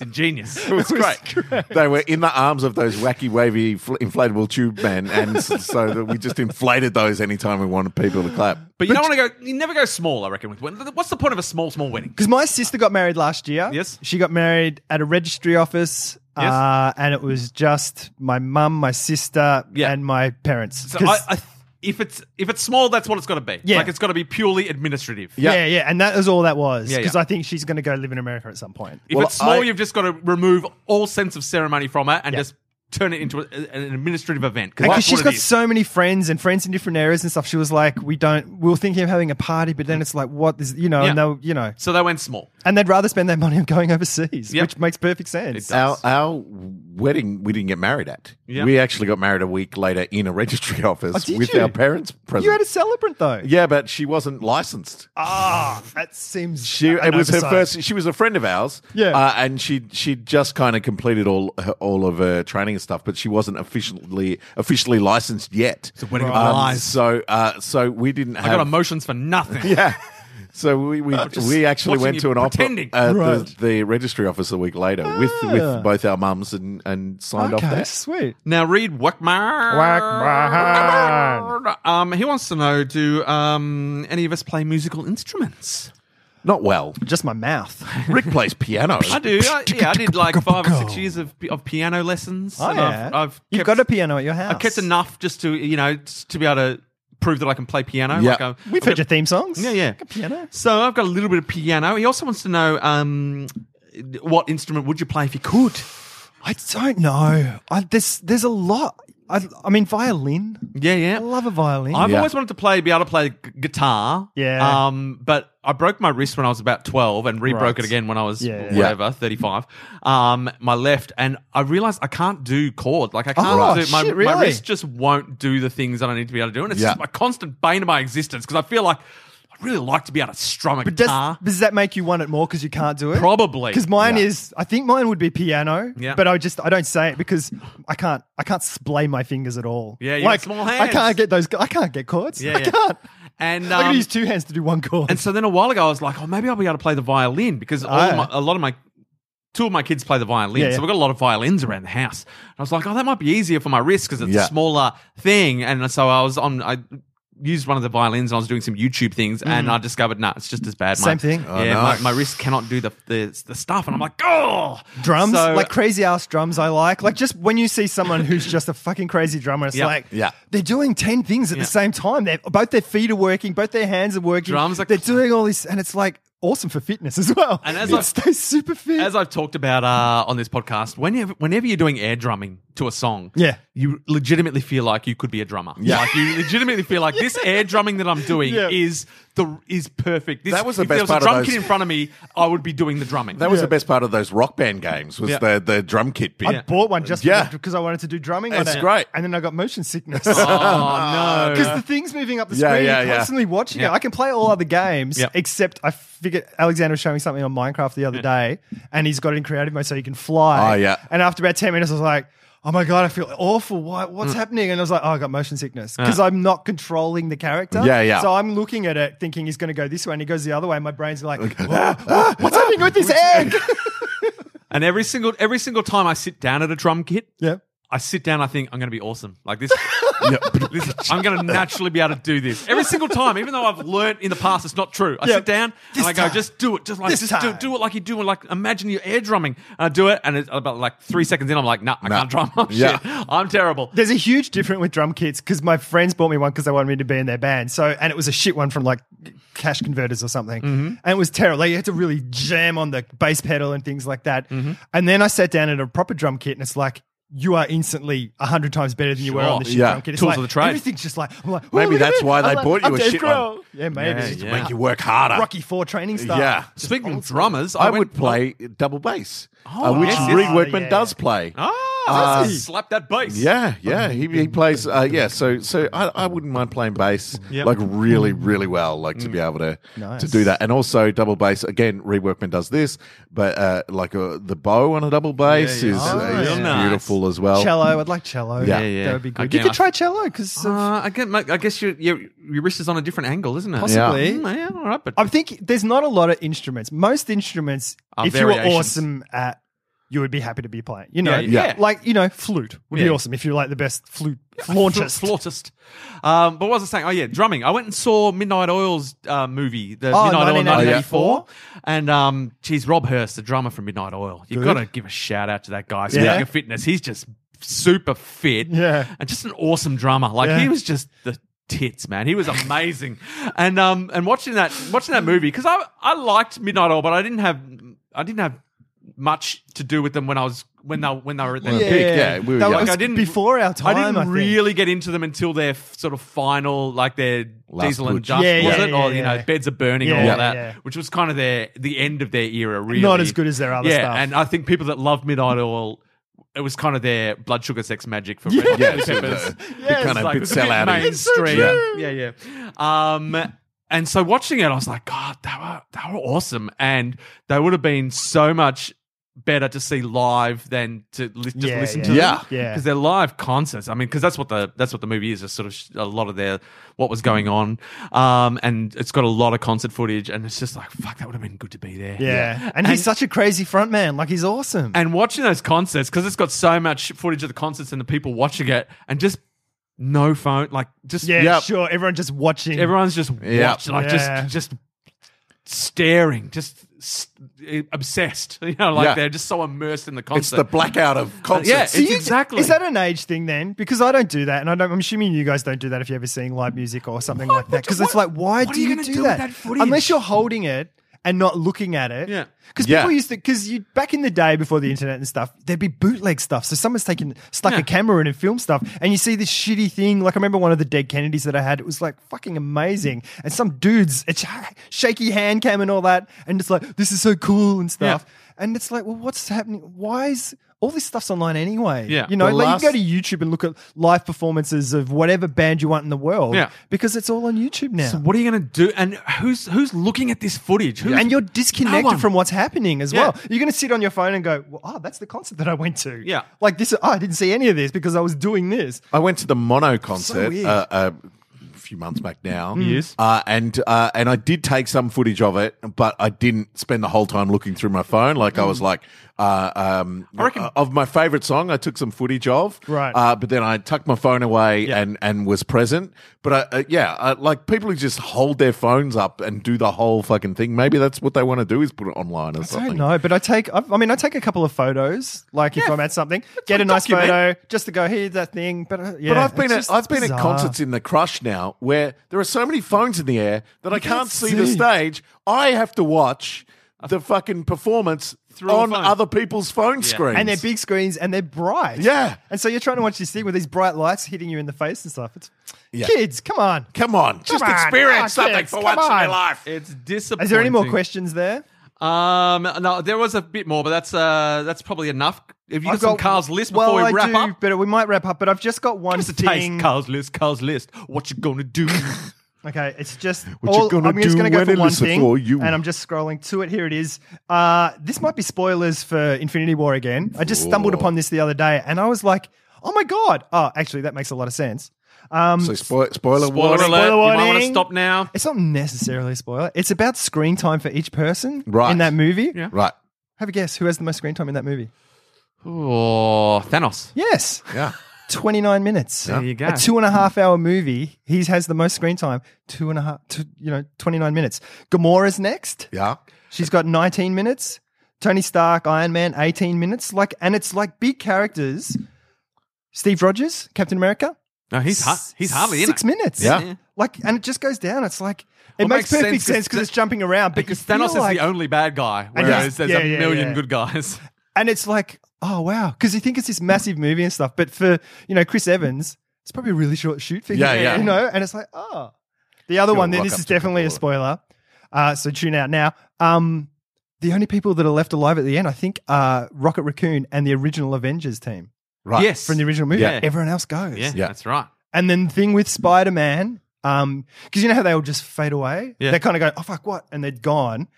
Speaker 1: <laughs>
Speaker 4: ingenious.
Speaker 1: It was <laughs> great. They were in the arms of those wacky, wavy, fl- inflatable tube men, and s- so that we just inflated those anytime we wanted people to clap.
Speaker 4: But you don't want to go. You never go small. I reckon. With one. what's the point of a small, small wedding?
Speaker 5: Because my sister got married last year.
Speaker 4: Yes.
Speaker 5: She got married at a registry office.
Speaker 4: Yes.
Speaker 5: Uh, and it was just my mum, my sister,
Speaker 4: Yeah.
Speaker 5: and my parents.
Speaker 4: So
Speaker 5: 'Cause-
Speaker 4: I, I, th- if it's if it's small, that's what it's got to be.
Speaker 5: Yeah.
Speaker 4: Like it's got to be purely administrative.
Speaker 1: Yeah.
Speaker 5: Yeah, yeah, and that is all that was
Speaker 4: Yeah,
Speaker 5: because
Speaker 4: yeah.
Speaker 5: I think she's going to go live in America at some point.
Speaker 4: If
Speaker 1: Well,
Speaker 4: it's small,
Speaker 1: I-
Speaker 4: you've just got to remove all sense of ceremony from it and just turn it into a, an administrative event.
Speaker 5: Because
Speaker 4: that's
Speaker 5: she's
Speaker 4: what it
Speaker 5: got
Speaker 4: is.
Speaker 5: so many friends and friends in different areas and stuff. She was like, "We don't. We'll think of having a party, but then it's like, what is you know?
Speaker 4: Yeah.
Speaker 5: And they'll you know,
Speaker 4: so they went small.
Speaker 5: and they'd rather spend their money on going overseas,
Speaker 4: Yep.
Speaker 5: which makes perfect sense.
Speaker 4: It does.
Speaker 1: Our, our wedding, we didn't get married at.
Speaker 4: Yeah.
Speaker 1: We actually got married a week later in a registry <laughs> office
Speaker 5: Oh, did
Speaker 1: with
Speaker 5: you?
Speaker 1: our parents present.
Speaker 5: You had a celebrant though.
Speaker 1: yeah, but she wasn't licensed.
Speaker 5: Ah, that seems
Speaker 1: She
Speaker 5: an
Speaker 1: it was her
Speaker 5: oversight.
Speaker 1: first. She was a friend of ours.
Speaker 5: Yeah.
Speaker 1: uh, and she she just kind of completed all her, all of her training and stuff, but she wasn't officially officially licensed yet. It's a
Speaker 4: wedding of lies.
Speaker 1: So uh, so we didn't
Speaker 4: I
Speaker 1: have.
Speaker 4: got emotions for
Speaker 1: <laughs>
Speaker 4: nothing.
Speaker 1: yeah. So we we,
Speaker 4: just
Speaker 1: we actually
Speaker 4: watching
Speaker 1: went
Speaker 4: you
Speaker 1: to an op- uh,
Speaker 4: pretending. Ah.
Speaker 1: the, the registry office a week later with with both our mums and and signed off
Speaker 5: Okay,
Speaker 1: that.
Speaker 5: sweet.
Speaker 4: Now read Wackmar.
Speaker 5: Wackmar.
Speaker 4: Um, he wants to know: Do um, any of us play musical instruments?
Speaker 1: Not well.
Speaker 5: Just
Speaker 4: <laughs>
Speaker 5: my mouth.
Speaker 1: Rick plays piano.
Speaker 4: I do. I, yeah, I did like five or six years of, of piano lessons.
Speaker 5: Oh,
Speaker 4: and
Speaker 5: yeah.
Speaker 4: I've, I've
Speaker 5: You've
Speaker 4: kept-
Speaker 5: got a piano at your house.
Speaker 4: I've kept enough just to you know just to be able to prove that I can play piano.
Speaker 1: Yeah.
Speaker 4: Like i
Speaker 5: We've heard your theme songs.
Speaker 4: yeah, yeah.
Speaker 5: piano.
Speaker 4: So I've got a little bit of piano. He also wants to know um, what instrument would you play if you could?
Speaker 5: I don't know. I, there's there's a lot. I, I mean, violin.
Speaker 4: Yeah, yeah.
Speaker 5: I love a violin.
Speaker 4: I've
Speaker 1: Yeah.
Speaker 4: always wanted to play, be able to play g- guitar.
Speaker 5: Yeah.
Speaker 4: Um, but I broke my wrist when I was about twelve, and re-broke
Speaker 5: Right.
Speaker 4: it again when I was
Speaker 5: Yeah.
Speaker 4: whatever thirty-five. Um, my left, and I realized I can't do chord. Like I can't
Speaker 5: Oh,
Speaker 4: do my,
Speaker 5: shit,
Speaker 4: my
Speaker 5: really?
Speaker 4: wrist just won't do the things that I need to be able to do, and it's
Speaker 1: Yeah.
Speaker 4: just my constant bane of my existence because I feel like I really like to be able to strum a
Speaker 5: But does, <laughs>
Speaker 4: guitar.
Speaker 5: does that make you want it more because you can't do it?
Speaker 4: Probably.
Speaker 5: Because mine is, I think mine would be piano.
Speaker 4: Yeah.
Speaker 5: But I just, I don't say it because I can't, I can't splay my fingers at all.
Speaker 4: Yeah, you got
Speaker 5: like
Speaker 4: small
Speaker 5: I
Speaker 4: hands.
Speaker 5: can't get those. I can't get chords.
Speaker 4: Yeah,
Speaker 5: <laughs> I
Speaker 4: yeah.
Speaker 5: can't.
Speaker 4: And
Speaker 5: I'm
Speaker 4: um,
Speaker 5: gonna use two hands to do one chord.
Speaker 4: And so then a while ago, I was like, oh, maybe I'll be able to play the violin because all of
Speaker 5: Oh.
Speaker 4: my, a lot of my two of my kids play the violin,
Speaker 5: Yeah, yeah.
Speaker 4: so we've got a lot of violins around the house. And I was like, oh, that might be easier for my wrist because it's
Speaker 1: Yeah.
Speaker 4: a smaller thing. And so I was on, I used one of the violins and I was doing some YouTube things, and I discovered, nah, it's just as bad.
Speaker 5: Mm. Same thing.
Speaker 1: Oh,
Speaker 4: yeah,
Speaker 1: no.
Speaker 4: my, my wrist cannot do the, the the stuff, and I'm like, oh,
Speaker 5: drums,
Speaker 4: So-
Speaker 5: like crazy ass drums, I like. Like just when you see someone who's just a fucking crazy drummer, it's
Speaker 4: Yeah.
Speaker 5: like
Speaker 1: Yeah.
Speaker 5: they're doing ten things at
Speaker 4: Yeah.
Speaker 5: the same time. They're, both their feet are working, both their hands are working.
Speaker 4: Drums are-
Speaker 5: they're doing all this, and it's like awesome for fitness as well.
Speaker 4: And as
Speaker 5: it
Speaker 4: I've-
Speaker 5: stays super fit.
Speaker 4: as I've talked about uh, on this podcast, whenever, whenever you're doing air drumming to a song,
Speaker 5: Yeah.
Speaker 4: you legitimately feel like you could be a drummer. Yeah. Like you legitimately feel like this air drumming that I'm doing
Speaker 5: Yeah.
Speaker 4: is the is perfect. This,
Speaker 1: That was the
Speaker 4: if
Speaker 1: best
Speaker 4: there was
Speaker 1: part
Speaker 4: a
Speaker 1: of
Speaker 4: drum
Speaker 1: those-
Speaker 4: kit in front of me, I would be doing the drumming.
Speaker 1: That was the best part of those rock band games was
Speaker 4: Yeah.
Speaker 1: the the drum kit bit.
Speaker 5: I bought one just
Speaker 1: Yeah.
Speaker 5: because I wanted to do drumming.
Speaker 1: It's
Speaker 5: on it.
Speaker 1: great.
Speaker 5: And then I got motion sickness
Speaker 4: oh
Speaker 5: because
Speaker 4: no.
Speaker 5: the thing's moving up the
Speaker 1: Yeah,
Speaker 5: screen.
Speaker 1: yeah,
Speaker 5: you're
Speaker 1: yeah.
Speaker 5: constantly watching
Speaker 4: Yeah.
Speaker 5: it. I can play all other games
Speaker 4: Yeah.
Speaker 5: except I figured Alexander was showing me something on Minecraft the other day, and he's got it in creative mode so you can fly.
Speaker 1: Oh, yeah.
Speaker 5: And after about ten minutes, I was like. Oh my god, I feel awful. Why, what's
Speaker 1: Mm.
Speaker 5: happening? And I was like, oh, I got motion sickness because I'm not controlling the character.
Speaker 1: Yeah, yeah.
Speaker 5: So I'm looking at it, thinking he's going to go this way, and he goes the other way. And my brain's like, "Ah, ah, what's happening with this egg?
Speaker 4: And every single every single time I sit down at a drum kit,
Speaker 5: <laughs> yeah,
Speaker 4: I sit down, I think I'm going to be awesome. Like
Speaker 5: <laughs>
Speaker 4: this, <laughs> this
Speaker 1: <laughs>
Speaker 4: I'm going to naturally be able to do this every single time. Even though I've learnt in the past, it's not true. I
Speaker 5: Yeah.
Speaker 4: sit down
Speaker 5: This
Speaker 4: and I go,
Speaker 5: time.
Speaker 4: just do it, just like
Speaker 5: This
Speaker 4: just do,
Speaker 5: time.
Speaker 4: do it like you do, and like imagine you're air drumming. And I do it, and it's about like three seconds in, I'm like, nah, I
Speaker 1: Nah.
Speaker 4: can't drum. <laughs> Oh,
Speaker 1: Yeah.
Speaker 4: shit. I'm terrible.
Speaker 5: There's a huge difference with drum kits because my friends bought me one because they wanted me to be in their band. So, and it was a shit one from like Cash Converters or something,
Speaker 1: Mm-hmm.
Speaker 5: and it was terrible. Like, you had to
Speaker 1: Mm-hmm.
Speaker 5: really jam on the bass pedal and things like that. And then I sat down at a proper drum kit, and it's like you are instantly a hundred times better than you were
Speaker 4: Sure.
Speaker 5: on the shit
Speaker 1: Yeah.
Speaker 5: drunk kid. It's
Speaker 4: Tools
Speaker 5: like,
Speaker 4: of the trade.
Speaker 5: Everything's just like, I'm like "Oh,
Speaker 1: Maybe
Speaker 5: look at
Speaker 1: that's
Speaker 5: me."
Speaker 1: why
Speaker 5: I'm
Speaker 1: they
Speaker 5: like,
Speaker 1: bought you
Speaker 5: I'm
Speaker 1: a
Speaker 5: Dave
Speaker 1: shit
Speaker 5: Grohl.
Speaker 1: one.
Speaker 5: Yeah, maybe.
Speaker 4: Yeah,
Speaker 5: Just
Speaker 4: yeah.
Speaker 1: Make you work harder.
Speaker 5: Rocky Four training style.
Speaker 1: Yeah.
Speaker 4: Speaking of drummers,
Speaker 1: I would play double bass,
Speaker 4: Oh,
Speaker 1: uh, which
Speaker 4: yes,
Speaker 1: Reed
Speaker 5: yes.
Speaker 1: Workman
Speaker 5: Yeah.
Speaker 1: does play.
Speaker 4: Ah,
Speaker 1: Uh,
Speaker 4: slap that bass.
Speaker 1: Yeah, yeah, he, he plays. Uh, yeah, so so I, I wouldn't mind playing bass like really
Speaker 4: Mm.
Speaker 1: really well, like to be able to
Speaker 5: Nice.
Speaker 1: to do that, and also double bass. Again, Reed Workman does this, but uh, like uh, the bow on a double bass
Speaker 4: Yeah, yeah.
Speaker 1: is,
Speaker 5: Oh,
Speaker 1: uh, is
Speaker 5: real
Speaker 4: nice.
Speaker 1: beautiful as well.
Speaker 5: Cello, I'd like cello.
Speaker 1: Yeah.
Speaker 4: yeah.
Speaker 5: that would be good.
Speaker 4: Again,
Speaker 5: you could
Speaker 4: I-
Speaker 5: try cello because
Speaker 4: Uh, I guess, I guess your, your your wrist is on a different angle, isn't it?
Speaker 5: Possibly.
Speaker 4: Mm, yeah, all right, but
Speaker 5: I think there's not a lot of instruments. Most instruments,
Speaker 4: Are
Speaker 5: if you
Speaker 4: variations.
Speaker 5: were awesome at, you would be happy to be playing. You know,
Speaker 4: Yeah, yeah.
Speaker 5: like you know, flute would be
Speaker 4: Yeah.
Speaker 5: awesome if you're like the best flute
Speaker 4: Flautist.
Speaker 5: <laughs> flautist.
Speaker 4: Flautist. Um, but what was I saying? Oh, yeah, drumming. I went and saw Midnight Oil's uh, movie, the
Speaker 5: Oh,
Speaker 4: Midnight Oil
Speaker 5: 1984.
Speaker 4: 1984. And, um, geez, Rob Hurst, the drummer from Midnight Oil. You've got to give a shout out to that guy. Speaking
Speaker 5: Yeah.
Speaker 4: of fitness, he's just super fit.
Speaker 5: Yeah.
Speaker 4: And just an awesome drummer. Like,
Speaker 5: Yeah.
Speaker 4: he was just the tits man he was amazing and um and watching that watching that movie because i i liked midnight oil but i didn't have i didn't have much to do with them when i was when they when they were at their
Speaker 1: Yeah.
Speaker 4: peak
Speaker 1: yeah, we were
Speaker 5: that
Speaker 1: young.
Speaker 5: was
Speaker 4: Like, I didn't-
Speaker 5: before our time.
Speaker 4: I didn't
Speaker 5: think.
Speaker 4: really get into them until their f- sort of final, like their
Speaker 1: Last
Speaker 4: diesel and
Speaker 1: Butch.
Speaker 4: dust,
Speaker 5: Yeah,
Speaker 4: was
Speaker 5: yeah,
Speaker 4: it?
Speaker 5: yeah,
Speaker 4: or you
Speaker 5: yeah.
Speaker 4: know, beds are burning
Speaker 5: Yeah,
Speaker 4: and all
Speaker 5: yeah,
Speaker 4: that,
Speaker 5: yeah.
Speaker 4: which was kind of their the end of their era. Really,
Speaker 5: Not as good as their other
Speaker 4: yeah,
Speaker 5: stuff.
Speaker 4: and I think people that love Midnight Oil. It was kind of their blood sugar sex magic for Red Hot
Speaker 1: Yeah,
Speaker 4: Chili
Speaker 1: so
Speaker 4: Peppers. <laughs>
Speaker 1: the-
Speaker 4: Yeah,
Speaker 1: the
Speaker 4: it's
Speaker 1: kind of bit
Speaker 4: it's a
Speaker 1: sellout-y. It's so
Speaker 4: <laughs> mainstream.
Speaker 1: true.
Speaker 4: yeah, yeah. yeah. Um, and so watching it, I was like, God, they were they were awesome, and they would have been so much better to see live than to li- just
Speaker 5: Yeah,
Speaker 4: listen
Speaker 5: yeah.
Speaker 4: to
Speaker 1: Yeah.
Speaker 4: them
Speaker 5: Yeah.
Speaker 4: because they're live concerts. I mean, because that's what the that's what the movie is. Just sort of sh- a lot of their what was going on, um, and it's got a lot of concert footage, and it's just like fuck, that would have been good to be there.
Speaker 5: Yeah. And he's such a crazy front man. Like he's awesome.
Speaker 4: And watching those concerts because it's got so much footage of the concerts and the people watching it, and just no phone, like just
Speaker 5: yeah,
Speaker 1: Yep.
Speaker 5: sure. Everyone just watching.
Speaker 4: everyone's just
Speaker 1: Yeah.
Speaker 4: watching, like
Speaker 5: Yeah.
Speaker 4: just just staring, just s- obsessed. <laughs> You know, like
Speaker 1: Yeah.
Speaker 4: they're just so immersed in the concert.
Speaker 1: it's the blackout of concerts.
Speaker 4: Uh, yeah, it's
Speaker 5: Do you-
Speaker 4: exactly.
Speaker 5: Is that an age thing then? Because I don't do that, and I don't, I'm assuming you guys don't do that if you're ever seeing live music or something like that. Because it's
Speaker 4: what-
Speaker 5: like, why
Speaker 4: what are
Speaker 5: do
Speaker 4: you
Speaker 5: you,
Speaker 4: gonna
Speaker 5: do,
Speaker 4: do with
Speaker 5: that?
Speaker 4: that footage?
Speaker 5: Unless you're holding it and not looking at it.
Speaker 4: Yeah.
Speaker 5: Because
Speaker 1: Yeah.
Speaker 5: people used to because you back in the day before the internet and stuff, there'd be bootleg stuff. So someone's taken stuck
Speaker 4: Yeah.
Speaker 5: a camera in and filmed stuff, and you see this shitty thing. Like I remember one of the Dead Kennedys that I had. It was like fucking amazing, and some dudes it's <laughs> shaky hand cam and all that, and it's like this is so cool and stuff. And it's like, well, what's happening? Why is all this stuff's online anyway?
Speaker 4: Yeah.
Speaker 5: you know,
Speaker 1: The
Speaker 5: like
Speaker 1: last-
Speaker 5: you can go to YouTube and look at live performances of whatever band you want in the world.
Speaker 4: Yeah.
Speaker 5: because it's all on YouTube now.
Speaker 4: So what are you going to do? And who's who's looking at this footage? Who's,
Speaker 5: and you're
Speaker 4: No
Speaker 5: disconnected
Speaker 4: one.
Speaker 5: from what's happening as well.
Speaker 4: Yeah.
Speaker 5: You're going to sit on your phone and go, well, "Oh, that's the concert that I went to."
Speaker 4: Yeah.
Speaker 5: like this. Oh, I didn't see any of this because I was doing this.
Speaker 1: I went to the Mono concert
Speaker 5: weird.
Speaker 1: uh, uh, a few months back now.
Speaker 5: Mm.
Speaker 4: Yes.
Speaker 1: uh, and uh, and I did take some footage of it, but I didn't spend the whole time looking through my phone. Like I was like, uh, um,
Speaker 4: reckon-
Speaker 1: uh, of my favorite song, I took some footage of,
Speaker 5: Right.
Speaker 1: Uh, but then I tucked my phone away
Speaker 4: Yeah.
Speaker 1: and and was present. But I, uh, yeah, I, like people who just hold their phones up and do the whole fucking thing. Maybe that's what they want to do is put it online or
Speaker 5: I
Speaker 1: something.
Speaker 5: don't know, but I take. I, I mean, I take a couple of photos. Like if I'm at something, get a nice
Speaker 4: document.
Speaker 5: photo just to go here that thing. But uh, yeah,
Speaker 1: But I've been
Speaker 5: it's
Speaker 1: at,
Speaker 5: just
Speaker 1: I've been at
Speaker 5: bizarre.
Speaker 1: concerts in the crush now where there are so many phones in the air that I can't,
Speaker 5: can't
Speaker 1: see, the
Speaker 5: see.
Speaker 1: stage. I have to watch the fucking performance
Speaker 4: Through a
Speaker 1: on
Speaker 4: phone.
Speaker 1: other people's phone screens.
Speaker 5: and they're big screens and they're bright.
Speaker 1: Yeah.
Speaker 5: and so you're trying to watch this thing with these bright lights hitting you in the face and stuff. It's
Speaker 1: Yeah.
Speaker 5: kids, come on.
Speaker 1: Come on, just
Speaker 5: on.
Speaker 1: experience
Speaker 5: Come on,
Speaker 1: something
Speaker 5: kids.
Speaker 1: for
Speaker 5: Come
Speaker 1: once in your
Speaker 5: on.
Speaker 1: life.
Speaker 4: it's disappointing.
Speaker 5: Is there any more questions there?
Speaker 4: Um, no, there was a bit more, but that's uh, that's probably enough. If you got,
Speaker 5: I've
Speaker 4: some Carl's list before
Speaker 5: well,
Speaker 4: we wrap
Speaker 5: I do,
Speaker 4: up,
Speaker 5: but we might wrap up. But I've just got one
Speaker 4: give us a
Speaker 5: thing.
Speaker 4: taste. Carl's list, Carl's list. What you gonna <laughs> do?
Speaker 5: Okay, it's just
Speaker 1: What
Speaker 5: all,
Speaker 1: you gonna
Speaker 5: I'm just
Speaker 1: do
Speaker 5: going to go
Speaker 1: when
Speaker 5: for
Speaker 1: it
Speaker 5: one
Speaker 1: listen
Speaker 5: thing,
Speaker 1: for you?
Speaker 5: and I'm just scrolling to it. Here it is. Uh, this might be spoilers for Infinity War again. I just stumbled
Speaker 1: Ooh.
Speaker 5: upon this the other day, and I was like, "Oh my god!" Oh, actually, that makes a lot of sense. Um,
Speaker 1: So spoil, spoiler,
Speaker 4: Spoiler
Speaker 1: warning.
Speaker 4: alert! You might want to
Speaker 5: warning.
Speaker 4: stop now.
Speaker 5: it's not necessarily a spoiler. It's about screen time for each person
Speaker 1: Right.
Speaker 5: in that movie.
Speaker 4: Yeah.
Speaker 1: Right.
Speaker 5: Have a guess who has the most screen time in that movie?
Speaker 4: Oh, Thanos.
Speaker 5: Yes,
Speaker 1: Yeah.
Speaker 5: 29 minutes.
Speaker 4: There you go.
Speaker 5: A two and a half hour movie. He has the most screen time. Two and a half, two, you know, 29 minutes. Gamora's next.
Speaker 1: Yeah.
Speaker 5: She's got 19 minutes. Tony Stark, Iron Man, 18 minutes. Like, and it's like big characters. Steve Rogers, Captain America.
Speaker 4: No, he's ha- he's hardly in
Speaker 5: six
Speaker 4: it.
Speaker 5: minutes.
Speaker 1: Yeah.
Speaker 5: Like, and it just goes down. It's like it
Speaker 4: Well,
Speaker 5: makes,
Speaker 4: makes
Speaker 5: perfect
Speaker 4: sense 'cause
Speaker 5: sense because
Speaker 4: th-
Speaker 5: it's jumping around. But
Speaker 4: Because
Speaker 5: you feel
Speaker 4: Thanos
Speaker 5: like,
Speaker 4: is the only bad guy,
Speaker 5: And
Speaker 4: whereas
Speaker 5: he's-
Speaker 4: there's
Speaker 5: yeah,
Speaker 4: a
Speaker 5: yeah,
Speaker 4: million
Speaker 5: yeah.
Speaker 4: good guys.
Speaker 5: and it's like oh wow, because you think it's this massive movie and stuff, but for you know Chris Evans, it's probably a really short shoot for
Speaker 1: Yeah,
Speaker 5: him.
Speaker 1: yeah.
Speaker 5: You know, and it's like oh, the other
Speaker 1: He'll
Speaker 5: one. Then
Speaker 1: rock
Speaker 5: this
Speaker 1: up
Speaker 5: is
Speaker 1: to
Speaker 5: definitely a
Speaker 1: Coca-Cola.
Speaker 5: spoiler. Uh, so tune out now. Um, the only people that are left alive at the end, I think, are Rocket Raccoon and the original Avengers team
Speaker 1: Right.
Speaker 4: Yes.
Speaker 5: from the original movie.
Speaker 4: Yeah.
Speaker 5: Everyone else goes.
Speaker 4: Yeah,
Speaker 1: Yeah.
Speaker 4: that's right.
Speaker 5: And then the thing with Spider Man, um, because you know how they all just fade away.
Speaker 4: Yeah.
Speaker 5: They kind of go, oh fuck, what? And they're gone.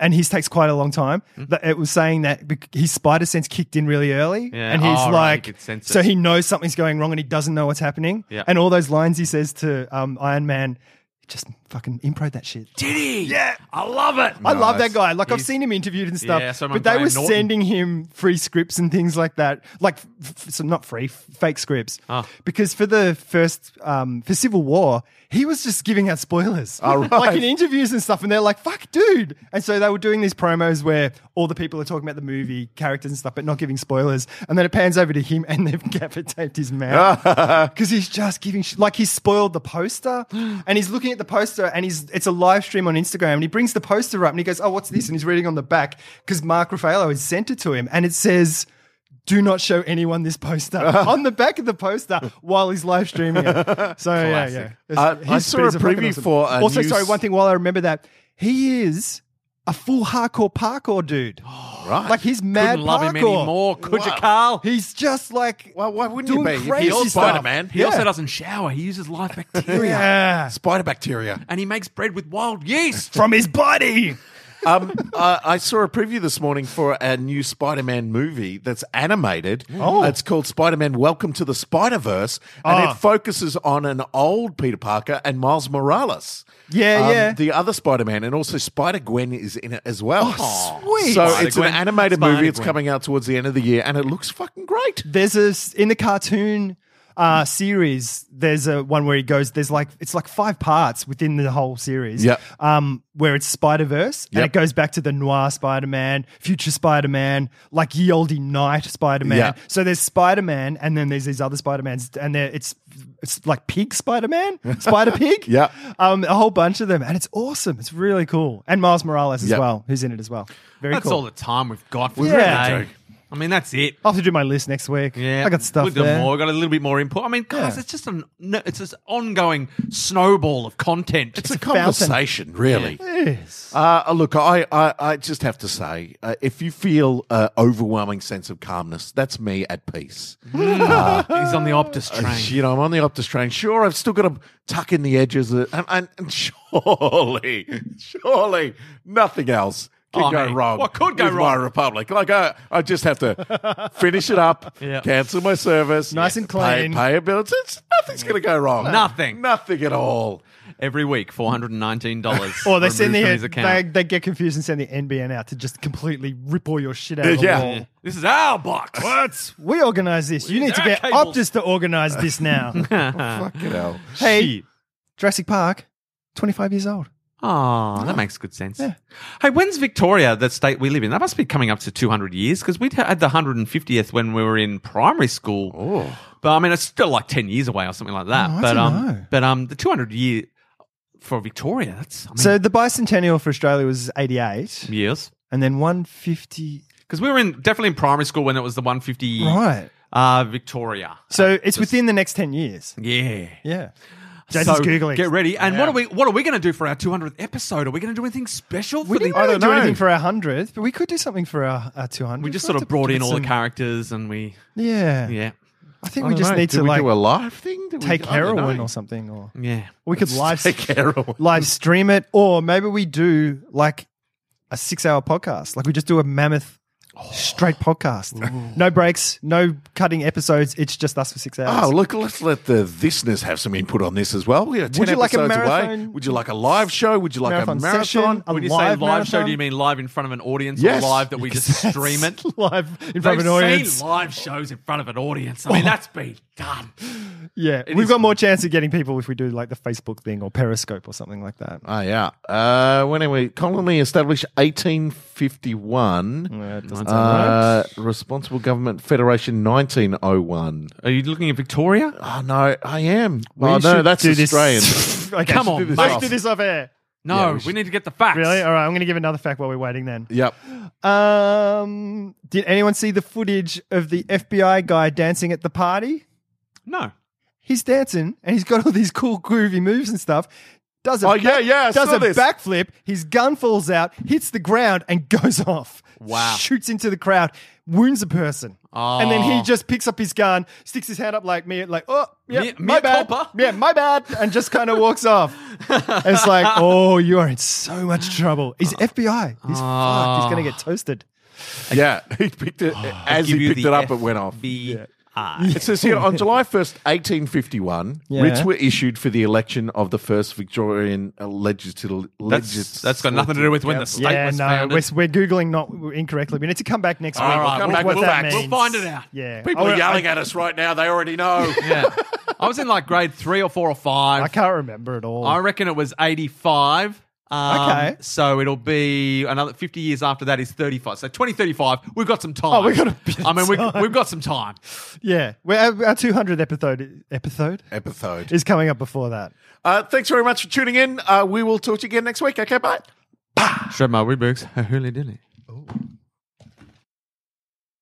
Speaker 5: And his takes quite a long time.
Speaker 4: Hmm.
Speaker 5: That It was saying that bec- his spider sense kicked in really early,
Speaker 4: Yeah.
Speaker 5: and he's
Speaker 4: Oh,
Speaker 5: like,
Speaker 4: right, he could sense
Speaker 5: so
Speaker 4: it.
Speaker 5: he knows something's going wrong, and he doesn't know what's happening.
Speaker 4: Yeah.
Speaker 5: And all those lines he says to um, Iron Man, just fucking improv that shit.
Speaker 4: Did he? Yeah, I love it.
Speaker 5: I love that guy. Like I've
Speaker 4: He's-
Speaker 5: seen him interviewed and stuff,
Speaker 4: Yeah, so
Speaker 5: but
Speaker 4: I'm
Speaker 5: they were
Speaker 4: Graham Norton.
Speaker 5: sending him free scripts and things like that. Like, f- f- so not free, f- fake scripts.
Speaker 4: Ah.
Speaker 5: Because for the first, um, for Civil War, he was just giving out spoilers,
Speaker 4: Oh,
Speaker 1: All right.
Speaker 5: <laughs> like in interviews and stuff. And they're like, "Fuck, dude!" And so they were doing these promos where all the people are talking about the movie characters and stuff, but not giving spoilers. And then it pans over to him, <laughs> and they've gaffer taped his
Speaker 4: Ah.
Speaker 5: mouth because he's just giving sh- like he's spoiled the poster and he's looking at the poster and he's it's a live stream on Instagram and he brings the poster up and he goes oh what's this and he's reading on the back because Mark Raffaello has sent it to him and it says do not show anyone
Speaker 1: <laughs>
Speaker 5: this poster on the back of the poster while he's live streaming it. So yeah,
Speaker 4: Classic.
Speaker 5: yeah.
Speaker 1: Uh,
Speaker 5: His
Speaker 1: I saw
Speaker 5: speed
Speaker 1: a
Speaker 5: is fucking
Speaker 1: preview for a
Speaker 5: also
Speaker 1: new
Speaker 5: sorry
Speaker 1: s-
Speaker 5: one thing while I remember that he is a full hardcore parkour dude.
Speaker 1: Right.
Speaker 5: Like he's mad
Speaker 4: Couldn't love
Speaker 5: parkour.
Speaker 4: him anymore, could you,
Speaker 1: Wow.
Speaker 4: Carl?
Speaker 5: He's just like
Speaker 1: Well, why wouldn't
Speaker 5: doing
Speaker 1: you be?
Speaker 5: crazy
Speaker 1: If you're
Speaker 5: stuff.
Speaker 1: Spider Man,
Speaker 4: He also doesn't shower. He uses live bacteria,
Speaker 5: <laughs>
Speaker 1: <laughs>
Speaker 5: yeah.
Speaker 1: spider bacteria.
Speaker 4: and he makes bread with wild yeast.
Speaker 5: from his body.
Speaker 1: <laughs> um, I, I saw a preview this morning for a new Spider Man movie that's animated. Oh. It's called Spider Man Welcome to the Spider Verse, and
Speaker 5: Ah.
Speaker 1: it focuses on an old Peter Parker and Miles Morales. Um,
Speaker 5: Yeah, yeah.
Speaker 1: The other Spider Man, and also Spider Gwen is in it as well.
Speaker 5: Oh, sweet.
Speaker 1: So it's
Speaker 4: Spider-Gwen.
Speaker 1: an animated movie. It's
Speaker 4: Spider-Gwen.
Speaker 1: coming out towards the end of the year, and it looks fucking great.
Speaker 5: There's a s- in the cartoon uh, series. There's a one where he goes. There's like it's like five parts within the whole series.
Speaker 1: Yep.
Speaker 5: Um, where it's Spider Verse and
Speaker 1: Yep.
Speaker 5: it goes back to the Noir Spider Man, Future Spider Man, like Ye Olde Night Spider Man.
Speaker 1: Yeah.
Speaker 5: So there's Spider Man, and then there's these other Spider Mans, and they're- it's it's like Pig Spider Man, Spider
Speaker 1: <laughs>
Speaker 5: Pig.
Speaker 1: Yeah.
Speaker 5: Um, a whole bunch of them, and it's awesome. It's really cool. And Miles Morales as
Speaker 1: Yep.
Speaker 5: well, who's in it as well. Very
Speaker 4: That's
Speaker 5: cool.
Speaker 4: all the time we've got for
Speaker 5: We really
Speaker 4: today. I mean, that's it.
Speaker 5: I'll have to do my list next week.
Speaker 4: Yeah,
Speaker 5: I got stuff
Speaker 4: We've done
Speaker 5: there.
Speaker 4: more. Got a little bit more input. I mean, guys, it's just an no, it's this ongoing snowball of content.
Speaker 1: It's a
Speaker 5: fountain.
Speaker 1: conversation, really.
Speaker 5: Yes.
Speaker 1: Uh, look, I, I, I just have to say, uh, if you feel uh, overwhelming sense of calmness, that's me at peace.
Speaker 4: He's on the Optus
Speaker 1: Uh,
Speaker 4: train.
Speaker 1: You know, I'm on the Optus train. Sure, I've still got to tuck in the edges, of, and, and, and surely, surely, nothing else can
Speaker 4: Oh,
Speaker 1: go
Speaker 4: mate.
Speaker 1: wrong.
Speaker 4: What could go
Speaker 1: with
Speaker 4: wrong?
Speaker 1: My Republic, like I, I just have to finish it up,
Speaker 5: <laughs>
Speaker 4: Yeah.
Speaker 1: cancel my service,
Speaker 5: Nice and clean.
Speaker 1: pay, pay a bill. It's, it's- nothing's going to go wrong.
Speaker 4: Nothing.
Speaker 1: nothing at all.
Speaker 4: Every week, four hundred and nineteen dollars.
Speaker 5: Or they send the
Speaker 4: his
Speaker 5: they,
Speaker 4: account.
Speaker 5: they get confused and send the NBN out to just completely rip all your shit out of the
Speaker 1: Yeah.
Speaker 5: wall.
Speaker 4: This is our box.
Speaker 5: What? We organize this. you
Speaker 4: use
Speaker 5: need to
Speaker 4: our
Speaker 5: get
Speaker 4: cables.
Speaker 5: Optus to organize this now.
Speaker 1: Fucking hell.
Speaker 5: hey, Jurassic Park, 25 years old.
Speaker 4: Oh, that makes good sense. Hey, when's Victoria, the state we live in? That must be coming up to 200 years because we'd had the 150th when we were in primary school. But I mean, it's still like 10 years away or something like that.
Speaker 5: Oh, I
Speaker 4: but
Speaker 5: don't
Speaker 4: um,
Speaker 5: know.
Speaker 4: but um, the 200 year for Victoria, that's I mean,
Speaker 5: So the bicentennial for Australia was 88,
Speaker 4: years.
Speaker 5: and then 150.
Speaker 4: Because we were in definitely in primary school when it was the 150
Speaker 5: Right.
Speaker 4: uh, Victoria.
Speaker 5: So it's within the next 10 years.
Speaker 4: Yeah.
Speaker 5: Yeah. Jason's
Speaker 4: so
Speaker 5: Googling.
Speaker 4: get ready. And what are we? What are we going to do for our 200th episode? Are we going to do anything special for
Speaker 5: We
Speaker 4: the?
Speaker 5: didn't really
Speaker 1: don't
Speaker 5: do
Speaker 1: know.
Speaker 5: anything for our 100th, but we could do something for our, our 200.
Speaker 4: we just sort of brought in all the characters, and we
Speaker 5: Yeah.
Speaker 4: yeah
Speaker 5: I think
Speaker 1: I
Speaker 5: we
Speaker 1: don't
Speaker 5: just
Speaker 1: know.
Speaker 5: need
Speaker 1: Did
Speaker 5: to
Speaker 1: we
Speaker 5: like
Speaker 1: do a live thing? Did we-
Speaker 5: take
Speaker 1: I don't
Speaker 5: heroin
Speaker 1: know.
Speaker 5: or something, or
Speaker 4: yeah.
Speaker 5: we could live
Speaker 1: Take heroin.
Speaker 5: live stream it, or maybe we do like a six hour podcast. Like we just do a mammoth straight podcast. No breaks, no cutting episodes. It's just us for six hours.
Speaker 1: Oh, look, let's let the listeners have some input on this as well. We're 10
Speaker 5: you like a
Speaker 1: episodes away.
Speaker 5: marathon-
Speaker 1: Would you like a live show? Would you like
Speaker 5: Marathon
Speaker 1: a marathon?
Speaker 5: session? Um, A
Speaker 4: When you say live
Speaker 5: live
Speaker 4: show,
Speaker 5: marathon?
Speaker 4: do you mean live in front of an audience
Speaker 1: Yes.
Speaker 4: or live that we
Speaker 5: <laughs>
Speaker 4: just stream it?
Speaker 5: live in front
Speaker 4: They've
Speaker 5: of an audience.
Speaker 4: seen live shows in front of an audience. I mean, that's been done.
Speaker 5: Yeah,
Speaker 4: It
Speaker 5: we've
Speaker 4: is-
Speaker 5: got more chance of getting people if we do like the Facebook thing or Periscope or something like that.
Speaker 1: Oh, yeah. Uh, when are we? Colony established 1851.
Speaker 5: Yeah, it doesn't sound
Speaker 1: Uh, Responsible Government Federation 1901.
Speaker 4: Are you looking at Victoria?
Speaker 1: Oh, no, I am.
Speaker 5: We
Speaker 1: oh, no,
Speaker 5: should
Speaker 1: that's
Speaker 5: do this-
Speaker 1: Australian.
Speaker 5: <laughs> okay,
Speaker 4: Come
Speaker 5: should
Speaker 4: on,
Speaker 5: do this
Speaker 4: mate.
Speaker 5: let's do this off air.
Speaker 4: No,
Speaker 1: Yeah, we
Speaker 4: we,
Speaker 1: should-
Speaker 4: need to get the facts.
Speaker 5: Really? All right, I'm going to give another fact while we're waiting then.
Speaker 1: Yep.
Speaker 5: Um, did anyone see the footage of the FBI guy dancing at the party?
Speaker 4: No.
Speaker 5: He's dancing and he's got all these cool groovy moves and stuff. Does a
Speaker 1: Oh, yeah, yeah, I
Speaker 5: does
Speaker 1: saw
Speaker 5: a
Speaker 1: this.
Speaker 5: backflip, his gun falls out, hits the ground and <laughs> goes off.
Speaker 4: Wow.
Speaker 5: Shoots into the crowd, wounds a person.
Speaker 4: Oh.
Speaker 5: And then he just picks up his gun, sticks his hand up like me like, "Oh, yeah,
Speaker 4: Mea-
Speaker 5: my
Speaker 4: mea
Speaker 5: bad."
Speaker 4: culpa.
Speaker 5: <laughs> Yeah, my bad, and just kind of walks off. It's like,
Speaker 1: <laughs>
Speaker 5: "Oh, you are in so much trouble." He's
Speaker 1: Uh,
Speaker 5: FBI. He's fucked. He's going to get toasted.
Speaker 1: Yeah. <laughs> He picked it
Speaker 5: Oh,
Speaker 1: as
Speaker 4: Give
Speaker 1: he
Speaker 4: you
Speaker 1: picked
Speaker 4: the
Speaker 1: it up. It went off.
Speaker 4: FBI.
Speaker 1: It says here on July 1st, 1851,
Speaker 5: Yeah.
Speaker 1: writs were issued for the election of the first Victorian uh, legislative.
Speaker 4: That's, that's got nothing to do with when the state
Speaker 5: yeah,
Speaker 4: was
Speaker 5: no,
Speaker 4: founded.
Speaker 5: we're, we're googling not incorrectly. We need to come back next
Speaker 4: All
Speaker 5: week.
Speaker 4: right,
Speaker 1: come
Speaker 5: with
Speaker 1: back
Speaker 5: what
Speaker 1: with
Speaker 5: that
Speaker 1: facts.
Speaker 4: We'll
Speaker 5: means.
Speaker 4: find it out.
Speaker 5: Yeah,
Speaker 1: People
Speaker 5: I-
Speaker 1: are yelling
Speaker 5: I,
Speaker 1: at us right now. They already know.
Speaker 4: Yeah. I was in like grade three or four or five.
Speaker 5: I can't remember it all.
Speaker 4: I reckon it was 85. Um,
Speaker 5: Okay.
Speaker 4: So it'll be another 50 years after that is 35. So 2035, we've got some time.
Speaker 5: Oh, we've got a bit of
Speaker 4: I mean, we,
Speaker 5: time.
Speaker 4: we've got some time.
Speaker 5: yeah, well, our, our 200th episode episode
Speaker 1: <laughs> Episode.
Speaker 5: is coming up before that.
Speaker 1: Uh, thanks very much for tuning in. Uh, we will talk to you again next week. Okay, bye.
Speaker 5: <laughs>
Speaker 4: Shred my wee books. Hurley dilly.